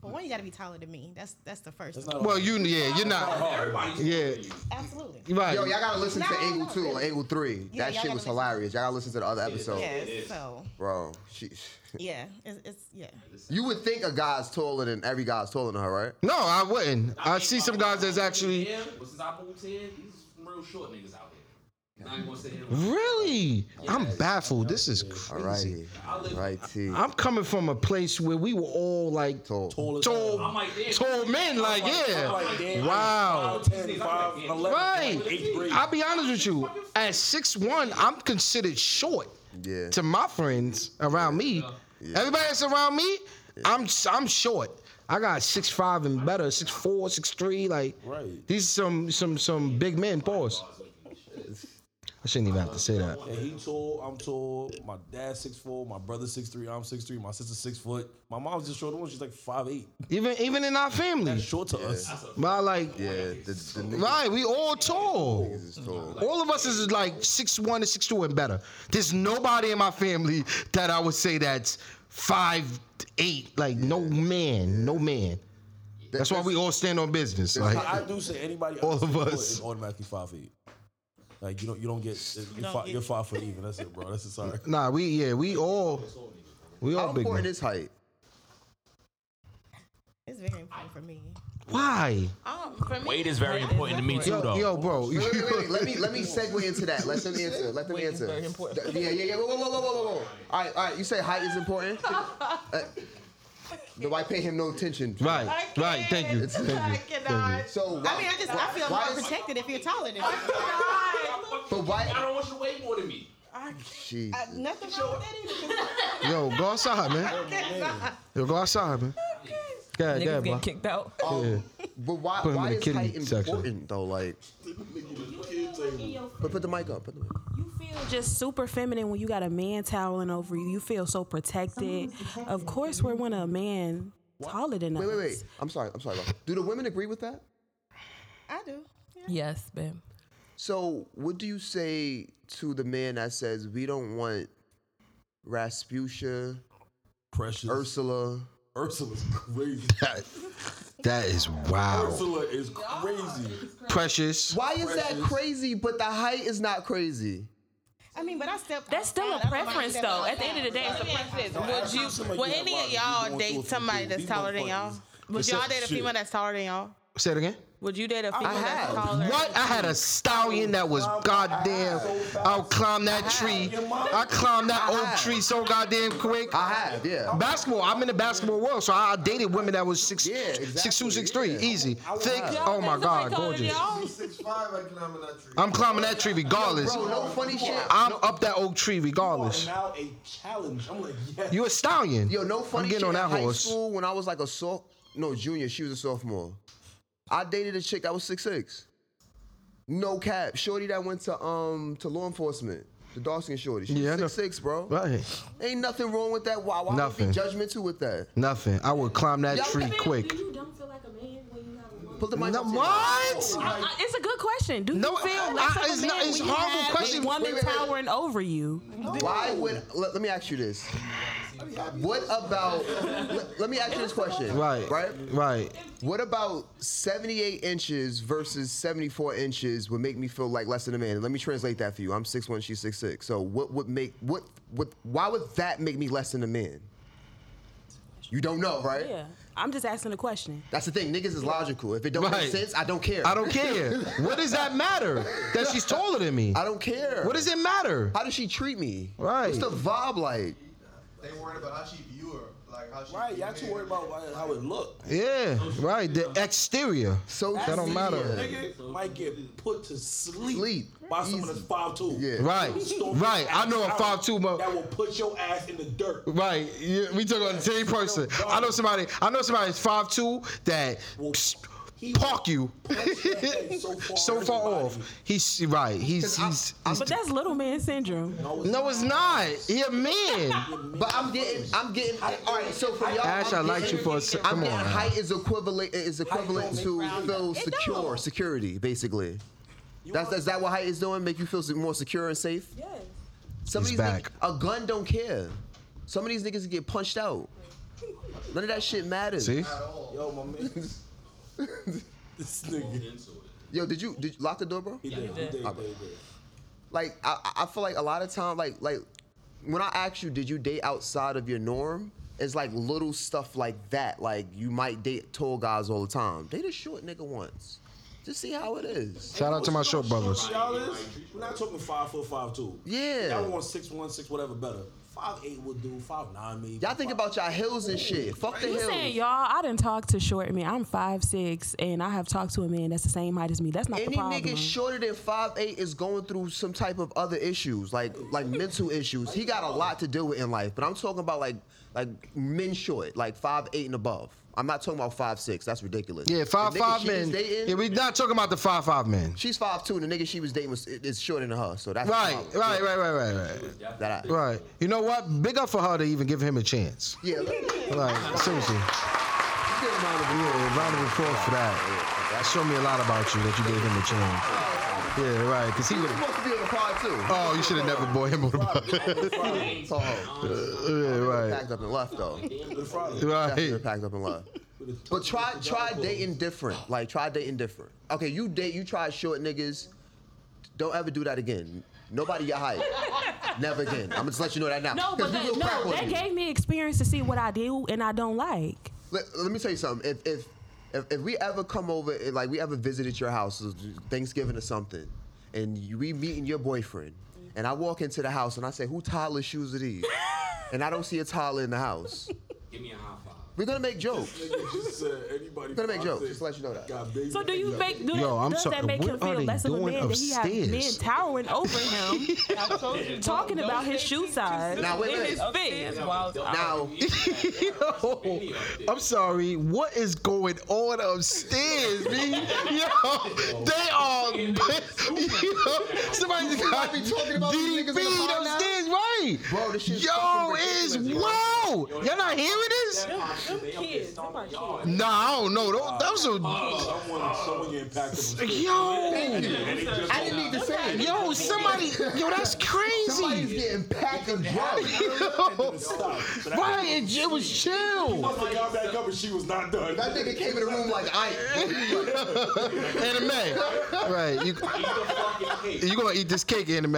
[SPEAKER 20] For one, you got to be taller than me. That's that's the first. thing.
[SPEAKER 6] Well, you yeah, you're not. Yeah,
[SPEAKER 20] absolutely.
[SPEAKER 6] right.
[SPEAKER 9] Yo, y'all gotta listen
[SPEAKER 20] No,
[SPEAKER 9] to angle
[SPEAKER 20] no,
[SPEAKER 9] two or angle three.
[SPEAKER 20] Yeah, y'all
[SPEAKER 9] that shit
[SPEAKER 20] gotta
[SPEAKER 9] was
[SPEAKER 20] listen.
[SPEAKER 9] hilarious. Y'all gotta listen to the other episode.
[SPEAKER 20] Yes, so
[SPEAKER 9] Bro, she,
[SPEAKER 20] yeah, it's, it's yeah.
[SPEAKER 9] you would think a guy's taller than every guy's taller than her, right?
[SPEAKER 6] No, I wouldn't. I see some guys that's actually.
[SPEAKER 8] but since I moved here, these real short niggas out here.
[SPEAKER 6] Really? I'm baffled. This is crazy.
[SPEAKER 9] Alrighty. Alrighty.
[SPEAKER 6] I'm coming from a place where we were all like
[SPEAKER 9] Oh,
[SPEAKER 6] tall, tall,
[SPEAKER 13] I'm like, damn.
[SPEAKER 6] tall men. Like,
[SPEAKER 13] I'm like-
[SPEAKER 6] yeah,
[SPEAKER 13] I'm like, damn.
[SPEAKER 6] wow.
[SPEAKER 13] Five, ten, five, eleven,
[SPEAKER 6] Right.
[SPEAKER 13] like eighth grade.
[SPEAKER 6] I'll be honest with you. At 6'1", I'm considered short.
[SPEAKER 9] Yeah.
[SPEAKER 6] To my friends around me, everybody that's around me, I'm I'm short. I got six five and better, six four, six three. Like
[SPEAKER 13] Right.
[SPEAKER 6] these some some some big men. Pause. I shouldn't even have to say that.
[SPEAKER 13] And he tall, I'm tall. My dad's six four, my brother's six three, I'm six three, my sister's six foot. My mom's just shorter one, she's like five eight.
[SPEAKER 6] Even even in our family,
[SPEAKER 13] short to us.
[SPEAKER 6] But like,
[SPEAKER 9] yeah, the, the niggas,
[SPEAKER 6] right, we all tall.
[SPEAKER 9] is tall.
[SPEAKER 6] All of us is like six one to six two and better. There's nobody in my family that I would say that's five eight. Like no man, no man. That's why we all stand on business. Like
[SPEAKER 13] I, I do say anybody
[SPEAKER 6] all
[SPEAKER 13] under
[SPEAKER 6] of
[SPEAKER 13] six foot
[SPEAKER 6] us.
[SPEAKER 13] is automatically five feet. Like you don't you don't get you're,
[SPEAKER 9] don't
[SPEAKER 13] five,
[SPEAKER 9] get-
[SPEAKER 13] you're five foot even. That's it, bro. That's it. Sorry.
[SPEAKER 6] Nah, we yeah, we all we all
[SPEAKER 9] How
[SPEAKER 6] big.
[SPEAKER 9] important
[SPEAKER 6] men.
[SPEAKER 9] is height?
[SPEAKER 20] It's very important for me.
[SPEAKER 6] Why?
[SPEAKER 7] Um, for me,
[SPEAKER 8] Weight is very
[SPEAKER 7] yeah,
[SPEAKER 8] important to me too,
[SPEAKER 6] Yo,
[SPEAKER 8] though.
[SPEAKER 6] yo, bro.
[SPEAKER 9] Wait, wait, wait, wait. Let me let me segue into that. Let them answer. Let them answer. Th- Yeah, yeah, yeah. Whoa, whoa, whoa, whoa, whoa, whoa. All right, all right. You say height is important. Uh, then why pay him no attention?
[SPEAKER 6] Right,
[SPEAKER 20] I
[SPEAKER 6] right. Thank you.
[SPEAKER 20] can't.
[SPEAKER 6] Thank you.
[SPEAKER 20] I
[SPEAKER 6] Thank you.
[SPEAKER 20] cannot.
[SPEAKER 9] So why,
[SPEAKER 20] I mean, I just I feel
[SPEAKER 9] why
[SPEAKER 20] more
[SPEAKER 9] is-
[SPEAKER 20] protected if you're taller than me. I
[SPEAKER 9] But why?
[SPEAKER 8] don't want you to weigh more than me.
[SPEAKER 9] Jeez.
[SPEAKER 20] cannot. I- Nothing wrong with that either.
[SPEAKER 6] Yo, go outside, man.
[SPEAKER 20] Cannot.
[SPEAKER 6] Yo, go outside, man. God,
[SPEAKER 10] Niggas
[SPEAKER 6] God, bro.
[SPEAKER 10] getting kicked out.
[SPEAKER 6] Yeah.
[SPEAKER 9] But why?
[SPEAKER 6] Put him
[SPEAKER 9] why
[SPEAKER 6] in the
[SPEAKER 9] is
[SPEAKER 6] kidney
[SPEAKER 9] height
[SPEAKER 6] section.
[SPEAKER 9] important though? Like, but put the mic up. Put the mic. up.
[SPEAKER 2] You feel just super feminine when you got a man toweling over you. You feel so protected. Of course, we're one of a man taller than
[SPEAKER 9] Wait,
[SPEAKER 2] us.
[SPEAKER 9] wait, wait. I'm sorry. I'm sorry. Rob. Do the women agree with that?
[SPEAKER 20] I do.
[SPEAKER 10] Yes, babe.
[SPEAKER 9] So, what do you say to the man that says we don't want Rasputia,
[SPEAKER 13] Precious
[SPEAKER 9] Ursula?
[SPEAKER 13] Ursula's crazy.
[SPEAKER 6] That- that is wow.
[SPEAKER 13] Ursula is crazy.
[SPEAKER 6] Precious.
[SPEAKER 9] Why is that crazy? But the height is not crazy.
[SPEAKER 20] I mean, but I stepped.
[SPEAKER 2] That's still a
[SPEAKER 20] outside. I don't
[SPEAKER 2] preference,
[SPEAKER 20] mind
[SPEAKER 2] though.
[SPEAKER 20] stepping
[SPEAKER 2] At the end of the day, it's a
[SPEAKER 20] outside.
[SPEAKER 2] preference.
[SPEAKER 7] Would you? Would any of y'all date somebody that's taller than y'all? Would
[SPEAKER 6] It's
[SPEAKER 7] y'all
[SPEAKER 6] a-
[SPEAKER 7] date a female that's taller than y'all?
[SPEAKER 6] Say it again.
[SPEAKER 7] Would you date a female that's
[SPEAKER 9] have.
[SPEAKER 7] taller?
[SPEAKER 6] What? I had a stallion that was goddamn. I climbed that tree. I climbed that oak tree so goddamn quick.
[SPEAKER 9] I have, yeah.
[SPEAKER 6] Basketball. I'm in the basketball world, so I dated women that was six,
[SPEAKER 9] Yeah, exactly,
[SPEAKER 6] six two, six three,
[SPEAKER 9] yeah.
[SPEAKER 6] easy, thick.
[SPEAKER 9] have.
[SPEAKER 6] Oh my god,
[SPEAKER 7] Somebody taller than
[SPEAKER 6] gorgeous.
[SPEAKER 7] y'all?
[SPEAKER 15] Six five, I climbing that tree.
[SPEAKER 6] I'm climbing that tree regardless.
[SPEAKER 9] Bro, no funny shit.
[SPEAKER 6] I'm up that oak tree regardless.
[SPEAKER 13] now a challenge. I'm like, yes.
[SPEAKER 6] You a stallion?
[SPEAKER 9] Yo, no funny
[SPEAKER 6] I'm getting
[SPEAKER 9] shit.
[SPEAKER 6] on
[SPEAKER 9] in
[SPEAKER 6] that
[SPEAKER 9] high
[SPEAKER 6] horse.
[SPEAKER 9] school, when I was like a so no junior, she was a sophomore. I dated a chick that was six six. No cap, shorty that went to um to law enforcement. The dark skin shorty. She
[SPEAKER 6] Yeah, I know.
[SPEAKER 9] was six six, bro.
[SPEAKER 6] Right.
[SPEAKER 9] Ain't nothing wrong with that. Why? Why
[SPEAKER 6] Nothing.
[SPEAKER 9] would be judgmental with that?
[SPEAKER 6] Nothing. I would climb that tree quick.
[SPEAKER 2] you don't feel like a man when you have a woman?
[SPEAKER 9] Put the mic
[SPEAKER 6] No,
[SPEAKER 9] up to your
[SPEAKER 6] what?
[SPEAKER 9] mouth.
[SPEAKER 2] I, I, it's a good question. Do
[SPEAKER 6] No,
[SPEAKER 2] you feel
[SPEAKER 9] uh,
[SPEAKER 6] I-
[SPEAKER 2] less
[SPEAKER 6] I-
[SPEAKER 2] of
[SPEAKER 6] it's
[SPEAKER 2] a man
[SPEAKER 6] not- it's
[SPEAKER 2] when you
[SPEAKER 6] horrible
[SPEAKER 2] have
[SPEAKER 6] question.
[SPEAKER 2] a woman
[SPEAKER 9] Wait, wait, wait.
[SPEAKER 2] towering over you?
[SPEAKER 9] Why would let, let me ask you this? What about let, let me ask you this question?
[SPEAKER 6] Right.
[SPEAKER 9] Right?
[SPEAKER 6] Right.
[SPEAKER 9] What about 78 inches versus 74 inches would make me feel like less than a man? Let me translate that for you. I'm 6'1, she's 6'6. So what would make what what why would that make me less than a man? You don't know, right?
[SPEAKER 2] Yeah. I'm just asking a question.
[SPEAKER 9] That's the thing, niggas is logical. If it don't
[SPEAKER 6] Right.
[SPEAKER 9] make sense, I don't care.
[SPEAKER 6] I don't care. What does that matter? That she's taller than me.
[SPEAKER 9] I don't care.
[SPEAKER 6] What does it matter?
[SPEAKER 9] How does she treat me?
[SPEAKER 6] Right.
[SPEAKER 9] What's the vibe like?
[SPEAKER 15] They worried about how she view her, like how she.
[SPEAKER 13] Right,
[SPEAKER 15] view
[SPEAKER 13] y'all too
[SPEAKER 15] men.
[SPEAKER 13] worried about why- how it look.
[SPEAKER 6] Yeah, right. The exterior.
[SPEAKER 9] So
[SPEAKER 6] That don't matter.
[SPEAKER 13] Nigga might get put to sleep,
[SPEAKER 9] Sleep.
[SPEAKER 13] by someone that's five two.
[SPEAKER 9] Yeah.
[SPEAKER 6] Right,
[SPEAKER 13] Stomp your
[SPEAKER 6] right. I
[SPEAKER 13] ass
[SPEAKER 6] know I'm
[SPEAKER 13] out.
[SPEAKER 6] five two, but
[SPEAKER 13] That will put your ass in the dirt.
[SPEAKER 6] right. Yeah, we talking about the same person. I know somebody. I know somebody's five two that psst, park you so far off. He's right. He's he's. he's
[SPEAKER 2] But that's little man syndrome.
[SPEAKER 6] no, it's not. He a man.
[SPEAKER 9] But I'm getting, I'm getting. all right, so for y'all,
[SPEAKER 6] Ash,
[SPEAKER 9] I'm
[SPEAKER 6] I liked
[SPEAKER 9] getting-
[SPEAKER 6] you for a sec-
[SPEAKER 9] I'm
[SPEAKER 6] come
[SPEAKER 9] getting
[SPEAKER 6] on, man.
[SPEAKER 9] height is equivalent is equivalent to feel secure, security, basically. That's that's that what height is doing? Make you feel more secure and safe? Yes. Some of
[SPEAKER 6] He's
[SPEAKER 9] these nigg-
[SPEAKER 6] back.
[SPEAKER 9] a gun don't care. Some of these niggas get punched out. None of that shit matters.
[SPEAKER 6] See,
[SPEAKER 13] Yo, my man. this nigga.
[SPEAKER 9] Yo, did you did you lock the door, bro?
[SPEAKER 13] He did, he did, he did, he did.
[SPEAKER 9] like I, I- I feel like a lot of time like like when I ask you did you date outside of your norm it's like little stuff like that like you might date tall guys all the time date a short nigga once Just see how it is.
[SPEAKER 6] Shout out to my short brothers.
[SPEAKER 13] Y'all is, we're not talking five foot five two.
[SPEAKER 9] Yeah.
[SPEAKER 13] Y'all want six one six whatever better. Five eight would do. Five nine maybe.
[SPEAKER 9] Y'all think about y'all hills and shit. Fuck the
[SPEAKER 2] You
[SPEAKER 9] hills.
[SPEAKER 2] saying y'all? I didn't talk to short man. I'm five six, and I have talked to a man that's the same height as me. That's not the
[SPEAKER 9] Any
[SPEAKER 2] problem.
[SPEAKER 9] nigga shorter than 5'8 is going through some type of other issues, like like mental issues. He got a lot to deal with in life. But I'm talking about like like men short, like 5'8 and above. I'm not talking about 5'6. That's ridiculous.
[SPEAKER 6] Yeah,
[SPEAKER 9] The
[SPEAKER 6] five
[SPEAKER 9] nigga
[SPEAKER 6] five
[SPEAKER 9] she was
[SPEAKER 6] men.
[SPEAKER 9] dating-
[SPEAKER 6] Yeah, we not talking about the five five men.
[SPEAKER 9] She's 5'2 and the nigga she was dating was is shorter than her. So that's
[SPEAKER 6] Right,
[SPEAKER 9] the problem.
[SPEAKER 6] right, right, right, right, right.
[SPEAKER 9] That I-
[SPEAKER 6] Right. You know what? Big up for her to even give him a chance.
[SPEAKER 9] Yeah.
[SPEAKER 6] Like seriously. Yeah, round of applause for that. That showed me a lot about you that you gave him a chance. Yeah, right. Cause he would.
[SPEAKER 9] You're supposed to be on the pod too.
[SPEAKER 6] Oh, you should have never bought him on the
[SPEAKER 9] Friday.
[SPEAKER 6] pod.
[SPEAKER 9] They
[SPEAKER 6] Uh,
[SPEAKER 9] uh, Packed up and left though.
[SPEAKER 6] Yeah, right. Right.
[SPEAKER 9] Definitely packed up and left. But try try dating different. Like try dating different. Okay, you date you try short niggas. Don't ever do that again. Nobody your height. Never again. I'm just let you know that now.
[SPEAKER 2] No,
[SPEAKER 9] 'Cause
[SPEAKER 2] but
[SPEAKER 9] we
[SPEAKER 2] that,
[SPEAKER 9] will crap
[SPEAKER 2] no,
[SPEAKER 9] on
[SPEAKER 2] that
[SPEAKER 9] you.
[SPEAKER 2] gave me experience to see what I do and I don't like.
[SPEAKER 9] let, let me tell you something. If if if, if we ever come over, eh, like we ever visited your house, it was Thanksgiving or something, and you, we meeting your boyfriend, and I walk into the house and I say, "Who toddler shoes are these?" and I don't see a toddler in the house.
[SPEAKER 8] Give me a high five.
[SPEAKER 9] We're gonna make jokes.
[SPEAKER 13] Just said anybody.
[SPEAKER 9] We're gonna make jokes. Just to let you know that.
[SPEAKER 2] So do you make do,
[SPEAKER 6] Yo, I'm
[SPEAKER 2] does
[SPEAKER 6] sorry,
[SPEAKER 2] that make him
[SPEAKER 6] what are
[SPEAKER 2] feel
[SPEAKER 6] they
[SPEAKER 2] less of a
[SPEAKER 6] doing
[SPEAKER 2] man that he has men
[SPEAKER 6] upstairs?
[SPEAKER 2] towering over him, talking
[SPEAKER 10] don't-
[SPEAKER 2] about
[SPEAKER 10] don't
[SPEAKER 2] his
[SPEAKER 10] say
[SPEAKER 2] shoe size
[SPEAKER 9] Now, wait a
[SPEAKER 2] and
[SPEAKER 9] minute.
[SPEAKER 2] his fit?
[SPEAKER 9] Now,
[SPEAKER 6] Yo, Oh, I'm sorry. What is going on upstairs, man? Yo, they are. Yo, somebody got
[SPEAKER 9] be talking about these niggas in the
[SPEAKER 6] DDP
[SPEAKER 9] pod now?
[SPEAKER 6] upstairs, right?
[SPEAKER 9] Bro, this shit's
[SPEAKER 6] Yo,
[SPEAKER 9] fucking
[SPEAKER 6] it's
[SPEAKER 9] ridiculous,
[SPEAKER 6] wow. Y'all not hearing this? Nah, I don't know. Tho- Those are.
[SPEAKER 9] Oh,
[SPEAKER 13] Someone, someone getting packed up.
[SPEAKER 6] Yo.
[SPEAKER 9] I didn't need to say it.
[SPEAKER 6] Yo, somebody. Yo, that's crazy.
[SPEAKER 9] Somebody's getting packed and drunk.
[SPEAKER 6] Right, it, it was chill.
[SPEAKER 13] Once they got back up and she was not done.
[SPEAKER 9] That nigga came in the room like I.
[SPEAKER 6] Anime. Right. You, you gonna eat this cake, anime.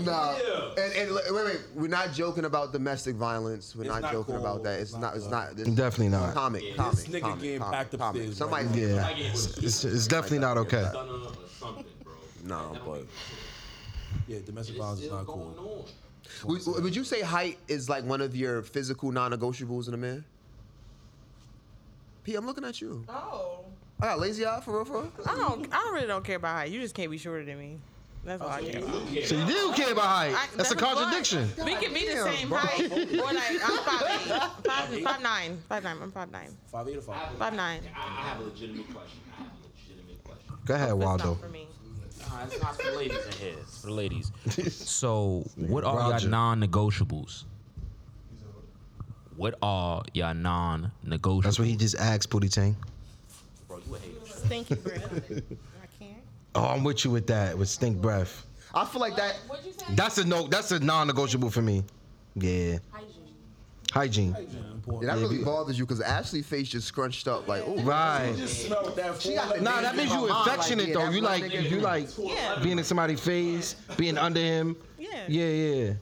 [SPEAKER 9] Nah. And, and li- wait, wait. We're not joking about domestic violence. We're not,
[SPEAKER 13] not
[SPEAKER 9] joking
[SPEAKER 13] cool.
[SPEAKER 9] about that. It's not. It's not. It's
[SPEAKER 6] Definitely not.
[SPEAKER 9] Comic.
[SPEAKER 6] This
[SPEAKER 9] Comic.
[SPEAKER 13] nigga
[SPEAKER 9] comic,
[SPEAKER 13] getting
[SPEAKER 9] comic,
[SPEAKER 13] packed
[SPEAKER 9] comic.
[SPEAKER 13] upstairs.
[SPEAKER 9] Somebody.
[SPEAKER 6] Yeah. It's, it's definitely not okay.
[SPEAKER 9] No, but
[SPEAKER 13] Yeah, domestic violence is not cool.
[SPEAKER 9] would, would you say height is like one of your physical non-negotiables in a man? P, I'm looking at you.
[SPEAKER 7] Oh,
[SPEAKER 9] I got lazy eye for real, for real.
[SPEAKER 7] I don't. I really don't care about height. You just can't be shorter than me. That's all I care about.
[SPEAKER 6] So you do care about height.
[SPEAKER 7] I-
[SPEAKER 6] That's a
[SPEAKER 7] what-
[SPEAKER 6] contradiction.
[SPEAKER 7] We can be the same height. Or like I'm five eight, five, five nine, five nine. I'm five nine,
[SPEAKER 13] Five eight or five.
[SPEAKER 7] five nine.
[SPEAKER 8] I I have a legitimate question. I have a legitimate question.
[SPEAKER 6] Go ahead, Waldo.
[SPEAKER 7] For me.
[SPEAKER 8] Nah, it's not for ladies in here. It's for the ladies. So, what are
[SPEAKER 6] Roger.
[SPEAKER 8] your non-negotiables? What are your non-negotiables?
[SPEAKER 6] That's what he just asked, Booty Ting.
[SPEAKER 8] Bro, you a hater.
[SPEAKER 20] Thank you, Brett. I can't.
[SPEAKER 6] Oh, I'm with you with that. With stink breath.
[SPEAKER 9] I feel like that.
[SPEAKER 6] That's a no. That's a non-negotiable for me. Yeah. Hygiene.
[SPEAKER 9] Yeah, that really bothers you because Ashley face just scrunched up like, oh,
[SPEAKER 6] Right.
[SPEAKER 13] Smelled that
[SPEAKER 9] She got the
[SPEAKER 6] Nah, that
[SPEAKER 9] baby
[SPEAKER 6] means
[SPEAKER 9] in
[SPEAKER 6] you
[SPEAKER 9] my mind,
[SPEAKER 6] affectionate
[SPEAKER 9] yeah,
[SPEAKER 6] though.
[SPEAKER 9] that's
[SPEAKER 6] You
[SPEAKER 9] my
[SPEAKER 6] like
[SPEAKER 9] nigga.
[SPEAKER 6] you like being in somebody's face, being under him.
[SPEAKER 20] Yeah.
[SPEAKER 6] Yeah, yeah.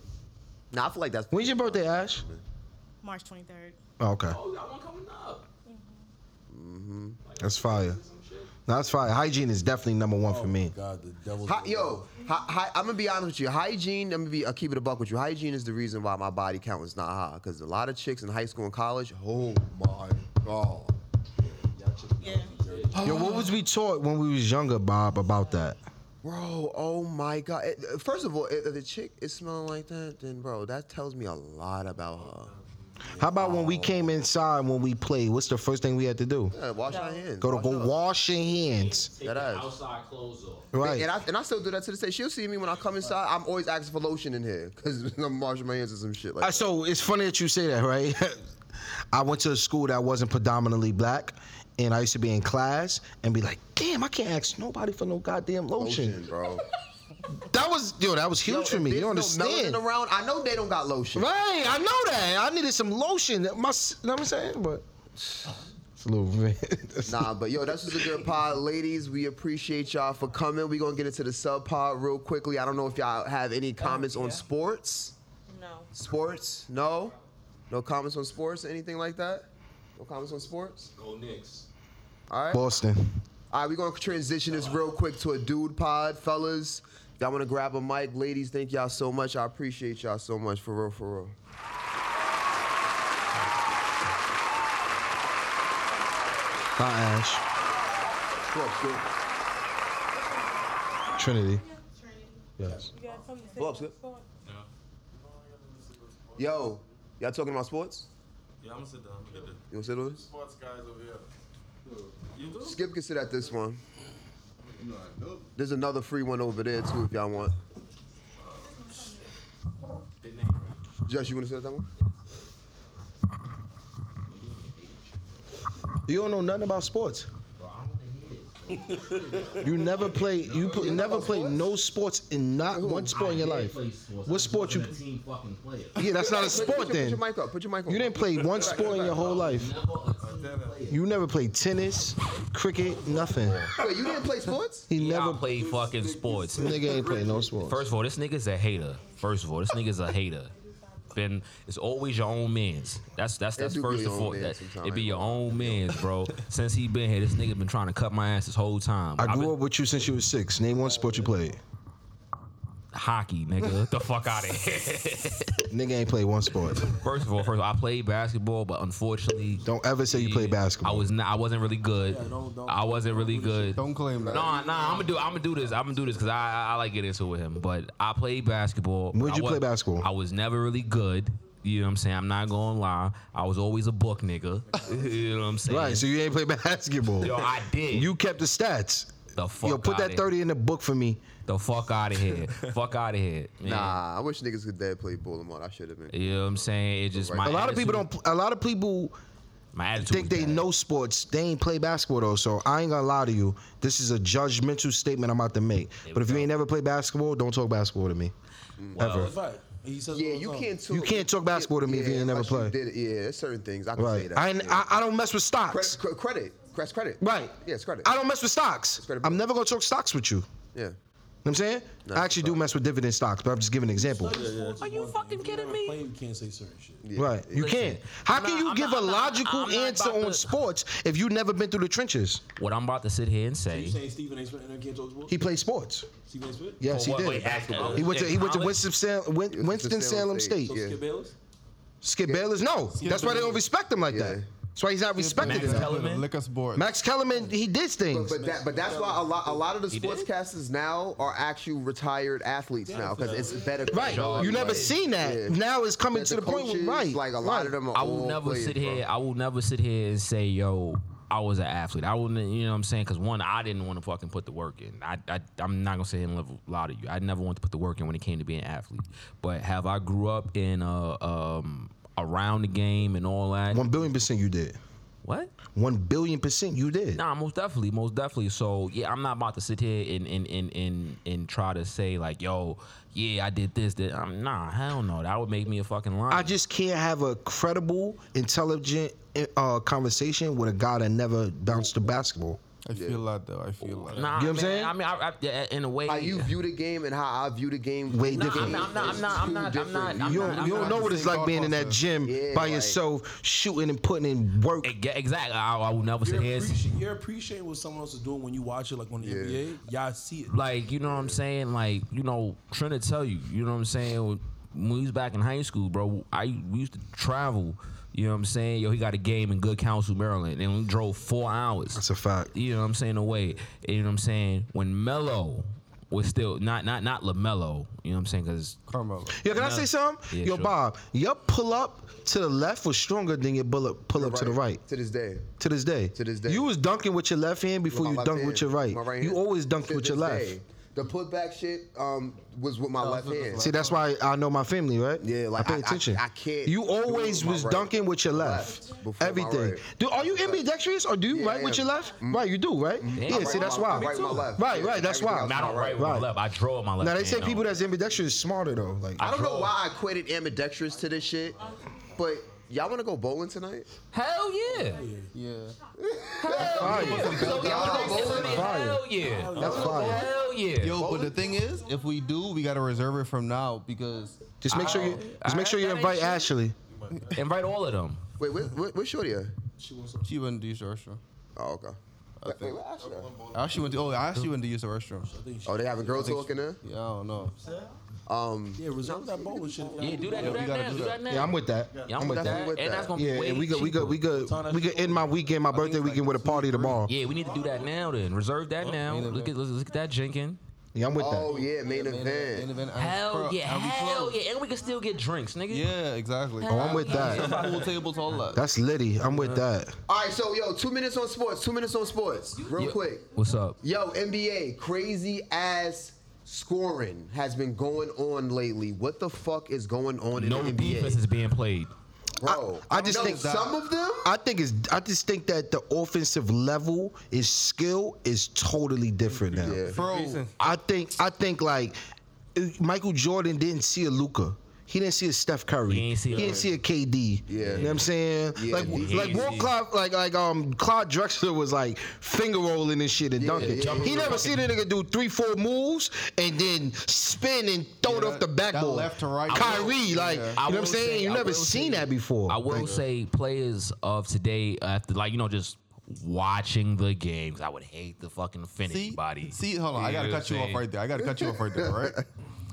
[SPEAKER 9] Nah, I feel like that's.
[SPEAKER 6] When's your birthday, Ash?
[SPEAKER 20] March 23rd.
[SPEAKER 6] Oh, okay. Mm-hmm. That's fire. That's fire. Hygiene is definitely number one for me.
[SPEAKER 9] Oh,
[SPEAKER 13] God, the devil's.
[SPEAKER 9] Hi, yo, hi, hi, I'm gonna be honest with you. Hygiene, I'm gonna be, I'll keep it a buck with you. Hygiene is the reason why my body count is not high. Cause a lot of chicks in high school and college, oh my god.
[SPEAKER 6] Yo, what was we taught when we was younger, Bob, about that?
[SPEAKER 9] Bro, oh my god. It- uh, First of all, if if the chick is smelling like that, then bro, that tells me a lot about
[SPEAKER 6] How about when we came inside when we played? What's the first thing we had to do?
[SPEAKER 9] her. Yeah, wash your hands.
[SPEAKER 6] Go to go
[SPEAKER 9] wash up.
[SPEAKER 6] wash your hands.
[SPEAKER 9] That ass.
[SPEAKER 8] Outside clothes off.
[SPEAKER 6] Right.
[SPEAKER 9] And I, and I still do that to this day. She'll see me when I come inside. I'm always asking for lotion in here because I'm washing my hands and some shit like
[SPEAKER 6] Uh, so it's funny that you say that, right? I went to a school that wasn't predominantly black, and I used to be in class and be like, "Damn, I can't ask nobody for no goddamn lotion."
[SPEAKER 9] lotion, bro.
[SPEAKER 6] That was yo, that was huge
[SPEAKER 9] Yo,
[SPEAKER 6] for
[SPEAKER 9] if
[SPEAKER 6] me. You
[SPEAKER 9] there's
[SPEAKER 6] don't
[SPEAKER 9] no
[SPEAKER 6] understand?
[SPEAKER 9] melanin around, I know they don't got lotion.
[SPEAKER 6] Right, I know that. I needed some lotion. That My, s- you know what I'm saying, but it's a little. that's-
[SPEAKER 9] Nah, but yo, that's just a good pod, ladies. We appreciate y'all for coming. We gonna get into the sub pod real quickly. I don't know if y'all have any comments on sports.
[SPEAKER 7] No.
[SPEAKER 9] Sports? No. No comments on sports. Anything like that? No comments on sports.
[SPEAKER 8] Go Knicks.
[SPEAKER 9] All right.
[SPEAKER 6] Boston.
[SPEAKER 9] All right, we're gonna transition this real quick to a dude pod, fellas. Y'all wanna grab a mic, ladies? Thank y'all so much. I appreciate y'all so much for real, for real.
[SPEAKER 6] Not Ash. Trinity. Yes.
[SPEAKER 9] Blob's good. Yo, y'all talking about sports?
[SPEAKER 21] Yeah, I'm gonna sit down. I'm gonna get it.
[SPEAKER 9] You wanna sit on this?
[SPEAKER 22] Sports guys over here. You do?
[SPEAKER 9] Skip can sit at this one.
[SPEAKER 22] No, I do.
[SPEAKER 9] There's another free one over there too if y'all want. Josh, you wanna sit at that one?
[SPEAKER 6] You don't know nothing about sports. You never play. You pl- never play no sports in not one sport in your life. What sport you? Yeah, that's not a sport
[SPEAKER 9] Put your,
[SPEAKER 6] then.
[SPEAKER 9] Put your mic up. Put your mic up.
[SPEAKER 6] You didn't play one sport in your whole life. You never played tennis, cricket, nothing.
[SPEAKER 9] Wait, you didn't play sports?
[SPEAKER 6] He never
[SPEAKER 8] played fucking sports.
[SPEAKER 6] Nigga ain't played no sports.
[SPEAKER 8] First of all, this nigga's a hater. First of all, this nigga's a hater. Been it's always your own man's. That's that's
[SPEAKER 9] It
[SPEAKER 8] that's
[SPEAKER 9] do be
[SPEAKER 8] first
[SPEAKER 9] your
[SPEAKER 8] of
[SPEAKER 9] own
[SPEAKER 8] all.
[SPEAKER 9] mans
[SPEAKER 8] That,
[SPEAKER 9] sometimes,
[SPEAKER 8] it be
[SPEAKER 9] I
[SPEAKER 8] your own man's, bro. Since he been here, this nigga been trying to cut my ass this whole time.
[SPEAKER 6] I grew up with you since you was six. Name one sport you played.
[SPEAKER 8] Hockey, nigga. Get the fuck out of here.
[SPEAKER 6] Nigga ain't played one sport.
[SPEAKER 8] First of all, first of all, I played basketball, but unfortunately,
[SPEAKER 6] don't ever say you played basketball.
[SPEAKER 8] I was not. I wasn't really good. I wasn't really good. Don't
[SPEAKER 5] claim that.
[SPEAKER 8] Nah, nah. I'm gonna do. I'm gonna do this. I'm gonna do this because I, I I like get into it with him. But I played basketball.
[SPEAKER 6] Where'd
[SPEAKER 8] I
[SPEAKER 6] you
[SPEAKER 8] wa-
[SPEAKER 6] play basketball?
[SPEAKER 8] I was never really good. You know what I'm saying? I'm not gonna lie. I was always a book nigga. you know what I'm saying?
[SPEAKER 6] Right, so you ain't play basketball.
[SPEAKER 8] Yo, I did.
[SPEAKER 6] You kept the stats.
[SPEAKER 8] The fuck
[SPEAKER 6] Yo, put
[SPEAKER 8] outta
[SPEAKER 6] that 30 in the book for me.
[SPEAKER 8] The fuck out of here. fuck out of here. man.
[SPEAKER 9] Nah, I wish niggas could dead play ball and all. I should have been.
[SPEAKER 8] You know what I'm saying? It just my
[SPEAKER 6] a lot of people don't. A lot of people
[SPEAKER 8] My attitude.
[SPEAKER 6] think they know sports. They ain't play basketball though. So I ain't gonna lie to you. This is a judgmental statement I'm about to make. But if you ain't never played basketball, don't talk basketball to me. Ever.
[SPEAKER 13] Fact. He says
[SPEAKER 9] Yeah, you can't talk.
[SPEAKER 6] You can't talk basketball to me if you ain't never
[SPEAKER 9] unless you
[SPEAKER 6] play.
[SPEAKER 9] Did, yeah, there's certain things I can say
[SPEAKER 6] Right.
[SPEAKER 9] that.
[SPEAKER 6] I, ain't- I I don't mess with
[SPEAKER 9] Cre-
[SPEAKER 6] stocks.
[SPEAKER 9] cre- credit. Credit. Credit.
[SPEAKER 6] Right.
[SPEAKER 9] Yeah, it's credit.
[SPEAKER 6] I don't mess with stocks. I'm never gonna talk stocks with you.
[SPEAKER 9] Yeah.
[SPEAKER 6] You know what I'm saying? I actually do mess with dividend stocks, but I'm just giving an example.
[SPEAKER 13] Are you fucking kidding me? You can't say certain shit.
[SPEAKER 6] Right. You can't. How can you give a logical answer on sports if you never been through the trenches?
[SPEAKER 8] What I'm about to sit here and
[SPEAKER 13] You
[SPEAKER 8] say.
[SPEAKER 13] saying Stephen A. Smith and can't talk sports?
[SPEAKER 6] He played sports.
[SPEAKER 13] Stephen A. Smith?
[SPEAKER 6] Yes, he
[SPEAKER 8] Well,
[SPEAKER 6] did.
[SPEAKER 8] Oh, wait, basketball.
[SPEAKER 6] he went to he went to
[SPEAKER 8] College?
[SPEAKER 6] Winston Salem, Winston Salem State.
[SPEAKER 13] So Skip Bayless?
[SPEAKER 6] Skip Bayless, no.
[SPEAKER 13] Skip
[SPEAKER 6] That's why they
[SPEAKER 13] Bayless.
[SPEAKER 6] don't respect him like that. That's why he's not respected.
[SPEAKER 8] Max
[SPEAKER 6] enough.
[SPEAKER 8] Kellerman?
[SPEAKER 5] Liquor sport.
[SPEAKER 6] Max Kellerman, he did things.
[SPEAKER 9] But that, but that's why a lot, a lot of the sportscasters now are actual retired athletes now because it's better.
[SPEAKER 6] Right. You never seen that. Now it's coming to the point where- right,
[SPEAKER 9] Like a lot of them are.
[SPEAKER 8] I will
[SPEAKER 9] all
[SPEAKER 8] never
[SPEAKER 9] players,
[SPEAKER 8] sit
[SPEAKER 9] bro.
[SPEAKER 8] here. I will never sit here and say, "Yo, I was an athlete." I wouldn't. You know what I'm saying? Because one, I didn't want to fucking put the work in. I, I I'm not gonna sit here and level, lie to you. I never wanted to put the work in when it came to being an athlete. But have I grew up in uh um around the game and all that?
[SPEAKER 6] One billion percent you did.
[SPEAKER 8] What?
[SPEAKER 6] One billion percent you did.
[SPEAKER 8] Nah, most definitely, most definitely. So yeah, I'm not about to sit here and and and and, and try to say like, "Yo, yeah, I did this." That I'm nah, hell no. That would make me a fucking liar.
[SPEAKER 6] I just can't have a credible, intelligent uh, conversation with a guy that never bounced a basketball.
[SPEAKER 5] I feel that though. I feel that.
[SPEAKER 8] Nah,
[SPEAKER 6] You know what I'm
[SPEAKER 8] man,
[SPEAKER 6] saying?
[SPEAKER 8] I mean, I, I, yeah, in a way,
[SPEAKER 9] How you view the game and how I view the game.
[SPEAKER 6] Way
[SPEAKER 9] Nah,
[SPEAKER 6] different.
[SPEAKER 8] I'm not- I'm not- I'm not- I'm not- I'm
[SPEAKER 6] you
[SPEAKER 8] not-
[SPEAKER 6] don't,
[SPEAKER 8] I'm
[SPEAKER 6] you don't
[SPEAKER 8] not
[SPEAKER 6] know
[SPEAKER 8] the
[SPEAKER 6] what it's
[SPEAKER 8] same
[SPEAKER 6] like being in that gym
[SPEAKER 9] Yeah,
[SPEAKER 6] by
[SPEAKER 9] like-
[SPEAKER 6] yourself, shooting and putting in work.
[SPEAKER 8] Exa- Exactly. I, I will never sit
[SPEAKER 13] You're,
[SPEAKER 8] here. and-
[SPEAKER 13] appreci- you're appreciating what someone else is doing when you watch it, like on the NBA. Y'all see it.
[SPEAKER 8] Like, you know what I'm saying? Like, you know, trying to tell you, you know what I'm saying? When we was back in high school, bro, I we used to travel. You know what I'm saying? Yo, he got a game in Good Counsel, Maryland, and we drove four hours. That's
[SPEAKER 6] a fact.
[SPEAKER 8] You know what I'm saying? Away. You know what I'm saying? When Mello was still not not not Lamelo. You know what I'm saying? Because
[SPEAKER 5] Carmelo.
[SPEAKER 6] Yo, can I say something?
[SPEAKER 8] Yeah,
[SPEAKER 6] Yo,
[SPEAKER 8] sure.
[SPEAKER 6] Bob, your pull up to the left was stronger than your pull up, pull up to the right.
[SPEAKER 9] To this day.
[SPEAKER 6] To this day. To
[SPEAKER 9] this day.
[SPEAKER 6] You was dunking with your left hand before
[SPEAKER 9] my
[SPEAKER 6] you
[SPEAKER 9] left
[SPEAKER 6] dunked
[SPEAKER 9] hand,
[SPEAKER 6] with your right.
[SPEAKER 9] my right
[SPEAKER 6] you
[SPEAKER 9] hand.
[SPEAKER 6] always dunked
[SPEAKER 9] To
[SPEAKER 6] with
[SPEAKER 9] this
[SPEAKER 6] your left.
[SPEAKER 9] day. The putback shit um, was with my left hand.
[SPEAKER 6] See, that's why I know my family, right? Yeah,
[SPEAKER 9] like,
[SPEAKER 6] I
[SPEAKER 9] I-
[SPEAKER 6] pay
[SPEAKER 9] I-
[SPEAKER 6] attention.
[SPEAKER 9] I can't
[SPEAKER 6] You
[SPEAKER 9] do it
[SPEAKER 6] always
[SPEAKER 9] with my
[SPEAKER 6] was
[SPEAKER 9] right.
[SPEAKER 6] dunking with your left.
[SPEAKER 9] Left before my
[SPEAKER 6] Everything.
[SPEAKER 9] right.
[SPEAKER 6] Do are you ambidextrous or do you right with your left? Right, you do, right? Yeah,
[SPEAKER 9] My
[SPEAKER 6] see,
[SPEAKER 9] Mm-hmm. right,
[SPEAKER 6] that's
[SPEAKER 9] my-
[SPEAKER 6] why.
[SPEAKER 9] right, my left.
[SPEAKER 6] Right,
[SPEAKER 9] Yeah,
[SPEAKER 6] right, that's why.
[SPEAKER 9] everything else
[SPEAKER 8] I
[SPEAKER 9] is
[SPEAKER 8] don't right with my left. I draw with my left.
[SPEAKER 6] Now they say
[SPEAKER 8] hand,
[SPEAKER 6] people
[SPEAKER 8] though.
[SPEAKER 6] that's ambidextrous is smarter though. Like
[SPEAKER 9] I don't know why I equated ambidextrous to this shit, but y'all want to go bowling tonight?
[SPEAKER 8] Hell yeah.
[SPEAKER 5] Yeah.
[SPEAKER 8] Hell yeah. So, yeah,
[SPEAKER 9] Fire.
[SPEAKER 8] I'm like, Hell yeah.
[SPEAKER 5] That's
[SPEAKER 6] fire.
[SPEAKER 8] Hell yeah.
[SPEAKER 5] Yo, but the thing is, if we do, we gotta reserve it from now because
[SPEAKER 6] Just make sure you just make sure you invite Ashley.
[SPEAKER 8] Invite all of them.
[SPEAKER 9] Wait, where, where, where's Shorty at?
[SPEAKER 5] She wouldn't do your show.
[SPEAKER 9] Oh, okay.
[SPEAKER 5] I think. I actually went to. Oh, I actually went to use the restroom.
[SPEAKER 9] Oh, they having girl talk in there.
[SPEAKER 5] Yeah, I don't know.
[SPEAKER 9] Um,
[SPEAKER 13] yeah, resolve that bowling shit.
[SPEAKER 8] Yeah, do that, do that now, do that now.
[SPEAKER 6] Yeah, I'm with that.
[SPEAKER 8] Yeah,
[SPEAKER 6] I'm with
[SPEAKER 8] definitely
[SPEAKER 6] that.
[SPEAKER 8] with And that. that's gonna be
[SPEAKER 6] yeah,
[SPEAKER 8] way
[SPEAKER 6] and we could we could we could we could end my weekend, my birthday weekend with a party tomorrow.
[SPEAKER 8] Yeah, we need to do that now. Then reserve that now. Look at let's look at that Jenkins.
[SPEAKER 6] Yeah, I'm with that.
[SPEAKER 9] Oh yeah, main event.
[SPEAKER 8] Hell
[SPEAKER 5] Pearl,
[SPEAKER 8] yeah,
[SPEAKER 5] Abby
[SPEAKER 8] hell yeah, and we can still get drinks, nigga.
[SPEAKER 5] Yeah, exactly.
[SPEAKER 6] Oh, I'm with that.
[SPEAKER 5] Pool tables, all that.
[SPEAKER 6] That's Liddy. I'm with that.
[SPEAKER 9] All right, so yo, two minutes on sports. Two minutes on sports, real
[SPEAKER 8] Yo,
[SPEAKER 9] quick.
[SPEAKER 8] What's up?
[SPEAKER 9] Yo, NBA crazy ass scoring has been going on lately. What the fuck is going on in
[SPEAKER 8] No
[SPEAKER 9] the NBA?
[SPEAKER 8] defense is being played.
[SPEAKER 9] Bro,
[SPEAKER 6] I just
[SPEAKER 9] no,
[SPEAKER 6] think
[SPEAKER 9] some of them.
[SPEAKER 6] I think it's. I just think that the offensive level is skill is totally different now.
[SPEAKER 5] Bro,
[SPEAKER 6] I think. I think like it- Michael Jordan didn't see a Luca. He didn't see a Steph Curry.
[SPEAKER 8] He ain't see a-
[SPEAKER 6] a KD.
[SPEAKER 9] Yeah.
[SPEAKER 6] you know what I'm saying.
[SPEAKER 9] Yeah,
[SPEAKER 6] like,
[SPEAKER 9] he
[SPEAKER 6] like
[SPEAKER 8] ain't
[SPEAKER 6] Walt
[SPEAKER 8] see-
[SPEAKER 6] Clyde, like like um Clyde Drexler was like finger rolling and shit and dunking.
[SPEAKER 9] yeah,
[SPEAKER 6] he never seen a nigga do three four moves and then spin and throw it off the backboard.
[SPEAKER 5] left to right.
[SPEAKER 6] Kyrie, like
[SPEAKER 5] Yeah.
[SPEAKER 6] you know what
[SPEAKER 8] will
[SPEAKER 6] I'm saying.
[SPEAKER 8] say-
[SPEAKER 6] you
[SPEAKER 8] I
[SPEAKER 6] never
[SPEAKER 8] will
[SPEAKER 6] seen
[SPEAKER 8] say-
[SPEAKER 6] that before.
[SPEAKER 8] I will say players of today uh, after like you know just watching the games. I would hate to fucking finish
[SPEAKER 5] see,
[SPEAKER 8] body.
[SPEAKER 5] see, hold on. I
[SPEAKER 8] You
[SPEAKER 5] gotta
[SPEAKER 8] know
[SPEAKER 5] cut you
[SPEAKER 8] what
[SPEAKER 5] off
[SPEAKER 8] I'm
[SPEAKER 5] right there. I gotta cut you off right there, right?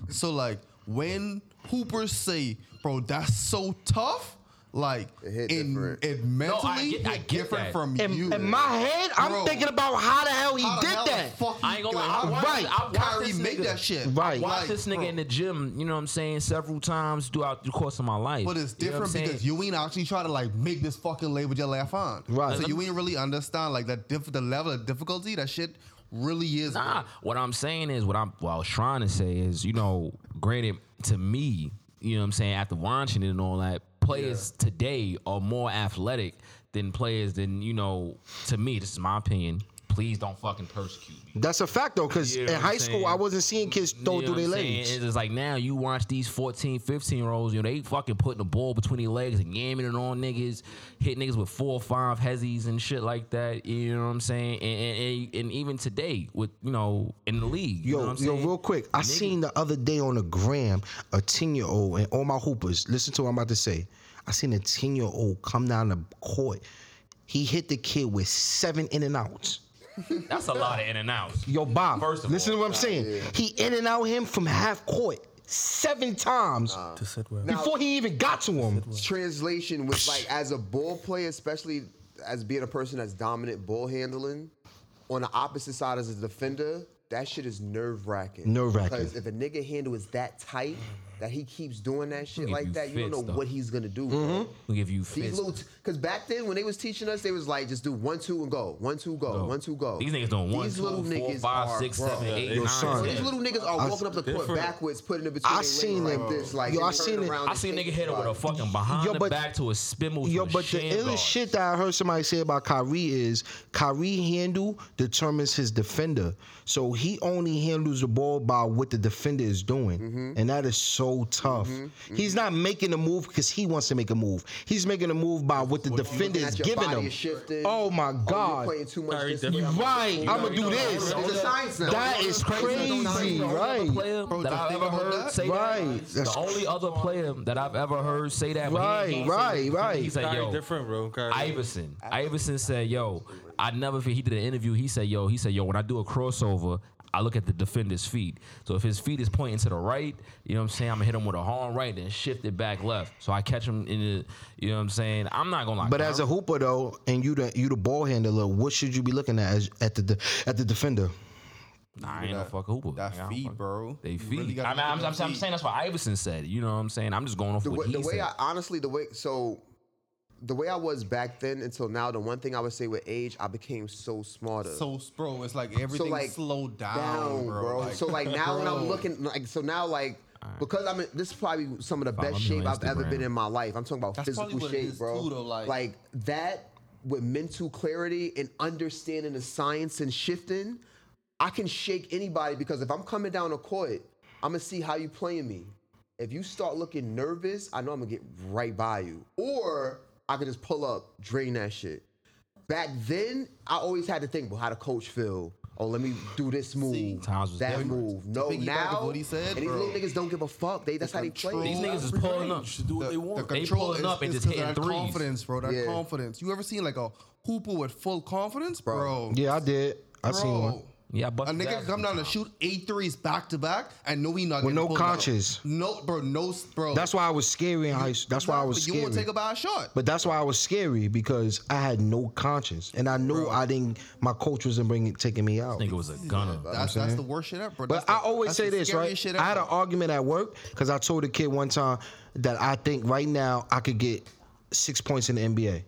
[SPEAKER 5] So like when hoopers say, "Bro, that's so tough," like
[SPEAKER 9] It hit
[SPEAKER 5] in
[SPEAKER 9] different.
[SPEAKER 5] it mentally
[SPEAKER 8] get- I
[SPEAKER 5] hit
[SPEAKER 8] get
[SPEAKER 5] different
[SPEAKER 8] that.
[SPEAKER 5] from
[SPEAKER 6] In,
[SPEAKER 5] you.
[SPEAKER 6] in my head, I'm
[SPEAKER 5] Bro,
[SPEAKER 6] thinking about how the hell he
[SPEAKER 5] how the
[SPEAKER 6] did
[SPEAKER 5] hell
[SPEAKER 6] that.
[SPEAKER 5] the fuck
[SPEAKER 8] I
[SPEAKER 5] he-
[SPEAKER 8] ain't gonna lie. I
[SPEAKER 5] how
[SPEAKER 8] watched, I watched
[SPEAKER 5] Kyrie
[SPEAKER 8] this
[SPEAKER 5] make
[SPEAKER 8] nigga.
[SPEAKER 5] that shit.
[SPEAKER 6] Right.
[SPEAKER 8] Watch
[SPEAKER 5] Like,
[SPEAKER 8] this nigga
[SPEAKER 5] bro.
[SPEAKER 8] in the gym, you know what I'm saying, several times throughout the course of my life.
[SPEAKER 5] But it's
[SPEAKER 8] You know what I'm
[SPEAKER 5] different
[SPEAKER 8] saying?
[SPEAKER 5] because you ain't actually try to like make this fucking label your laugh on.
[SPEAKER 6] Right.
[SPEAKER 5] So you ain't really understand like that diff- the level of difficulty that shit really is.
[SPEAKER 8] Nah, what I'm saying is what I'm what I was trying to say is, you know, granted to me, you know what I'm saying, after watching it and all that, players today are more athletic than players than, you know, to me, this is my opinion. Please don't fucking persecute me.
[SPEAKER 6] That's a fact though, because
[SPEAKER 8] Yeah,
[SPEAKER 6] in
[SPEAKER 8] what I'm
[SPEAKER 6] high school
[SPEAKER 8] saying.
[SPEAKER 6] I wasn't seeing kids throw
[SPEAKER 8] You know
[SPEAKER 6] through
[SPEAKER 8] what
[SPEAKER 6] their
[SPEAKER 8] I'm saying?
[SPEAKER 6] legs.
[SPEAKER 8] It's just like now you watch these 14, 15 year olds, you know, they fucking putting the ball between their legs and yamming it on niggas, hit niggas with four or five hezzies and shit like that. You know what I'm saying? And, and, and, and even today with, you know, in the league. you know
[SPEAKER 6] Yo,
[SPEAKER 8] what I'm
[SPEAKER 6] yo,
[SPEAKER 8] saying?
[SPEAKER 6] real quick. I seen the other day on the gram a 10 year old and all my hoopers. Listen to what I'm about to say. I seen a 10 year old come down the court. He hit the kid with seven in and outs.
[SPEAKER 8] That's a lot of in and outs.
[SPEAKER 6] Yo, Bob,
[SPEAKER 8] First of
[SPEAKER 6] listen
[SPEAKER 8] all,
[SPEAKER 6] to what I'm saying. He in and out him from half court seven times
[SPEAKER 13] To sit well.
[SPEAKER 6] before he even got to him.
[SPEAKER 9] translation was like as a ball player, especially as being a person that's dominant ball handling, on the opposite side as a defender, that shit is nerve wracking.
[SPEAKER 6] Nerve-wracking.
[SPEAKER 9] Because if a nigga handle is that tight that he keeps doing that shit
[SPEAKER 8] Give
[SPEAKER 9] like
[SPEAKER 8] you
[SPEAKER 9] that, you don't
[SPEAKER 8] fits,
[SPEAKER 9] know
[SPEAKER 8] though. Mm-hmm.
[SPEAKER 9] what he's gonna do. bro.
[SPEAKER 8] We give you
[SPEAKER 9] These
[SPEAKER 8] fists.
[SPEAKER 9] little, because back then when they was teaching us, they was like just do one two and go, one two go, one two go.
[SPEAKER 8] These niggas doing one,
[SPEAKER 9] These
[SPEAKER 8] two,
[SPEAKER 9] little
[SPEAKER 8] four,
[SPEAKER 9] niggas
[SPEAKER 8] five,
[SPEAKER 9] are,
[SPEAKER 8] six,
[SPEAKER 9] bro.
[SPEAKER 8] seven, eight,
[SPEAKER 6] Yo,
[SPEAKER 8] nine,
[SPEAKER 6] son.
[SPEAKER 9] These
[SPEAKER 8] ten.
[SPEAKER 9] little niggas are walking up the court backwards, putting it between
[SPEAKER 6] I
[SPEAKER 9] their
[SPEAKER 6] seen
[SPEAKER 9] legs
[SPEAKER 6] them.
[SPEAKER 9] like this. Like
[SPEAKER 6] Yo,
[SPEAKER 9] they
[SPEAKER 6] I
[SPEAKER 9] turn
[SPEAKER 6] seen it.
[SPEAKER 9] around
[SPEAKER 8] I
[SPEAKER 9] and
[SPEAKER 8] seen a
[SPEAKER 9] take
[SPEAKER 8] nigga
[SPEAKER 9] it
[SPEAKER 8] hit it with a
[SPEAKER 9] back.
[SPEAKER 8] fucking behind
[SPEAKER 6] Yo,
[SPEAKER 8] the
[SPEAKER 6] but-
[SPEAKER 8] back to a spimble.
[SPEAKER 6] Yo, but the illest shit that I heard somebody say about Kyrie is Kyrie handle determines his defender. So he only handles the ball by what the defender is doing.
[SPEAKER 9] Mm-hmm.
[SPEAKER 6] And that is so tough. He's not making a move because he wants to make a move. He's making a move by what the defender
[SPEAKER 9] Looking at
[SPEAKER 6] is
[SPEAKER 9] your
[SPEAKER 6] giving
[SPEAKER 9] body
[SPEAKER 6] him.
[SPEAKER 9] is shifting.
[SPEAKER 6] Oh my
[SPEAKER 9] Oh,
[SPEAKER 6] God.
[SPEAKER 9] you're playing too much.
[SPEAKER 11] Very
[SPEAKER 9] this way.
[SPEAKER 11] different.
[SPEAKER 6] right. I'm going to do
[SPEAKER 9] It's
[SPEAKER 6] this.
[SPEAKER 9] a science now.
[SPEAKER 6] That is crazy. Right.
[SPEAKER 8] Player
[SPEAKER 5] Bro,
[SPEAKER 8] that
[SPEAKER 5] just
[SPEAKER 8] I've
[SPEAKER 5] think
[SPEAKER 8] ever
[SPEAKER 5] about
[SPEAKER 8] heard
[SPEAKER 5] that.
[SPEAKER 8] say
[SPEAKER 6] Right.
[SPEAKER 8] that.
[SPEAKER 6] That's
[SPEAKER 8] the only other player that I've ever heard say that. when he
[SPEAKER 6] Right,
[SPEAKER 8] ain't
[SPEAKER 6] right,
[SPEAKER 8] saying-
[SPEAKER 6] right.
[SPEAKER 8] He said,
[SPEAKER 11] Kyrie
[SPEAKER 8] "Yo,
[SPEAKER 11] different, bro. Kyrie.
[SPEAKER 8] Iverson. Iverson said, "Yo, I never." He did an interview. He said, "Yo, he said, yo, when I do a crossover, I look at the defender's feet. So if his feet is pointing to the right, you know what I'm saying, I'm gonna hit him with a hard right and shift it back left. So I catch him in the, you know what I'm saying. I'm not gonna lie.
[SPEAKER 6] But as a
[SPEAKER 8] Kyrie-
[SPEAKER 6] hooper though, and you the you the ball handler, what should you be looking at as, at the de- at the defender?
[SPEAKER 8] nah, I ain't no
[SPEAKER 5] that-
[SPEAKER 8] fuck hooper.
[SPEAKER 5] that
[SPEAKER 8] Like, I don't
[SPEAKER 5] feed,
[SPEAKER 8] fuck-
[SPEAKER 5] bro.
[SPEAKER 8] They
[SPEAKER 5] You
[SPEAKER 8] feed.
[SPEAKER 5] really gotta
[SPEAKER 8] I mean, I'm,
[SPEAKER 5] look at
[SPEAKER 8] I'm,
[SPEAKER 5] them
[SPEAKER 8] I'm
[SPEAKER 5] feet.
[SPEAKER 8] saying that's what Iverson said. You know what I'm saying. I'm just going off
[SPEAKER 9] The,
[SPEAKER 8] what
[SPEAKER 9] way- the
[SPEAKER 8] he
[SPEAKER 9] way
[SPEAKER 8] said.
[SPEAKER 9] I honestly, the way so, the way I was back then until now, the one thing I would say with age, I became so smarter.
[SPEAKER 5] So, bro, it's like everything slowed down, bro.
[SPEAKER 9] so like now when
[SPEAKER 5] bro.
[SPEAKER 9] I'm looking, like so now like. Because I'm in, this is probably some of the
[SPEAKER 8] Follow
[SPEAKER 9] best
[SPEAKER 8] me on
[SPEAKER 9] shape I've ever
[SPEAKER 8] Instagram.
[SPEAKER 9] been in my life. I'm talking about
[SPEAKER 5] That's probably
[SPEAKER 9] physical
[SPEAKER 5] what it
[SPEAKER 9] shape,
[SPEAKER 5] is
[SPEAKER 9] bro.
[SPEAKER 5] too, though, like-
[SPEAKER 9] that with mental clarity and understanding the science and shifting, I can shake anybody because if I'm coming down a court, I'm gonna see how you playing me. If you start looking nervous, I know I'm gonna get right by you, or I could just pull up, drain that shit back then I always had to think, well, how the coach feel? Oh, let me do this move,
[SPEAKER 8] Times was
[SPEAKER 9] that
[SPEAKER 8] different.
[SPEAKER 9] move. No,
[SPEAKER 8] To piggyback
[SPEAKER 9] now
[SPEAKER 8] of what he said,
[SPEAKER 9] and these
[SPEAKER 8] bro.
[SPEAKER 9] little niggas don't give a fuck. They that's how they play.
[SPEAKER 8] These niggas is pulling up.
[SPEAKER 5] the,
[SPEAKER 8] want.
[SPEAKER 5] The
[SPEAKER 8] They
[SPEAKER 5] control
[SPEAKER 8] pulling
[SPEAKER 5] is,
[SPEAKER 8] up and
[SPEAKER 5] is
[SPEAKER 8] just
[SPEAKER 5] 'cause of
[SPEAKER 8] hitting
[SPEAKER 5] that
[SPEAKER 8] threes.
[SPEAKER 5] confidence, bro. That
[SPEAKER 8] Yeah.
[SPEAKER 5] confidence. You ever seen like a hooper with full confidence, bro?
[SPEAKER 6] Yeah, I did. I seen
[SPEAKER 5] Bro.
[SPEAKER 6] one.
[SPEAKER 8] Yeah,
[SPEAKER 5] A nigga come down and shoot eight threes back to back, and no, he not
[SPEAKER 6] With
[SPEAKER 5] getting
[SPEAKER 6] no
[SPEAKER 5] pulled up.
[SPEAKER 6] conscience.
[SPEAKER 5] No, bro, no, bro.
[SPEAKER 6] That's why I was scary in high school. That's why I was
[SPEAKER 5] You
[SPEAKER 6] scary.
[SPEAKER 5] won't take a bad shot.
[SPEAKER 6] But that's why I was scary because I had no conscience, and I knew I didn't. My coach wasn't bringing taking me out.
[SPEAKER 8] Nigga was a gunner.
[SPEAKER 5] That's, that's the worst shit ever, bro.
[SPEAKER 6] But
[SPEAKER 5] That's the-
[SPEAKER 6] I always
[SPEAKER 5] that's
[SPEAKER 6] say
[SPEAKER 5] the
[SPEAKER 6] this,
[SPEAKER 5] scariest
[SPEAKER 6] right?
[SPEAKER 5] shit
[SPEAKER 6] I had an
[SPEAKER 5] ever.
[SPEAKER 6] argument at work because I told a kid one time that I think right now I could get six points in the NBA.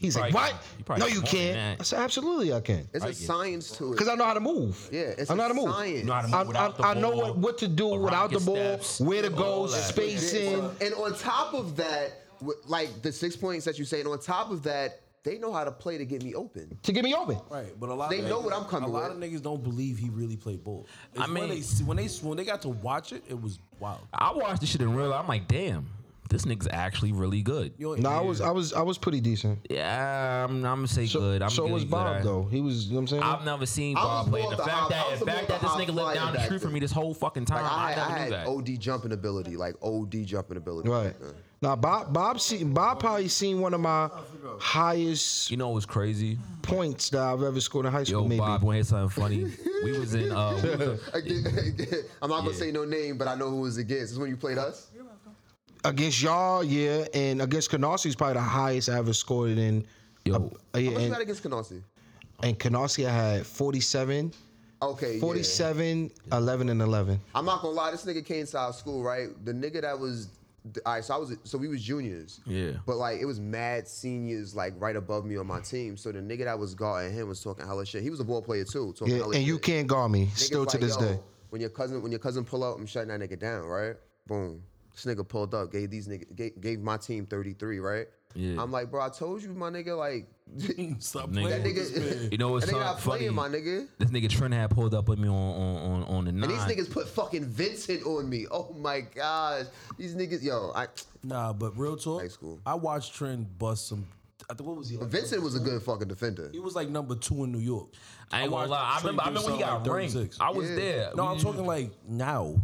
[SPEAKER 6] He's
[SPEAKER 8] You
[SPEAKER 6] like,
[SPEAKER 8] probably
[SPEAKER 6] "What?
[SPEAKER 8] can. You probably
[SPEAKER 6] no, you
[SPEAKER 8] can more than
[SPEAKER 6] can't."
[SPEAKER 8] that.
[SPEAKER 6] I said, "Absolutely, I can."
[SPEAKER 9] It's a science to it.
[SPEAKER 6] Because I know how to move.
[SPEAKER 9] Yeah, it's
[SPEAKER 6] I know
[SPEAKER 9] a
[SPEAKER 6] how to move.
[SPEAKER 9] science. You know
[SPEAKER 8] how to move
[SPEAKER 6] I- I-
[SPEAKER 8] without the
[SPEAKER 6] I, know
[SPEAKER 8] ball,
[SPEAKER 6] what, what to do without the
[SPEAKER 8] rocket
[SPEAKER 6] ball,
[SPEAKER 8] steps,
[SPEAKER 6] where to
[SPEAKER 8] all
[SPEAKER 6] go,
[SPEAKER 8] that.
[SPEAKER 6] spacing.
[SPEAKER 9] And on top of that, with- like the six points that you say, and on top of that, they know how to play to get me open.
[SPEAKER 6] To get me open.
[SPEAKER 13] Right, but a lot
[SPEAKER 9] They
[SPEAKER 13] of
[SPEAKER 9] know
[SPEAKER 13] niggas-
[SPEAKER 9] what I'm coming
[SPEAKER 13] A lot
[SPEAKER 9] with.
[SPEAKER 13] of niggas don't believe he really played ball. It's
[SPEAKER 8] I
[SPEAKER 13] when
[SPEAKER 8] mean-
[SPEAKER 13] they, see- when they when they got to watch it, it was wild.
[SPEAKER 8] I watched this shit in real. life. I'm like, damn, this nigga's actually really good.
[SPEAKER 13] You
[SPEAKER 6] No, I was, I was, I was pretty decent.
[SPEAKER 8] Yeah, I'm, I'm gonna say good. I'm
[SPEAKER 6] so
[SPEAKER 8] gonna
[SPEAKER 6] was
[SPEAKER 8] give you
[SPEAKER 6] Bob
[SPEAKER 8] that.
[SPEAKER 6] though. He was, you know what I'm saying?
[SPEAKER 8] I've never seen
[SPEAKER 9] I
[SPEAKER 8] Bob
[SPEAKER 9] was
[SPEAKER 8] play.
[SPEAKER 9] more
[SPEAKER 8] The
[SPEAKER 9] the
[SPEAKER 8] fact
[SPEAKER 9] hop- I
[SPEAKER 8] that,
[SPEAKER 9] was
[SPEAKER 8] the fact
[SPEAKER 9] more
[SPEAKER 8] that
[SPEAKER 9] the
[SPEAKER 8] this
[SPEAKER 9] hop
[SPEAKER 8] nigga lived
[SPEAKER 9] flyer
[SPEAKER 8] down the
[SPEAKER 9] back
[SPEAKER 8] street from
[SPEAKER 9] then.
[SPEAKER 8] me this whole fucking time,
[SPEAKER 9] Like I,
[SPEAKER 8] I,
[SPEAKER 9] had- I
[SPEAKER 8] never knew
[SPEAKER 9] had
[SPEAKER 8] that.
[SPEAKER 9] OD jumping ability, like OD jumping ability.
[SPEAKER 6] Right.
[SPEAKER 9] Uh,
[SPEAKER 6] Now Bob Bob seen Bob probably seen one of my highest
[SPEAKER 8] You know what's crazy?
[SPEAKER 6] points that I've ever scored in high school.
[SPEAKER 8] Yo,
[SPEAKER 6] maybe.
[SPEAKER 8] Bob, went something funny. We was in. Uh, we was-
[SPEAKER 9] again, again, I'm not gonna
[SPEAKER 8] Yeah.
[SPEAKER 9] say no name, but I know who it was against. This is when you played us.
[SPEAKER 6] Against y'all, yeah, and against Canarsie is probably the highest I ever scored in. Yo,
[SPEAKER 9] How
[SPEAKER 6] yeah,
[SPEAKER 9] much you got
[SPEAKER 6] and,
[SPEAKER 9] against Canarsie?
[SPEAKER 6] and Canarsie I had 47,
[SPEAKER 9] Okay, yeah.
[SPEAKER 6] 47, 11, and 11.
[SPEAKER 9] I'm not gonna lie, this nigga came to our school, right? The nigga that was, all right, so I was, so we was juniors.
[SPEAKER 8] Yeah.
[SPEAKER 9] But like, it was mad seniors, like right above me on my team. So the nigga that was guarding him was talking hella shit. He was a ball player too, talking
[SPEAKER 6] Yeah,
[SPEAKER 9] hella
[SPEAKER 6] and
[SPEAKER 9] shit.
[SPEAKER 6] you can't guard me
[SPEAKER 9] Niggas
[SPEAKER 6] still to
[SPEAKER 9] like,
[SPEAKER 6] this
[SPEAKER 9] yo,
[SPEAKER 6] day.
[SPEAKER 9] When your cousin, when your cousin pull up, I'm shutting that nigga down, right? Boom. This nigga pulled up, gave these nigga, gave, gave my team 33, right?
[SPEAKER 8] Yeah.
[SPEAKER 9] I'm like, bro, I told you, my nigga, like,
[SPEAKER 13] Stop
[SPEAKER 8] Nigga.
[SPEAKER 9] that nigga,
[SPEAKER 8] you know what's
[SPEAKER 9] that nigga not
[SPEAKER 8] not funny?
[SPEAKER 9] playing, my nigga.
[SPEAKER 8] This nigga Trent had pulled up with me on on on, on the nine.
[SPEAKER 9] And these niggas put fucking Vincent on me. Oh my gosh. These niggas, yo, I
[SPEAKER 13] Nah, but real talk. I watched Trent bust some. I think what was he? Like,
[SPEAKER 9] Vincent was a good fucking defender.
[SPEAKER 13] He was like number two in New York.
[SPEAKER 8] I ain't gonna
[SPEAKER 13] watched
[SPEAKER 8] lie. I
[SPEAKER 13] Trent
[SPEAKER 8] remember. I
[SPEAKER 13] do
[SPEAKER 8] remember when he
[SPEAKER 13] something
[SPEAKER 8] got
[SPEAKER 13] like
[SPEAKER 8] rings.
[SPEAKER 13] 36.
[SPEAKER 8] I was
[SPEAKER 9] Yeah.
[SPEAKER 8] there.
[SPEAKER 13] No, I'm
[SPEAKER 8] We-
[SPEAKER 13] talking like now.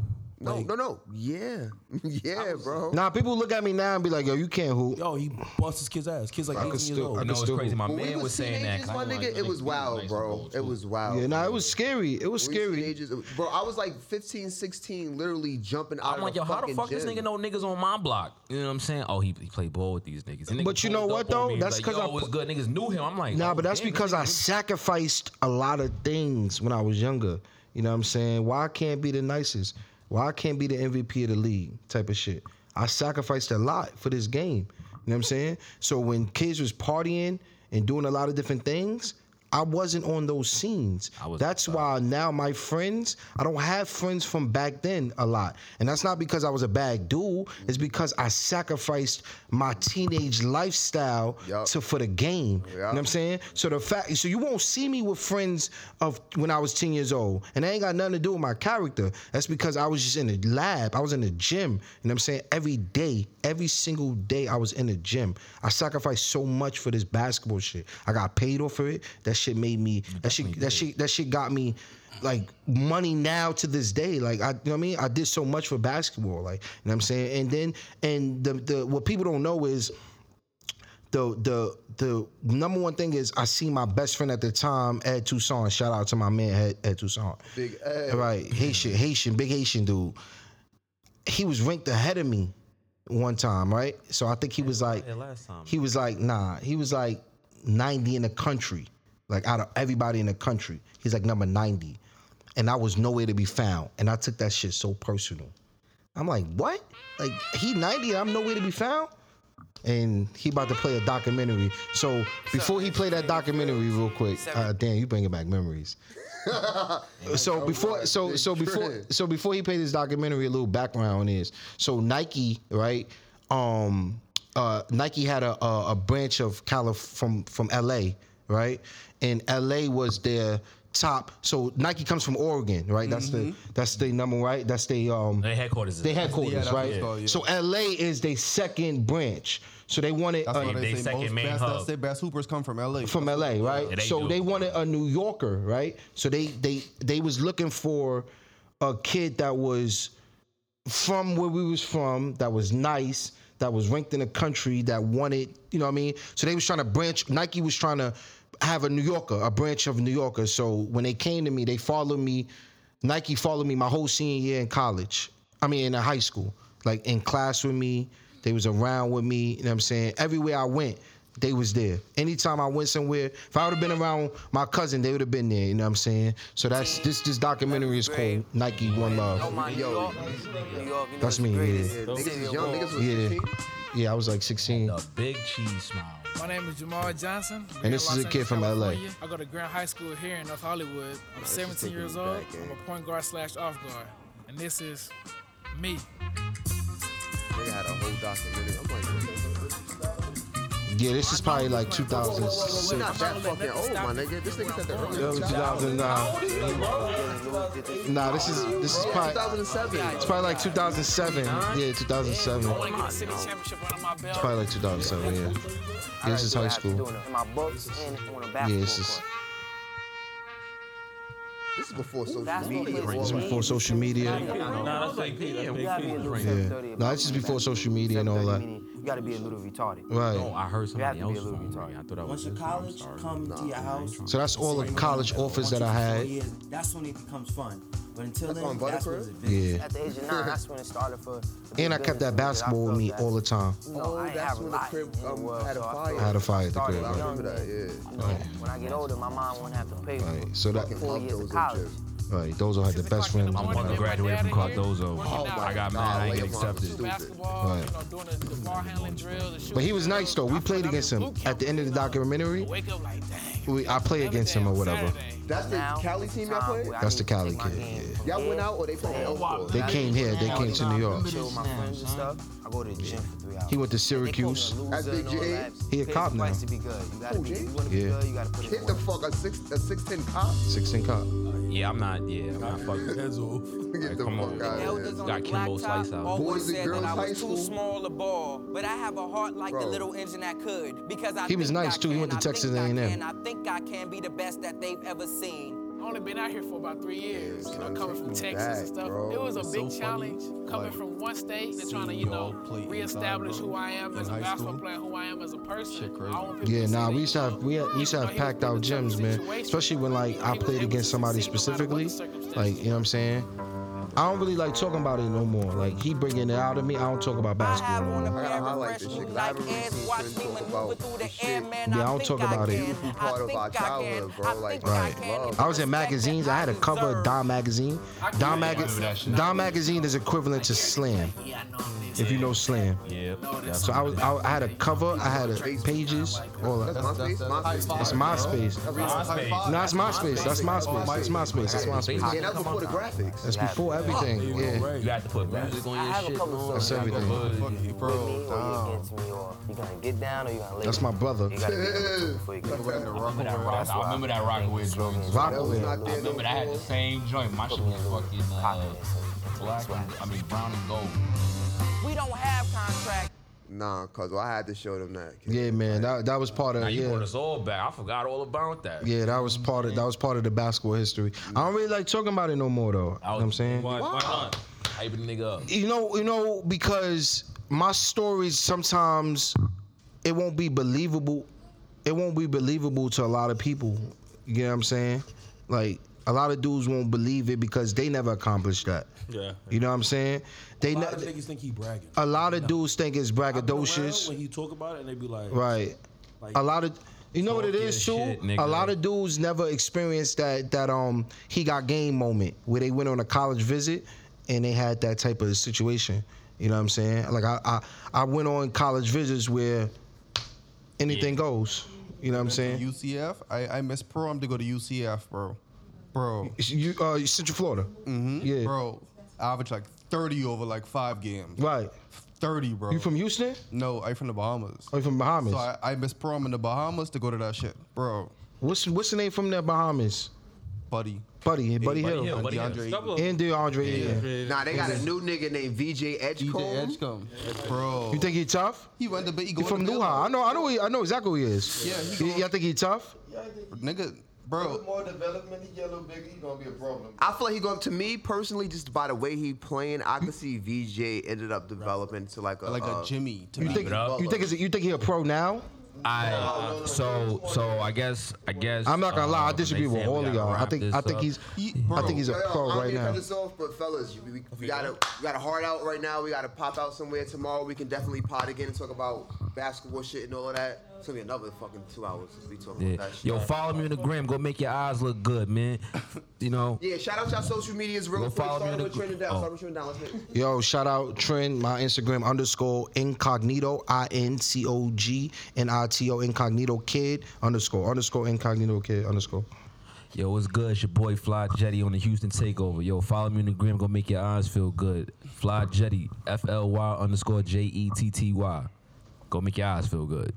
[SPEAKER 9] No,
[SPEAKER 13] Like-
[SPEAKER 9] no, no. Yeah. yeah, bro.
[SPEAKER 6] Now people look at me now and be like, "Yo, you can't hoop."
[SPEAKER 13] Yo, he busts his kid's ass. Kids like
[SPEAKER 6] I
[SPEAKER 13] 18
[SPEAKER 6] could
[SPEAKER 13] years
[SPEAKER 6] still-
[SPEAKER 13] old.
[SPEAKER 6] I could
[SPEAKER 8] You know what's
[SPEAKER 6] still-
[SPEAKER 8] crazy? My
[SPEAKER 9] When we
[SPEAKER 8] man
[SPEAKER 9] was
[SPEAKER 8] was saying that.
[SPEAKER 9] teenagers,
[SPEAKER 8] 'cause
[SPEAKER 9] my
[SPEAKER 8] I'm like,
[SPEAKER 9] nigga,
[SPEAKER 8] that
[SPEAKER 9] it was
[SPEAKER 8] nigga
[SPEAKER 9] wild,
[SPEAKER 8] nice
[SPEAKER 9] bro. It was wild.
[SPEAKER 6] Yeah, nah, it was scary. It was
[SPEAKER 9] When we was
[SPEAKER 6] scary.
[SPEAKER 9] teenagers, it- bro, I was like 15, 16, literally jumping out
[SPEAKER 8] I'm
[SPEAKER 9] of
[SPEAKER 8] like,
[SPEAKER 9] the
[SPEAKER 8] yo, how the
[SPEAKER 9] fucking
[SPEAKER 8] fuck this
[SPEAKER 9] gym.
[SPEAKER 8] nigga know niggas on my block? You know what I'm saying? Oh, he, he played ball with these niggas. The nigga
[SPEAKER 6] But you know
[SPEAKER 8] pulled
[SPEAKER 6] what,
[SPEAKER 8] up on
[SPEAKER 6] though?
[SPEAKER 8] me and
[SPEAKER 6] That's
[SPEAKER 8] was
[SPEAKER 6] 'cause
[SPEAKER 8] like, yo,
[SPEAKER 6] I
[SPEAKER 8] what's
[SPEAKER 6] pu-
[SPEAKER 8] good. Niggas knew him. I'm like,
[SPEAKER 6] Nah,
[SPEAKER 8] oh,
[SPEAKER 6] but that's
[SPEAKER 8] damn,
[SPEAKER 6] because
[SPEAKER 8] this
[SPEAKER 6] I
[SPEAKER 8] nigga-
[SPEAKER 6] sacrificed a lot of things when I was younger. You know what I'm saying? Why I can't be the nicest? Why I can't be the MVP of the league type of shit? I sacrificed a lot for this game. You know what I'm saying? So when kids was partying and doing a lot of different things, I wasn't on those scenes. that's why now my friends, I don't have friends from back then a lot. And that's not because I was a bad dude, it's because I sacrificed my teenage lifestyle
[SPEAKER 9] Yup.
[SPEAKER 6] to for the game. You know what I'm saying? So the fact so you won't see me with friends of when I was 10 years old. And that ain't got nothing to do with my character. That's because I was just in the lab. I was in the gym. You know what I'm saying? Every day, every single day I was in the gym. I sacrificed so much for this basketball shit. I got paid off for it. That shit made me that shit that shit that shit got me like money now to this day. Like I, you know what I mean, I did so much for basketball. Like you know what I'm saying. And then and the the what people don't know is the the the number one thing is I see my best friend at the time, Ed Tucson. Shout out to my man Ed, Ed Tucson.
[SPEAKER 9] Big Ed.
[SPEAKER 6] Right, Haitian, Haitian, big Haitian dude. He was ranked ahead of me one time, right? So I think he was like,
[SPEAKER 8] yeah, last time.
[SPEAKER 6] he was like, nah, he was like 90 in the country, like out of everybody in the country, he's like number 90, and I was nowhere to be found, and I took that shit so personal. I'm like, what? Like he 90, I'm nowhere to be found and he about to play a documentary. So before he play that documentary, real quick, uh, Dan, you bringing back memories. so before, so so before, so before he played this documentary, a little background is so Nike, right? Um, uh, Nike had a, a a branch of Calif from from L.A. Right, and L.A. was their top. So Nike comes from Oregon, right? That's the that's the number right. That's the um
[SPEAKER 8] They headquarters. is-
[SPEAKER 6] they headquarters,
[SPEAKER 8] Yeah, that's what
[SPEAKER 6] right?
[SPEAKER 8] it's called, yeah.
[SPEAKER 6] So LA is their second branch. So they wanted
[SPEAKER 5] That's
[SPEAKER 6] a-
[SPEAKER 5] why they, say most best, that's their best hoopers come from LA.
[SPEAKER 6] from LA, right?
[SPEAKER 5] Yeah, they
[SPEAKER 6] so
[SPEAKER 5] do.
[SPEAKER 6] they wanted a New Yorker, right? So they they they was looking for a kid that was from where we was from, that was nice, that was ranked in the country, that wanted, you know what I mean? So they was trying to branch. Nike was trying to have a New Yorker, a branch of New Yorker. So when they came to me, they followed me. Nike followed me my whole senior year in college. I mean, in high school, like in class with me. They was around with me. You know what I'm saying? Everywhere I went, they was there. Anytime I went somewhere, if I would have been around my cousin, they would have been there. You know what I'm saying? So that's this. This documentary is called Nike One Love.
[SPEAKER 23] New York. New York. you know,
[SPEAKER 6] That's
[SPEAKER 23] it's
[SPEAKER 6] me.
[SPEAKER 23] the greatest.
[SPEAKER 6] Yeah.
[SPEAKER 23] City of all.
[SPEAKER 6] yeah. yeah, I was like 16. A
[SPEAKER 8] big cheese smile.
[SPEAKER 23] My name is Jamal Johnson.
[SPEAKER 6] And this
[SPEAKER 23] Grand
[SPEAKER 6] is a
[SPEAKER 23] Los
[SPEAKER 6] kid from
[SPEAKER 23] Angeles,
[SPEAKER 6] LA.
[SPEAKER 23] California. I go to Grant High School here in North Hollywood. I'm 17 years old.
[SPEAKER 6] eh?
[SPEAKER 23] I'm a point guard slash off guard. And this is me.
[SPEAKER 9] They had a whole documentary. I'm like,
[SPEAKER 6] Yeah, this is probably like
[SPEAKER 9] we're not
[SPEAKER 6] 2006.
[SPEAKER 9] that fucking old, my nigga. This nigga said the early
[SPEAKER 6] That was 2009. Nah, this is this is probably
[SPEAKER 9] 2007.
[SPEAKER 6] it's probably like 2007. Yeah, 2007.
[SPEAKER 23] I want to get a city
[SPEAKER 6] It's
[SPEAKER 23] championship under my belt.
[SPEAKER 6] probably like 2007. Yeah. Yeah, this is high school.
[SPEAKER 23] In my books and on a
[SPEAKER 6] Yeah,
[SPEAKER 23] basketball
[SPEAKER 6] this is.
[SPEAKER 9] This is before social
[SPEAKER 23] That's what
[SPEAKER 9] media.
[SPEAKER 23] it
[SPEAKER 6] This is before social media.
[SPEAKER 23] Nah, that's like
[SPEAKER 6] Yeah. No, this is before social media and all that.
[SPEAKER 23] You gotta be a little retarded.
[SPEAKER 6] Right.
[SPEAKER 23] No, I heard somebody else phone
[SPEAKER 8] I thought I
[SPEAKER 24] Once your college come to your house,
[SPEAKER 6] So that's all the college offers that I had.
[SPEAKER 24] years, that's when it becomes fun. But until
[SPEAKER 23] That's
[SPEAKER 24] then,
[SPEAKER 23] on
[SPEAKER 24] that's
[SPEAKER 23] Buttercup?
[SPEAKER 24] what it's been.
[SPEAKER 6] Yeah.
[SPEAKER 23] At the age of nine, that's when it started for.
[SPEAKER 6] And I kept that basketball with me all the time.
[SPEAKER 9] Oh,
[SPEAKER 23] No, Oh, I ain't have a lot in
[SPEAKER 9] um,
[SPEAKER 23] the world, so I feel
[SPEAKER 6] I had a fire at the
[SPEAKER 23] started
[SPEAKER 6] crib,
[SPEAKER 23] young,
[SPEAKER 6] right.
[SPEAKER 23] You know, when I get older, my mom won't have to pay for
[SPEAKER 6] Right. So that.
[SPEAKER 23] four years of college.
[SPEAKER 6] Right. Those are the best friends.
[SPEAKER 8] I'm one to graduate from Cardozo.
[SPEAKER 6] Oh my
[SPEAKER 8] I
[SPEAKER 6] God,
[SPEAKER 8] got mad. I ain't
[SPEAKER 6] like,
[SPEAKER 8] get accepted.
[SPEAKER 23] Basketball,
[SPEAKER 6] Right.
[SPEAKER 23] you know, doing the, the bar handling drills and shooting.
[SPEAKER 6] But he was nice though. We played against him at the end of the documentary.
[SPEAKER 23] Wake up like that.
[SPEAKER 6] We, I play against him or whatever.
[SPEAKER 9] That's the Cali team y'all played?
[SPEAKER 6] That's the Cali kid.
[SPEAKER 9] Y'all went out or they played elsewhere?
[SPEAKER 6] They came here. They came to New York.
[SPEAKER 23] Chill with my friends and stuff. I go to the gym for three hours.
[SPEAKER 6] He went to Syracuse.
[SPEAKER 23] That's Big J.
[SPEAKER 6] He a cop now.
[SPEAKER 23] To be good, you gotta be. You wanna be
[SPEAKER 6] Yeah.
[SPEAKER 23] good, you gotta put it.
[SPEAKER 9] Hit the fuck a six a six ten cop.
[SPEAKER 6] Sixteen cop.
[SPEAKER 8] Yeah, I'm not. Yeah, I'm not fucking. Like, come on. Got Kimbo Slice out.
[SPEAKER 9] Boys and girls high
[SPEAKER 25] too
[SPEAKER 9] school.
[SPEAKER 25] small a ball, but I have a heart like the
[SPEAKER 9] Bro.
[SPEAKER 25] little engine that could. Because I
[SPEAKER 6] He was
[SPEAKER 25] think
[SPEAKER 6] nice
[SPEAKER 25] I
[SPEAKER 6] too. He
[SPEAKER 25] can,
[SPEAKER 6] went to
[SPEAKER 25] I think
[SPEAKER 6] Texas
[SPEAKER 25] I
[SPEAKER 6] A&M.
[SPEAKER 25] can, I think I can be the best that they've ever seen.
[SPEAKER 23] I only been out here for about three years, you know, coming from
[SPEAKER 25] me
[SPEAKER 23] Texas
[SPEAKER 25] back,
[SPEAKER 23] and stuff.
[SPEAKER 25] bro.
[SPEAKER 23] It was a
[SPEAKER 25] It's
[SPEAKER 23] big
[SPEAKER 25] so funny.
[SPEAKER 23] challenge coming
[SPEAKER 25] Like,
[SPEAKER 23] from one state to trying to, you know, reestablish who I am as a basketball player, who I am as a person. I want people
[SPEAKER 6] Yeah, nah, we used to have we, had, we used to have packed out gyms, man. Especially when like I played against somebody specifically, like you know what I'm saying. I don't really like talking about it no more. Like he bringing it out of me. I don't talk about basketball no more.
[SPEAKER 9] I gotta highlight this shit because I haven't really seen friends talk about this shit.
[SPEAKER 6] Yeah, I don't talk about it.
[SPEAKER 9] Be part of our childhood, bro. Like,
[SPEAKER 6] Right. I was in magazines. I had a cover of Dom magazine. Dom,
[SPEAKER 9] Yeah, I
[SPEAKER 6] maga-
[SPEAKER 9] remember that shit.
[SPEAKER 6] Dom magazine is equivalent to Slam. If you know Slam.
[SPEAKER 8] Yeah.
[SPEAKER 6] So I, was, I, I had a cover. I had a pages. All that.
[SPEAKER 9] That's MySpace? MySpace.
[SPEAKER 6] It's MySpace.
[SPEAKER 9] MySpace.
[SPEAKER 6] No, that's MySpace. That's MySpace. That's MySpace. That's
[SPEAKER 9] Yeah, that was
[SPEAKER 6] MySpace.
[SPEAKER 9] before the graphics.
[SPEAKER 6] That's before everything. Yeah.
[SPEAKER 8] You have to put music on your shit.
[SPEAKER 6] That's everything.
[SPEAKER 8] Bro,
[SPEAKER 23] You gonna get down or you gonna lay
[SPEAKER 6] That's my brother.
[SPEAKER 23] You gotta get down before you get
[SPEAKER 8] I remember that rock. I remember that Rockaway joint.
[SPEAKER 6] Rockaway.
[SPEAKER 8] I remember that I had the same joint. My shit was fucking uh, black. And, I mean brown and gold.
[SPEAKER 25] We don't have contracts.
[SPEAKER 9] Nah, cause well, I had to show them that.
[SPEAKER 6] Yeah, man. That, that was part of
[SPEAKER 8] Now you
[SPEAKER 6] yeah.
[SPEAKER 8] brought us all back. I forgot all about that.
[SPEAKER 6] Yeah, that was part of that was part of the basketball history. I don't really like talking about it no more though. You know what I'm saying?
[SPEAKER 8] Why, why not? Hyping the nigga up.
[SPEAKER 6] You know, you know, because my stories sometimes it won't be believable. It won't be believable to a lot of people. You know what I'm saying? Like a lot of dudes won't believe it because they never accomplished that.
[SPEAKER 13] Yeah.
[SPEAKER 6] You know what I'm saying? They
[SPEAKER 13] a
[SPEAKER 6] ne-
[SPEAKER 13] lot of niggas think he bragging.
[SPEAKER 6] a lot of dudes think it's
[SPEAKER 13] I've been around
[SPEAKER 6] braggadocious.
[SPEAKER 13] When he talk about it, and they be like,
[SPEAKER 6] Right.
[SPEAKER 13] Like-
[SPEAKER 6] a lot of you know what it
[SPEAKER 13] Talk
[SPEAKER 6] is too.
[SPEAKER 13] your shit,
[SPEAKER 6] a
[SPEAKER 13] nigga.
[SPEAKER 6] lot of dudes never experienced that that um he got game moment where they went on a college visit and they had that type of situation. You know what I'm saying? Like I I, I went on college visits where anything goes. You know what I'm saying?
[SPEAKER 5] UCF. I, I miss prom to go to UCF, bro. Bro.
[SPEAKER 6] You uh you Central Florida.
[SPEAKER 5] hmm
[SPEAKER 6] Yeah.
[SPEAKER 5] Bro, I averaged like 30 over like five games.
[SPEAKER 6] Right.
[SPEAKER 5] 30, bro.
[SPEAKER 6] You from Houston?
[SPEAKER 5] No, I from the Bahamas.
[SPEAKER 6] Oh, you from Bahamas?
[SPEAKER 5] So I, I miss prom in the Bahamas to go to that shit, bro.
[SPEAKER 6] What's what's the name from the Bahamas?
[SPEAKER 5] Buddy.
[SPEAKER 6] Buddy,
[SPEAKER 5] Yeah,
[SPEAKER 6] Buddy,
[SPEAKER 5] Buddy
[SPEAKER 6] Hill,
[SPEAKER 5] Hill, Buddy
[SPEAKER 6] and
[SPEAKER 5] Hill. Double.
[SPEAKER 6] DeAndre, and DeAndre.
[SPEAKER 5] Yeah.
[SPEAKER 6] Ayton.
[SPEAKER 5] Nah, they got a
[SPEAKER 9] new nigga named VJ Edgecombe.
[SPEAKER 5] Edgecomb. E Bro.
[SPEAKER 6] You think he tough?
[SPEAKER 5] He went to big.
[SPEAKER 6] He from Newhart. I know. I know. He, I know exactly who he is.
[SPEAKER 5] Yeah,
[SPEAKER 6] he y- y'all think he tough?
[SPEAKER 5] Nigga,
[SPEAKER 9] bro.
[SPEAKER 26] More development, he yellow biggie, he gonna be a problem.
[SPEAKER 9] I feel like he go up to me personally, just by the way he playing. I could see VJ ended up developing to like a
[SPEAKER 5] Like a
[SPEAKER 9] uh,
[SPEAKER 5] Jimmy to
[SPEAKER 6] You
[SPEAKER 5] me.
[SPEAKER 6] think? You think? Is it, you think he a pro now?
[SPEAKER 8] I so so I guess I guess
[SPEAKER 6] I'm not gonna lie. I
[SPEAKER 8] um, they
[SPEAKER 6] disagree with
[SPEAKER 8] said we
[SPEAKER 6] all of
[SPEAKER 8] gotta
[SPEAKER 6] y'all. I
[SPEAKER 8] wrap
[SPEAKER 6] think.
[SPEAKER 8] this
[SPEAKER 6] I think
[SPEAKER 8] up.
[SPEAKER 6] he's. I
[SPEAKER 8] bro.
[SPEAKER 6] think he's a
[SPEAKER 9] Yo, yo,
[SPEAKER 6] pro
[SPEAKER 9] I'm
[SPEAKER 6] right
[SPEAKER 9] gonna cut
[SPEAKER 6] now.
[SPEAKER 9] this off, but fellas, we, we, we gotta we gotta hard out right now. We gotta pop out somewhere tomorrow. We can definitely pod again and talk about basketball shit and all of that. It's gonna be another fucking two hours since we talking
[SPEAKER 8] Yeah.
[SPEAKER 9] about that shit.
[SPEAKER 8] Yo, follow me on the gram. Go make your eyes look good, man. You know.
[SPEAKER 9] Yeah, shout out y'all social medias real
[SPEAKER 8] Go
[SPEAKER 9] quick.
[SPEAKER 8] follow me
[SPEAKER 9] Starting
[SPEAKER 8] on
[SPEAKER 9] with
[SPEAKER 8] the-
[SPEAKER 9] Trending Down.
[SPEAKER 8] oh.
[SPEAKER 9] Starting with Trending Down. Let's hit it.
[SPEAKER 6] Yo, shout out Trend, my Instagram underscore incognito, I N C O G N I T O incognito kid underscore underscore incognito kid underscore.
[SPEAKER 8] Yo, what's good? It's your boy Fly Jetty on the Houston Takeover. Yo, follow me on the gram. Go make your eyes feel good. Fly Jetty, F L Y underscore J E T T Y. Go make your eyes feel good.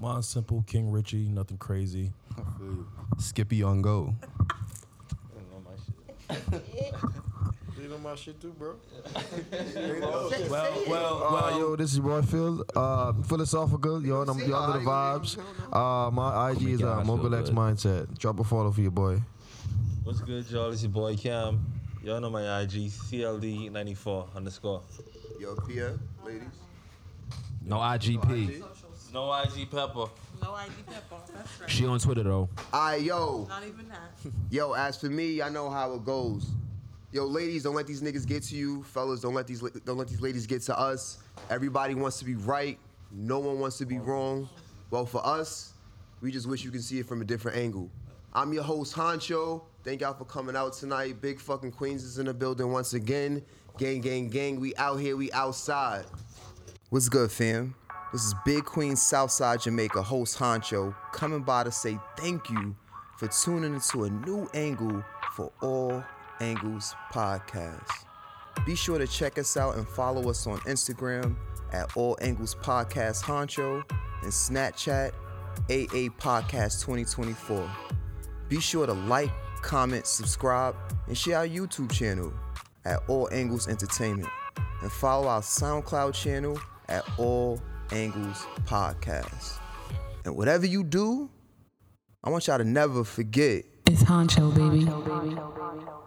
[SPEAKER 27] Mine's simple, King Richie, nothing crazy.
[SPEAKER 5] Skippy on go.
[SPEAKER 26] You know my shit too, bro. Um,
[SPEAKER 27] Well, well,
[SPEAKER 28] Uh, yo, this is Roy Field, uh, philosophical. Yo, and I'm, y'all know the vibes. Uh, my IG is uh,
[SPEAKER 13] God, I feel
[SPEAKER 28] Mobilex
[SPEAKER 13] good.
[SPEAKER 28] Mindset. Drop a follow for your boy.
[SPEAKER 13] What's good, y'all? It's your boy Cam. Y'all know my IG, CLD94 underscore.
[SPEAKER 8] Oh.
[SPEAKER 9] Yo, Pia, ladies.
[SPEAKER 8] No IGP.
[SPEAKER 13] No IG Pepper.
[SPEAKER 29] No ID Pepper. That's right.
[SPEAKER 8] She on Twitter though.
[SPEAKER 9] I yo.
[SPEAKER 29] Not even that.
[SPEAKER 9] Yo, as for me, I know how it goes. Yo, ladies, don't let these niggas get to you. Fellas, don't let these don't let these ladies get to us. Everybody wants to be right. No one wants to be wrong. Well, for us, we just wish you can see it from a different angle. I'm your host, Honcho. Thank y'all for coming out tonight. Big fucking Queens is in the building once again. Gang, gang, gang. We out here. We outside. What's good, fam? This is Big Queen Southside Jamaica host Honcho coming by to say thank you for tuning into a new angle for All Angles Podcast. Be sure to check us out and follow us on Instagram at All Angles Podcast Honcho and Snapchat AA Podcast 2024. Be sure to like, comment, subscribe, and share our YouTube channel at All Angles Entertainment and follow our SoundCloud channel at All Angles Podcast. And whatever you do, I want y'all to never forget
[SPEAKER 2] It's Honcho, baby.